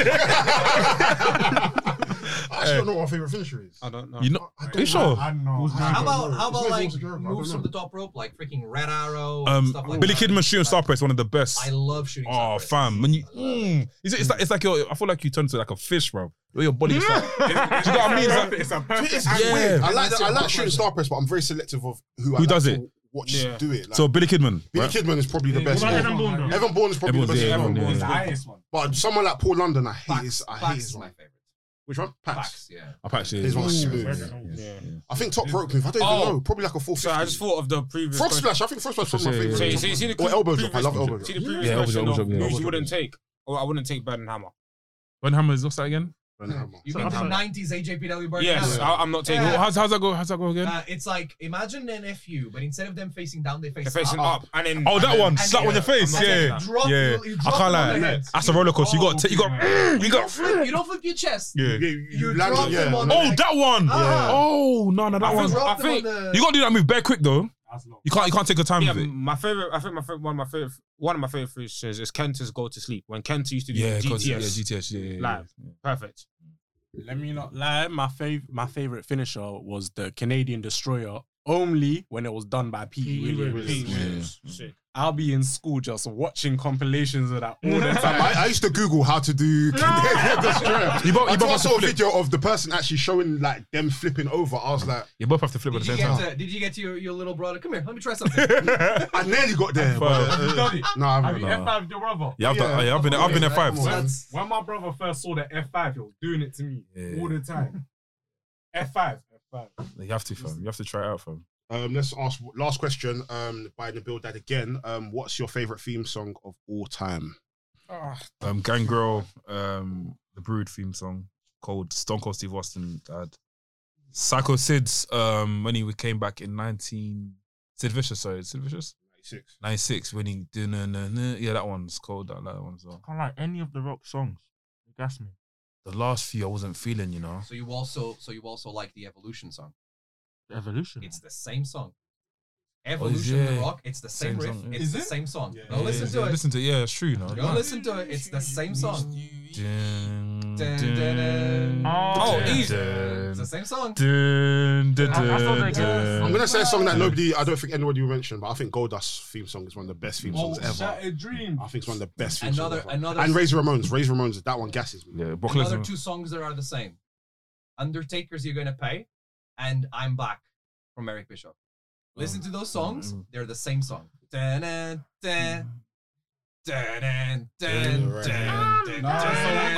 [SPEAKER 2] I actually don't know what our favorite finisher is.
[SPEAKER 4] I don't know.
[SPEAKER 1] You know,
[SPEAKER 2] I
[SPEAKER 1] are you sure?
[SPEAKER 6] I know.
[SPEAKER 5] How about how about like
[SPEAKER 2] It's not Zoro, I
[SPEAKER 5] moves
[SPEAKER 2] don't
[SPEAKER 5] from the top rope, like freaking red arrow, and
[SPEAKER 1] Um,
[SPEAKER 5] stuff like
[SPEAKER 1] Billy
[SPEAKER 5] that.
[SPEAKER 1] Kidman shooting star press, one of the best.
[SPEAKER 5] I love shooting.
[SPEAKER 1] Oh,
[SPEAKER 5] star presses.
[SPEAKER 1] fam, when you, mm, is it, it's like it's like your, I feel like you turn to like a fish, bro. Your your body is like, do you know what I mean? It's like-
[SPEAKER 6] It's a perfect.
[SPEAKER 2] It's
[SPEAKER 1] Yeah.
[SPEAKER 2] weird. I
[SPEAKER 5] And
[SPEAKER 2] like
[SPEAKER 5] that's
[SPEAKER 2] that, I
[SPEAKER 5] it.
[SPEAKER 2] like shooting star press, but I'm very selective of who,
[SPEAKER 1] Who
[SPEAKER 2] I like
[SPEAKER 1] does
[SPEAKER 2] to
[SPEAKER 1] it?
[SPEAKER 2] Watch
[SPEAKER 4] Yeah.
[SPEAKER 2] do it. Like,
[SPEAKER 1] so Billy Kidman,
[SPEAKER 2] Billy
[SPEAKER 1] right?
[SPEAKER 2] Kidman is probably the best.
[SPEAKER 3] What about Evan
[SPEAKER 2] one.
[SPEAKER 3] Bourne though?
[SPEAKER 2] Evan Bourne is probably
[SPEAKER 1] Evan
[SPEAKER 2] the best.
[SPEAKER 1] Bourne,
[SPEAKER 2] one.
[SPEAKER 1] Evan Bourne,
[SPEAKER 6] It's the
[SPEAKER 1] yeah.
[SPEAKER 6] highest one.
[SPEAKER 2] But someone like Paul London, I hate.
[SPEAKER 5] Pax,
[SPEAKER 2] His,
[SPEAKER 1] Ah,
[SPEAKER 2] I hate
[SPEAKER 5] Pax
[SPEAKER 2] his
[SPEAKER 5] is my
[SPEAKER 2] one.
[SPEAKER 5] favorite.
[SPEAKER 2] Which one? Pax.
[SPEAKER 5] Pax, yeah.
[SPEAKER 1] I've actually,
[SPEAKER 2] His one's
[SPEAKER 1] yeah.
[SPEAKER 2] smooth.
[SPEAKER 4] Yeah.
[SPEAKER 2] I think top rope move. I don't
[SPEAKER 4] Oh.
[SPEAKER 2] even know. Probably like a four fifty.
[SPEAKER 4] So I just thought of the previous.
[SPEAKER 2] frog
[SPEAKER 4] question.
[SPEAKER 2] splash. I think frog splash is
[SPEAKER 1] Yeah,
[SPEAKER 2] probably
[SPEAKER 1] yeah,
[SPEAKER 2] my
[SPEAKER 4] So
[SPEAKER 2] favorite.
[SPEAKER 4] you see, see the
[SPEAKER 2] Or elbow
[SPEAKER 4] previous-
[SPEAKER 2] drop. I love elbow
[SPEAKER 4] See
[SPEAKER 2] drop.
[SPEAKER 4] the previous
[SPEAKER 1] Yeah, elbow
[SPEAKER 4] question
[SPEAKER 1] drop,
[SPEAKER 4] of
[SPEAKER 1] elbow drop,
[SPEAKER 4] moves
[SPEAKER 1] yeah.
[SPEAKER 4] you wouldn't take. Or I wouldn't take Burden Hammer.
[SPEAKER 1] When Hammers, what's that again?
[SPEAKER 5] You
[SPEAKER 3] So
[SPEAKER 5] can do
[SPEAKER 3] that's like-
[SPEAKER 5] 90s AJPW burn.
[SPEAKER 4] Yes,
[SPEAKER 5] down.
[SPEAKER 4] I, I'm not taking.
[SPEAKER 5] Yeah.
[SPEAKER 1] Well, how's, how's that go? How's that go again?
[SPEAKER 5] Uh, it's like imagine an FU, but instead of them facing down, they face
[SPEAKER 4] They're facing
[SPEAKER 5] up.
[SPEAKER 4] up, and then
[SPEAKER 1] Oh, that
[SPEAKER 4] and
[SPEAKER 1] one,
[SPEAKER 4] then-
[SPEAKER 1] slap on your face,
[SPEAKER 4] I'm not
[SPEAKER 1] yeah,
[SPEAKER 4] taking
[SPEAKER 5] Drop,
[SPEAKER 1] yeah.
[SPEAKER 5] you- you
[SPEAKER 1] I can't
[SPEAKER 5] drop them on
[SPEAKER 1] lie.
[SPEAKER 5] the head. Oh.
[SPEAKER 1] That's a roller coaster. You got, t- you got,
[SPEAKER 4] Oh,
[SPEAKER 1] you got.
[SPEAKER 5] You don't flip your chest.
[SPEAKER 1] Yeah.
[SPEAKER 2] You,
[SPEAKER 5] You
[SPEAKER 2] you land
[SPEAKER 5] drop
[SPEAKER 2] on yeah.
[SPEAKER 5] them on the
[SPEAKER 1] Oh, that one.
[SPEAKER 5] Ah.
[SPEAKER 1] Oh no, no, that
[SPEAKER 5] You
[SPEAKER 1] one.
[SPEAKER 5] drop
[SPEAKER 4] I
[SPEAKER 5] them
[SPEAKER 4] think-
[SPEAKER 5] on the-
[SPEAKER 1] You gotta do that move bare quick though.
[SPEAKER 6] That's not.
[SPEAKER 1] You can't, you can't take your time
[SPEAKER 4] Yeah,
[SPEAKER 1] with it.
[SPEAKER 4] my favorite. I think my favorite, one of my favorite, one of my favorite finishes is Kenta's go to sleep when Kenta used to do
[SPEAKER 1] Yeah,
[SPEAKER 4] GTS.
[SPEAKER 1] 'cause- yeah, GTS, yeah, yeah, yeah.
[SPEAKER 4] Live. Perfect.
[SPEAKER 6] Let me not lie. My fav- my favorite finisher was the Canadian Destroyer. Only when it was done by Pete Williams.
[SPEAKER 4] Pete
[SPEAKER 1] Yeah.
[SPEAKER 4] Williams. Sick.
[SPEAKER 6] I'll be in school just watching compilations of that all the time.
[SPEAKER 2] I, I used to Google how to do Canadian destroyer.
[SPEAKER 1] You both, you
[SPEAKER 2] Until
[SPEAKER 1] both
[SPEAKER 2] I
[SPEAKER 1] have to
[SPEAKER 2] saw a
[SPEAKER 1] flip.
[SPEAKER 2] video of the person actually showing like them flipping over. I was like,
[SPEAKER 1] You both have to flip at the
[SPEAKER 5] Did you
[SPEAKER 1] same
[SPEAKER 5] get
[SPEAKER 1] time.
[SPEAKER 5] to, did you get to your, your little brother? Come here, let me try something.
[SPEAKER 2] I nearly got there. But,
[SPEAKER 1] Have you
[SPEAKER 6] done it?
[SPEAKER 2] No, I haven't.
[SPEAKER 6] Have you F5 your brother?
[SPEAKER 1] Yeah, I've, done-
[SPEAKER 2] Yeah.
[SPEAKER 1] yeah, I've been, I've been at five.
[SPEAKER 2] Come on.
[SPEAKER 6] When- When my brother first saw the F5, he was doing it to me
[SPEAKER 1] Yeah.
[SPEAKER 6] all the time. F5, F5.
[SPEAKER 1] You have to, fam. You have to try it out, fam.
[SPEAKER 2] Um, let's ask last question. Um, by the build that again. Um, what's your favorite theme song of all time?
[SPEAKER 1] Um, Gangrel, um, the Brood theme song called Stone Cold Steve Austin had Psycho Sid's um, when he came back in 19. Sid Vicious, sorry, Sid Vicious?
[SPEAKER 2] 96.
[SPEAKER 1] 96, when he. dun-dun-dun-dun. Yeah, that one's cold, that, that one as well.
[SPEAKER 3] I can't like any of the rock songs. It gas me.
[SPEAKER 1] The last few I wasn't feeling, you know.
[SPEAKER 5] so you also so you also like the evolution song.
[SPEAKER 3] The evolution.
[SPEAKER 5] It's the same song. Evolution
[SPEAKER 1] yeah.
[SPEAKER 5] the rock. It's the same,
[SPEAKER 1] Oh, Same
[SPEAKER 5] riff.
[SPEAKER 1] song, yeah.
[SPEAKER 5] It's
[SPEAKER 6] Is
[SPEAKER 5] the
[SPEAKER 6] it?
[SPEAKER 5] same song.
[SPEAKER 6] Yeah.
[SPEAKER 5] Go listen
[SPEAKER 1] yeah,
[SPEAKER 5] to
[SPEAKER 1] yeah,
[SPEAKER 5] it.
[SPEAKER 1] Listen to it, yeah, it's true, no.
[SPEAKER 5] Go listen to it. It's the same song.
[SPEAKER 1] Dun,
[SPEAKER 5] Dun,
[SPEAKER 1] dun,
[SPEAKER 5] dun, dun.
[SPEAKER 3] Oh,
[SPEAKER 1] dun,
[SPEAKER 4] easy.
[SPEAKER 1] dun,
[SPEAKER 5] It's the same song.
[SPEAKER 1] dun, dun,
[SPEAKER 3] I- I thought
[SPEAKER 1] dun,
[SPEAKER 3] they-
[SPEAKER 1] dun.
[SPEAKER 2] I'm gonna say a song that nobody, I don't think anybody will mention, but I think Goldust theme song is one of the best theme songs ever.
[SPEAKER 6] Shattered Dream.
[SPEAKER 2] I think it's one of the best theme
[SPEAKER 5] Another-
[SPEAKER 2] songs.
[SPEAKER 5] another-
[SPEAKER 2] and Razor Ramones. Razor Ramones. That one gasses me.
[SPEAKER 1] Yeah, Oh, Brock
[SPEAKER 5] Another
[SPEAKER 1] Lesnar.
[SPEAKER 5] two songs that are the same. Undertaker's You're Gonna Pay and I'm Back from Eric Bishop. Listen to those songs,
[SPEAKER 1] Mm.
[SPEAKER 5] they're the same song. Dun-dun, dun, dun-dun, dun,
[SPEAKER 2] right.
[SPEAKER 5] dun, dun,
[SPEAKER 6] Nah, so
[SPEAKER 5] dun,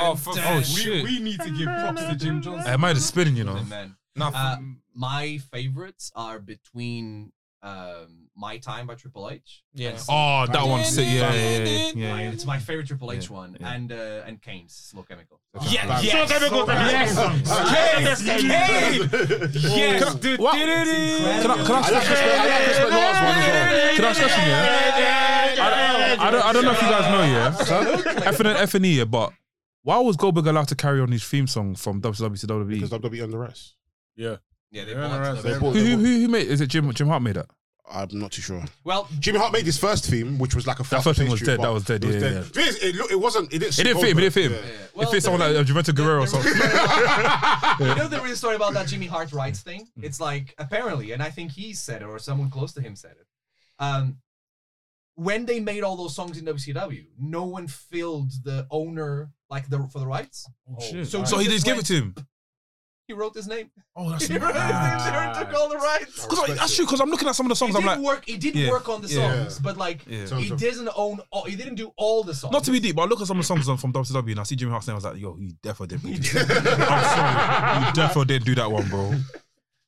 [SPEAKER 1] Ah, oh, fuck.
[SPEAKER 5] dun,
[SPEAKER 1] Oh,
[SPEAKER 5] dun.
[SPEAKER 1] shit.
[SPEAKER 6] We, we need to give props to Jim Johnson.
[SPEAKER 1] I might have spinning, you know.
[SPEAKER 5] Man.
[SPEAKER 4] Nah,
[SPEAKER 5] Uh,
[SPEAKER 4] from-
[SPEAKER 5] my favorites are between um, My Time by Triple H.
[SPEAKER 4] Yeah.
[SPEAKER 5] and Sleep.
[SPEAKER 1] Oh, that one, sick. Yeah, yeah, yeah, yeah.
[SPEAKER 5] My-
[SPEAKER 1] yeah.
[SPEAKER 5] It's my favorite Triple H
[SPEAKER 1] Yeah,
[SPEAKER 5] one,
[SPEAKER 1] yeah.
[SPEAKER 5] and uh, and Kane's Slow Chemical.
[SPEAKER 4] Yeah,
[SPEAKER 2] Bam.
[SPEAKER 4] yes.
[SPEAKER 2] Yes.
[SPEAKER 4] Yes.
[SPEAKER 1] Can I-
[SPEAKER 4] Yes.
[SPEAKER 1] what? Can I, can I
[SPEAKER 2] I like
[SPEAKER 1] switch?
[SPEAKER 2] Chris Benoit- I like Chris Benoit's one as well.
[SPEAKER 1] Can I switch you, yeah? I, I, don't, I don't know if you guys know, yeah? F and, F and E, yeah, but why was Goldberg allowed to carry on his theme song from E? WWE to
[SPEAKER 2] Because
[SPEAKER 1] WWE?
[SPEAKER 2] WWE on E the rest.
[SPEAKER 5] Yeah, they
[SPEAKER 6] Yeah,
[SPEAKER 5] bought.
[SPEAKER 6] right,
[SPEAKER 5] them.
[SPEAKER 2] They
[SPEAKER 6] Who-
[SPEAKER 2] bought-
[SPEAKER 1] Who,
[SPEAKER 2] they
[SPEAKER 1] who,
[SPEAKER 2] bought-
[SPEAKER 1] who, who made Is it Jim, Jim Hart made that?
[SPEAKER 2] I'm not too sure.
[SPEAKER 5] Well,
[SPEAKER 2] Jimmy Hart made his first theme, which was like a
[SPEAKER 1] That first theme was
[SPEAKER 2] fast-paced
[SPEAKER 1] dead, that was
[SPEAKER 2] tune,
[SPEAKER 1] dead,
[SPEAKER 2] but
[SPEAKER 1] yeah,
[SPEAKER 2] It, was It, look- it wasn't. It didn't.
[SPEAKER 1] It didn't fit him, it didn't fit him.
[SPEAKER 5] yeah.
[SPEAKER 1] It fits someone like uh, Juventus Guerrero or something.
[SPEAKER 5] You know the real story about that Jimmy Hart rights thing? It's like apparently, and I think he said it or someone close to him said it. Um, when they made all those songs in WCW, no one filled the owner like the for the rights.
[SPEAKER 1] So, so he just gave it to him.
[SPEAKER 5] He wrote his name.
[SPEAKER 1] Oh, that's
[SPEAKER 5] He wrote his name there and took all the rights.
[SPEAKER 1] Cause I, that's true. Because I'm looking at some of the
[SPEAKER 5] It
[SPEAKER 1] songs. I'm
[SPEAKER 5] didn't
[SPEAKER 1] like,
[SPEAKER 5] work. It did
[SPEAKER 1] Yeah,
[SPEAKER 5] work on the
[SPEAKER 1] yeah.
[SPEAKER 5] songs, but like
[SPEAKER 1] yeah.
[SPEAKER 2] So-
[SPEAKER 5] he doesn't own. All, he didn't do all the songs.
[SPEAKER 1] Not to be deep, but I look at some of the songs on- from WCW and I see Jimmy Hart's name. I was like, yo, you definitely didn't. do that. I'm sorry, you definitely didn't do that one, bro.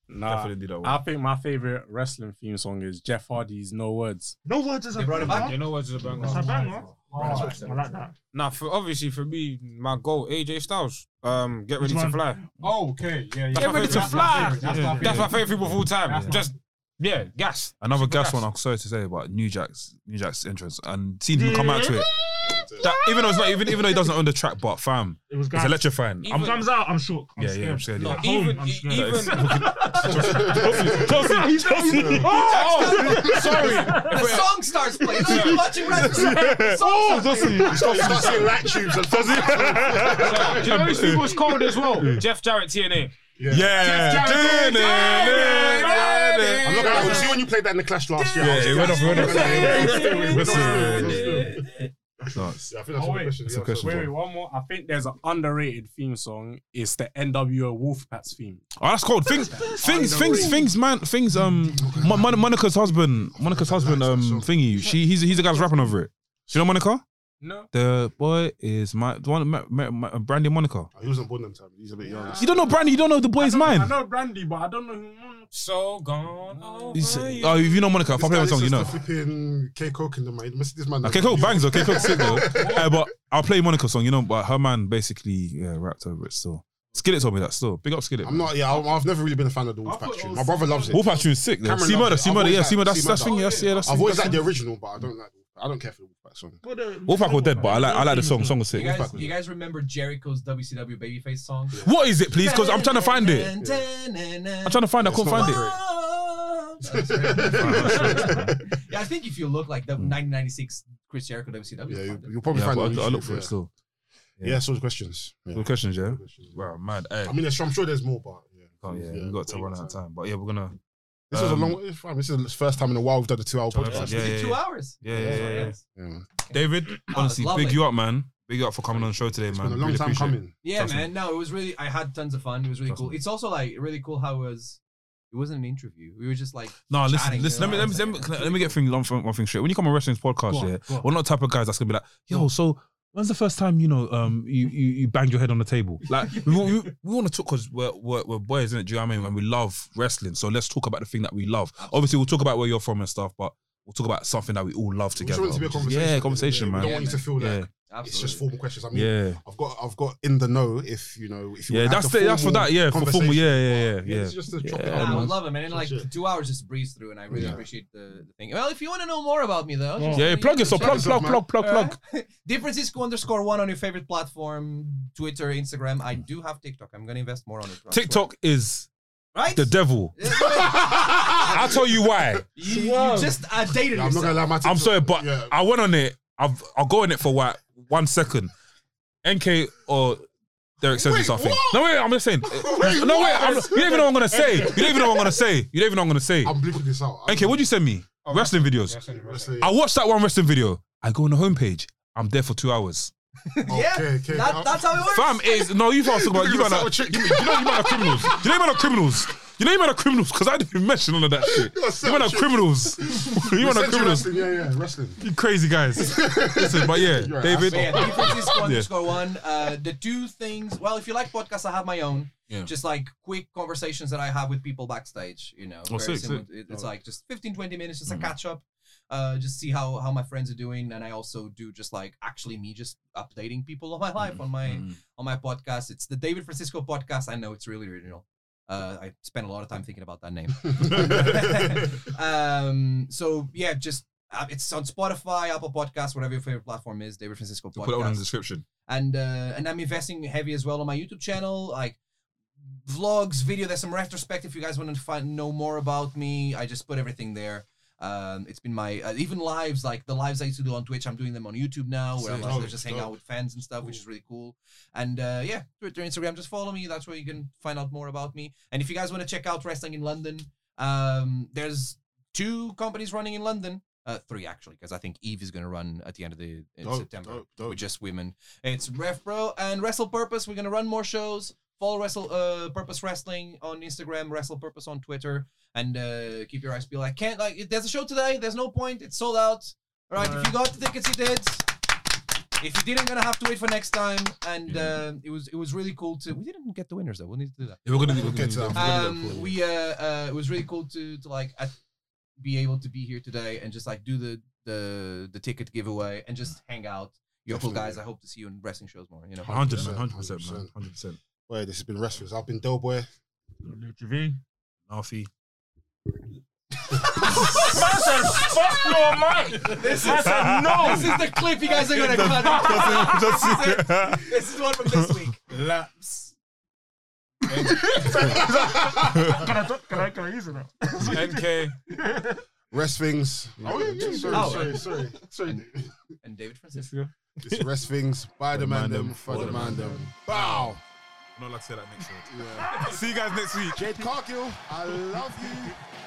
[SPEAKER 6] Nah,
[SPEAKER 1] Definitely did that one.
[SPEAKER 6] I think my favorite wrestling theme song is Jeff Hardy's No Words.
[SPEAKER 2] No words as
[SPEAKER 5] They brought it back.
[SPEAKER 4] You know what's the
[SPEAKER 3] It's a
[SPEAKER 4] banger?
[SPEAKER 3] banger. I like that.
[SPEAKER 4] Nah, for obviously for me, my goal, AJ Styles. Um, get ready
[SPEAKER 3] Which
[SPEAKER 4] to
[SPEAKER 3] one?
[SPEAKER 4] fly.
[SPEAKER 6] Oh, okay. Yeah, yeah.
[SPEAKER 4] Get ready to
[SPEAKER 6] That's my
[SPEAKER 4] fly.
[SPEAKER 6] favorite, that's my
[SPEAKER 4] That's
[SPEAKER 6] favorite.
[SPEAKER 4] my favorite people of all time. Just Yeah, gas.
[SPEAKER 1] Another
[SPEAKER 4] Super
[SPEAKER 1] gas
[SPEAKER 4] gas.
[SPEAKER 1] one. I'm sorry to say about New Jack's New Jack's entrance and seeing him come out to it. That, even though it's not even even though he doesn't own the track, but fam,
[SPEAKER 3] It was
[SPEAKER 1] it's
[SPEAKER 3] guys.
[SPEAKER 1] electrifying. I'm,
[SPEAKER 4] Even-
[SPEAKER 3] Comes out, I'm shook. I'm
[SPEAKER 1] yeah,
[SPEAKER 3] scared.
[SPEAKER 1] yeah, I'm scared. Yeah.
[SPEAKER 3] At home,
[SPEAKER 4] Even
[SPEAKER 3] I'm scared.
[SPEAKER 4] even
[SPEAKER 1] Chelsea, Chelsea.
[SPEAKER 5] Oh, sorry. The song starts playing. No, you're watching Red
[SPEAKER 1] Oh, Chelsea.
[SPEAKER 2] Stop, start saying light tubes and
[SPEAKER 3] oh,
[SPEAKER 4] Do you know these people was cold as well? Jeff Jarrett, TNA.
[SPEAKER 1] Yeah.
[SPEAKER 2] I'm not gonna lie, see when you played that in the Clash last year. I was-
[SPEAKER 1] Yeah, it went off, it went off. Nuts.
[SPEAKER 2] Yeah, I think that's
[SPEAKER 6] Oh,
[SPEAKER 2] all the
[SPEAKER 6] wait.
[SPEAKER 2] questions.
[SPEAKER 1] That's a
[SPEAKER 2] Yeah, that's
[SPEAKER 1] question.
[SPEAKER 2] all.
[SPEAKER 6] Wait, wait, one more. I think there's an underrated theme song. It's the NWO Wolfpack's theme.
[SPEAKER 1] Oh, that's cold. Things, things, things, things, man, things. Um, Mon- Mon- Monica's husband, Monica's husband, um, thingy. She, he's, he's the guy that's rapping over it. Do you know Monica?
[SPEAKER 6] No.
[SPEAKER 1] The boy is my the one, my, my, my, uh, Brandy Monica.
[SPEAKER 2] He wasn't born them time. He's a bit young.
[SPEAKER 1] You don't know Brandy. You don't know the boy is mine.
[SPEAKER 6] I know Brandy, but I don't know who.
[SPEAKER 4] So gone. over
[SPEAKER 1] He's-
[SPEAKER 4] you.
[SPEAKER 1] oh, if you know Monica, if I play my
[SPEAKER 2] This guy
[SPEAKER 1] song, you know.
[SPEAKER 2] listens to Flipping K Coke in the mind. This this man.
[SPEAKER 1] Okay, cool, bangs. Okay, cool, sick though. Eh, but I'll play Monica's song, you know. But her man basically yeah, rapped over it still. Skillet told me that still. Big up Skillet.
[SPEAKER 2] I'm not. Yeah, I'm- I've never really been a fan of the Wolfpack tune. My brother loves it.
[SPEAKER 1] Wolfpack tune's sick. though.
[SPEAKER 2] Cameron
[SPEAKER 1] See
[SPEAKER 2] loves
[SPEAKER 1] murder,
[SPEAKER 2] it.
[SPEAKER 1] see
[SPEAKER 2] I've
[SPEAKER 1] murder.
[SPEAKER 2] always
[SPEAKER 1] Yeah, see
[SPEAKER 2] liked
[SPEAKER 1] murder. That's
[SPEAKER 2] See
[SPEAKER 1] that's
[SPEAKER 2] Murder.
[SPEAKER 1] thing. That's yeah. That's
[SPEAKER 2] I've always
[SPEAKER 1] that's-
[SPEAKER 2] liked the original, but I don't like. I don't care for the Wolfpack song.
[SPEAKER 1] Wolfpack was dead, but I like I like the song. Song was
[SPEAKER 5] You
[SPEAKER 1] sick.
[SPEAKER 5] guys, you guys remember Jericho's WCW Babyface song?
[SPEAKER 1] What is it, please? Because I'm trying to find it. I'm trying to find. it. I couldn't
[SPEAKER 2] not
[SPEAKER 1] find it.
[SPEAKER 2] great.
[SPEAKER 5] yeah, I think if you look like the
[SPEAKER 1] Hmm.
[SPEAKER 5] 1996 Chris Jericho WCW,
[SPEAKER 2] Yeah,
[SPEAKER 5] you'll
[SPEAKER 2] you,
[SPEAKER 5] find it.
[SPEAKER 2] you'll probably
[SPEAKER 1] Yeah,
[SPEAKER 2] find
[SPEAKER 1] but I,
[SPEAKER 2] it.
[SPEAKER 1] I
[SPEAKER 2] on
[SPEAKER 1] look
[SPEAKER 2] YouTube,
[SPEAKER 1] for
[SPEAKER 2] yeah.
[SPEAKER 1] it still.
[SPEAKER 2] Yeah, so the questions. Yeah.
[SPEAKER 1] Good questions, yeah. Wow, mad. Hey,
[SPEAKER 2] I mean, there's, I'm sure there's more, but yeah,
[SPEAKER 1] oh, yeah, we got to run out of time, but yeah, we're gonna.
[SPEAKER 2] This was a
[SPEAKER 1] Um,
[SPEAKER 2] long. it's fine. This is the first time in a while we've done a two-hour
[SPEAKER 1] Sorry,
[SPEAKER 2] podcast.
[SPEAKER 1] yeah,
[SPEAKER 5] Is it
[SPEAKER 1] yeah,
[SPEAKER 5] two
[SPEAKER 1] yeah.
[SPEAKER 5] hours.
[SPEAKER 1] Yeah, yeah, yeah, yeah.
[SPEAKER 2] Yeah, man.
[SPEAKER 1] David, honestly,
[SPEAKER 5] lovely.
[SPEAKER 1] big you up, man. Big you up for coming on the show today,
[SPEAKER 2] It's
[SPEAKER 1] man.
[SPEAKER 2] been a long
[SPEAKER 1] Really
[SPEAKER 2] time
[SPEAKER 1] appreciate it.
[SPEAKER 2] coming.
[SPEAKER 5] Yeah,
[SPEAKER 1] Trust me.
[SPEAKER 5] man. No, it was really. I had tons of fun. It was really
[SPEAKER 1] Trust
[SPEAKER 5] cool.
[SPEAKER 1] me.
[SPEAKER 5] It's also like really cool how it was. It wasn't an interview. We were just like.
[SPEAKER 1] No, listen,
[SPEAKER 5] chatting,
[SPEAKER 1] listen.
[SPEAKER 5] you
[SPEAKER 1] Let me,
[SPEAKER 5] know,
[SPEAKER 1] let me, let me,
[SPEAKER 5] it's
[SPEAKER 1] can I-
[SPEAKER 5] like-
[SPEAKER 1] let me get thing, one, thing- one thing straight. When you come on wrestling's podcast, yeah, we're not the type of guys that's gonna be like, yo, so when's the first time you know um you you, you banged your head on the table? Like we, wa- we, we want to talk because we're, we're we're boys, isn't it? Do you know what I mean? And we love wrestling, so let's talk about the thing that we love. Obviously, we'll talk about where you're from and stuff, but we'll talk about something that we all love
[SPEAKER 2] We just
[SPEAKER 1] together.
[SPEAKER 2] want it to be a
[SPEAKER 1] which is-
[SPEAKER 2] conversation.
[SPEAKER 1] Yeah, conversation,
[SPEAKER 2] We
[SPEAKER 1] man.
[SPEAKER 2] don't want you to feel
[SPEAKER 1] Yeah,
[SPEAKER 2] like it's just formal questions. I mean,
[SPEAKER 1] yeah,
[SPEAKER 2] I've got, I've got in the know. If you know, if you
[SPEAKER 1] yeah.
[SPEAKER 2] wanna have
[SPEAKER 1] That's
[SPEAKER 2] the
[SPEAKER 1] the, that's for
[SPEAKER 2] formal
[SPEAKER 1] that. Yeah, for formal.
[SPEAKER 2] conversation.
[SPEAKER 1] Yeah, yeah, yeah, yeah.
[SPEAKER 2] It's just to chop it
[SPEAKER 1] Yeah,
[SPEAKER 5] Nah,
[SPEAKER 2] up.
[SPEAKER 5] I
[SPEAKER 1] man.
[SPEAKER 5] would love it, man. And like
[SPEAKER 2] That's it.
[SPEAKER 5] two hours just breeze through, and I really
[SPEAKER 2] Yeah.
[SPEAKER 5] appreciate the, the thing. Well, if you want to know more about me, though, just
[SPEAKER 1] Yeah,
[SPEAKER 5] go to
[SPEAKER 1] plug
[SPEAKER 5] YouTube,
[SPEAKER 1] yourself,
[SPEAKER 5] check
[SPEAKER 1] plug,
[SPEAKER 5] us
[SPEAKER 1] plug,
[SPEAKER 2] man.
[SPEAKER 1] plug, plug, plug.
[SPEAKER 5] Alright. Di Francisco underscore one on your favorite platform, Twitter, Instagram. I do have TikTok. I'm gonna invest more on it. I swear.
[SPEAKER 1] TikTok is
[SPEAKER 5] right?
[SPEAKER 1] the devil. I'll tell you why.
[SPEAKER 5] you, you just uh, dated
[SPEAKER 2] Yeah, I'm not
[SPEAKER 5] yourself.
[SPEAKER 2] gonna lie, my
[SPEAKER 1] I'm
[SPEAKER 2] TikTok-
[SPEAKER 1] sorry, but
[SPEAKER 2] yeah.
[SPEAKER 1] I went on it. I've I'll go on it for what one second. NK or Derek says me something. No wait, I'm just saying. no wait, I'm, you don't even know what I'm gonna say. You don't even know what I'm gonna say. You don't even know what I'm gonna say.
[SPEAKER 2] I'm bleeping this out.
[SPEAKER 1] NK, what'd you send me? Wrestling videos.
[SPEAKER 4] That's it, that's
[SPEAKER 2] Honestly,
[SPEAKER 4] it.
[SPEAKER 1] I watched that one wrestling video. I go on the homepage. I'm there for two hours.
[SPEAKER 5] yeah,
[SPEAKER 2] Oh, okay, okay.
[SPEAKER 5] that, that's how it works.
[SPEAKER 1] Fam, it's no. You've asked about you man.
[SPEAKER 2] Sour
[SPEAKER 1] Are,
[SPEAKER 2] chick,
[SPEAKER 1] you know you man are criminals. You know you man are criminals. You know you man are criminals because I didn't even mention none of that shit.
[SPEAKER 2] You're a
[SPEAKER 1] You man are
[SPEAKER 2] sour chick.
[SPEAKER 1] criminals. You man are
[SPEAKER 2] Essentially
[SPEAKER 1] criminals.
[SPEAKER 2] wrestling, Yeah, yeah, wrestling.
[SPEAKER 1] You crazy guys. Listen, but yeah,
[SPEAKER 2] You're an
[SPEAKER 1] David.
[SPEAKER 5] But yeah, Di Francisco underscore one. Uh, the two things. Well, if you like podcasts, I have my own.
[SPEAKER 1] Yeah.
[SPEAKER 5] Just like quick conversations that I have with people backstage. You know,
[SPEAKER 1] Oh,
[SPEAKER 5] very
[SPEAKER 1] sick, Mm-hmm.
[SPEAKER 5] simple. It- it's like just 15, 20 minutes, just a catch up. Uh, just see how how my friends are doing, and I also do just like actually me just updating people on my life
[SPEAKER 1] Mm-hmm.
[SPEAKER 5] on my on my podcast. It's the David Francisco podcast. I know it's really original. Uh, I spent a lot of time thinking about that name. um, so yeah, just uh, it's on Spotify, Apple Podcasts, whatever your favorite platform is. David Francisco
[SPEAKER 1] We'll put it all in the
[SPEAKER 5] podcast,
[SPEAKER 1] description.
[SPEAKER 5] and uh, and I'm investing heavy as well on my YouTube channel, like vlogs, video. There's some retrospective. If you guys want to find know more about me, I just put everything there. Um, it's been my uh, even lives like the lives I used to do on Twitch. I'm doing them on YouTube now, where I'm
[SPEAKER 2] Sick.
[SPEAKER 5] also
[SPEAKER 2] Oh,
[SPEAKER 5] just hang
[SPEAKER 2] dope.
[SPEAKER 5] out with fans and stuff, which is really cool. And uh, yeah, Twitter, Instagram, just follow me. That's where you can find out more about me. And if you guys want to check out wrestling in London, um, there's two companies running in London. Uh, three actually, because I think Eve is going to run at the end of the in
[SPEAKER 2] Dope,
[SPEAKER 5] September
[SPEAKER 2] dope, dope.
[SPEAKER 5] with just women. It's Ref Bro and Wrestle Purpose. We're going to run more shows. Follow Wrestle uh, Purpose Wrestling on Instagram, Wrestle Purpose on Twitter, and uh, keep your eyes peeled. I can't like if there's a show today. There's no point. It's sold out. All right, if you got the tickets, you did. If you didn't, gonna have to wait for next time. And uh, it was it was really cool to. We didn't get the winners though. We'll need to do that
[SPEAKER 1] Yeah, we're gonna we're
[SPEAKER 2] Get
[SPEAKER 1] gonna
[SPEAKER 2] to that.
[SPEAKER 5] um, we uh, uh, it was really cool to to like at, be able to be here today and just like do the the the ticket giveaway and just hang out. Yo, cool guys, I hope to see you in wrestling shows more. You know,
[SPEAKER 1] Hundred percent, hundred percent, man, hundred percent.
[SPEAKER 2] Boy, this has been wrestlers. I've been Doughboy.
[SPEAKER 3] Lucha V.
[SPEAKER 1] Alfie.
[SPEAKER 3] Man said, fuck your mic. Man said, no.
[SPEAKER 5] This is the clip you guys are gonna cut. this is one from this week.
[SPEAKER 6] Laps.
[SPEAKER 3] Can I, talk- can I, can I use it now?
[SPEAKER 4] NK.
[SPEAKER 2] Rest things. sorry,
[SPEAKER 5] Oh.
[SPEAKER 2] sorry, sorry, sorry.
[SPEAKER 5] And David Francis.
[SPEAKER 2] It's rest things. By the man them, for the man them. Bow.
[SPEAKER 7] I'm not allowed to say that next word.
[SPEAKER 2] Yeah.
[SPEAKER 7] See you guys next week.
[SPEAKER 2] Jade Cargill, I love you.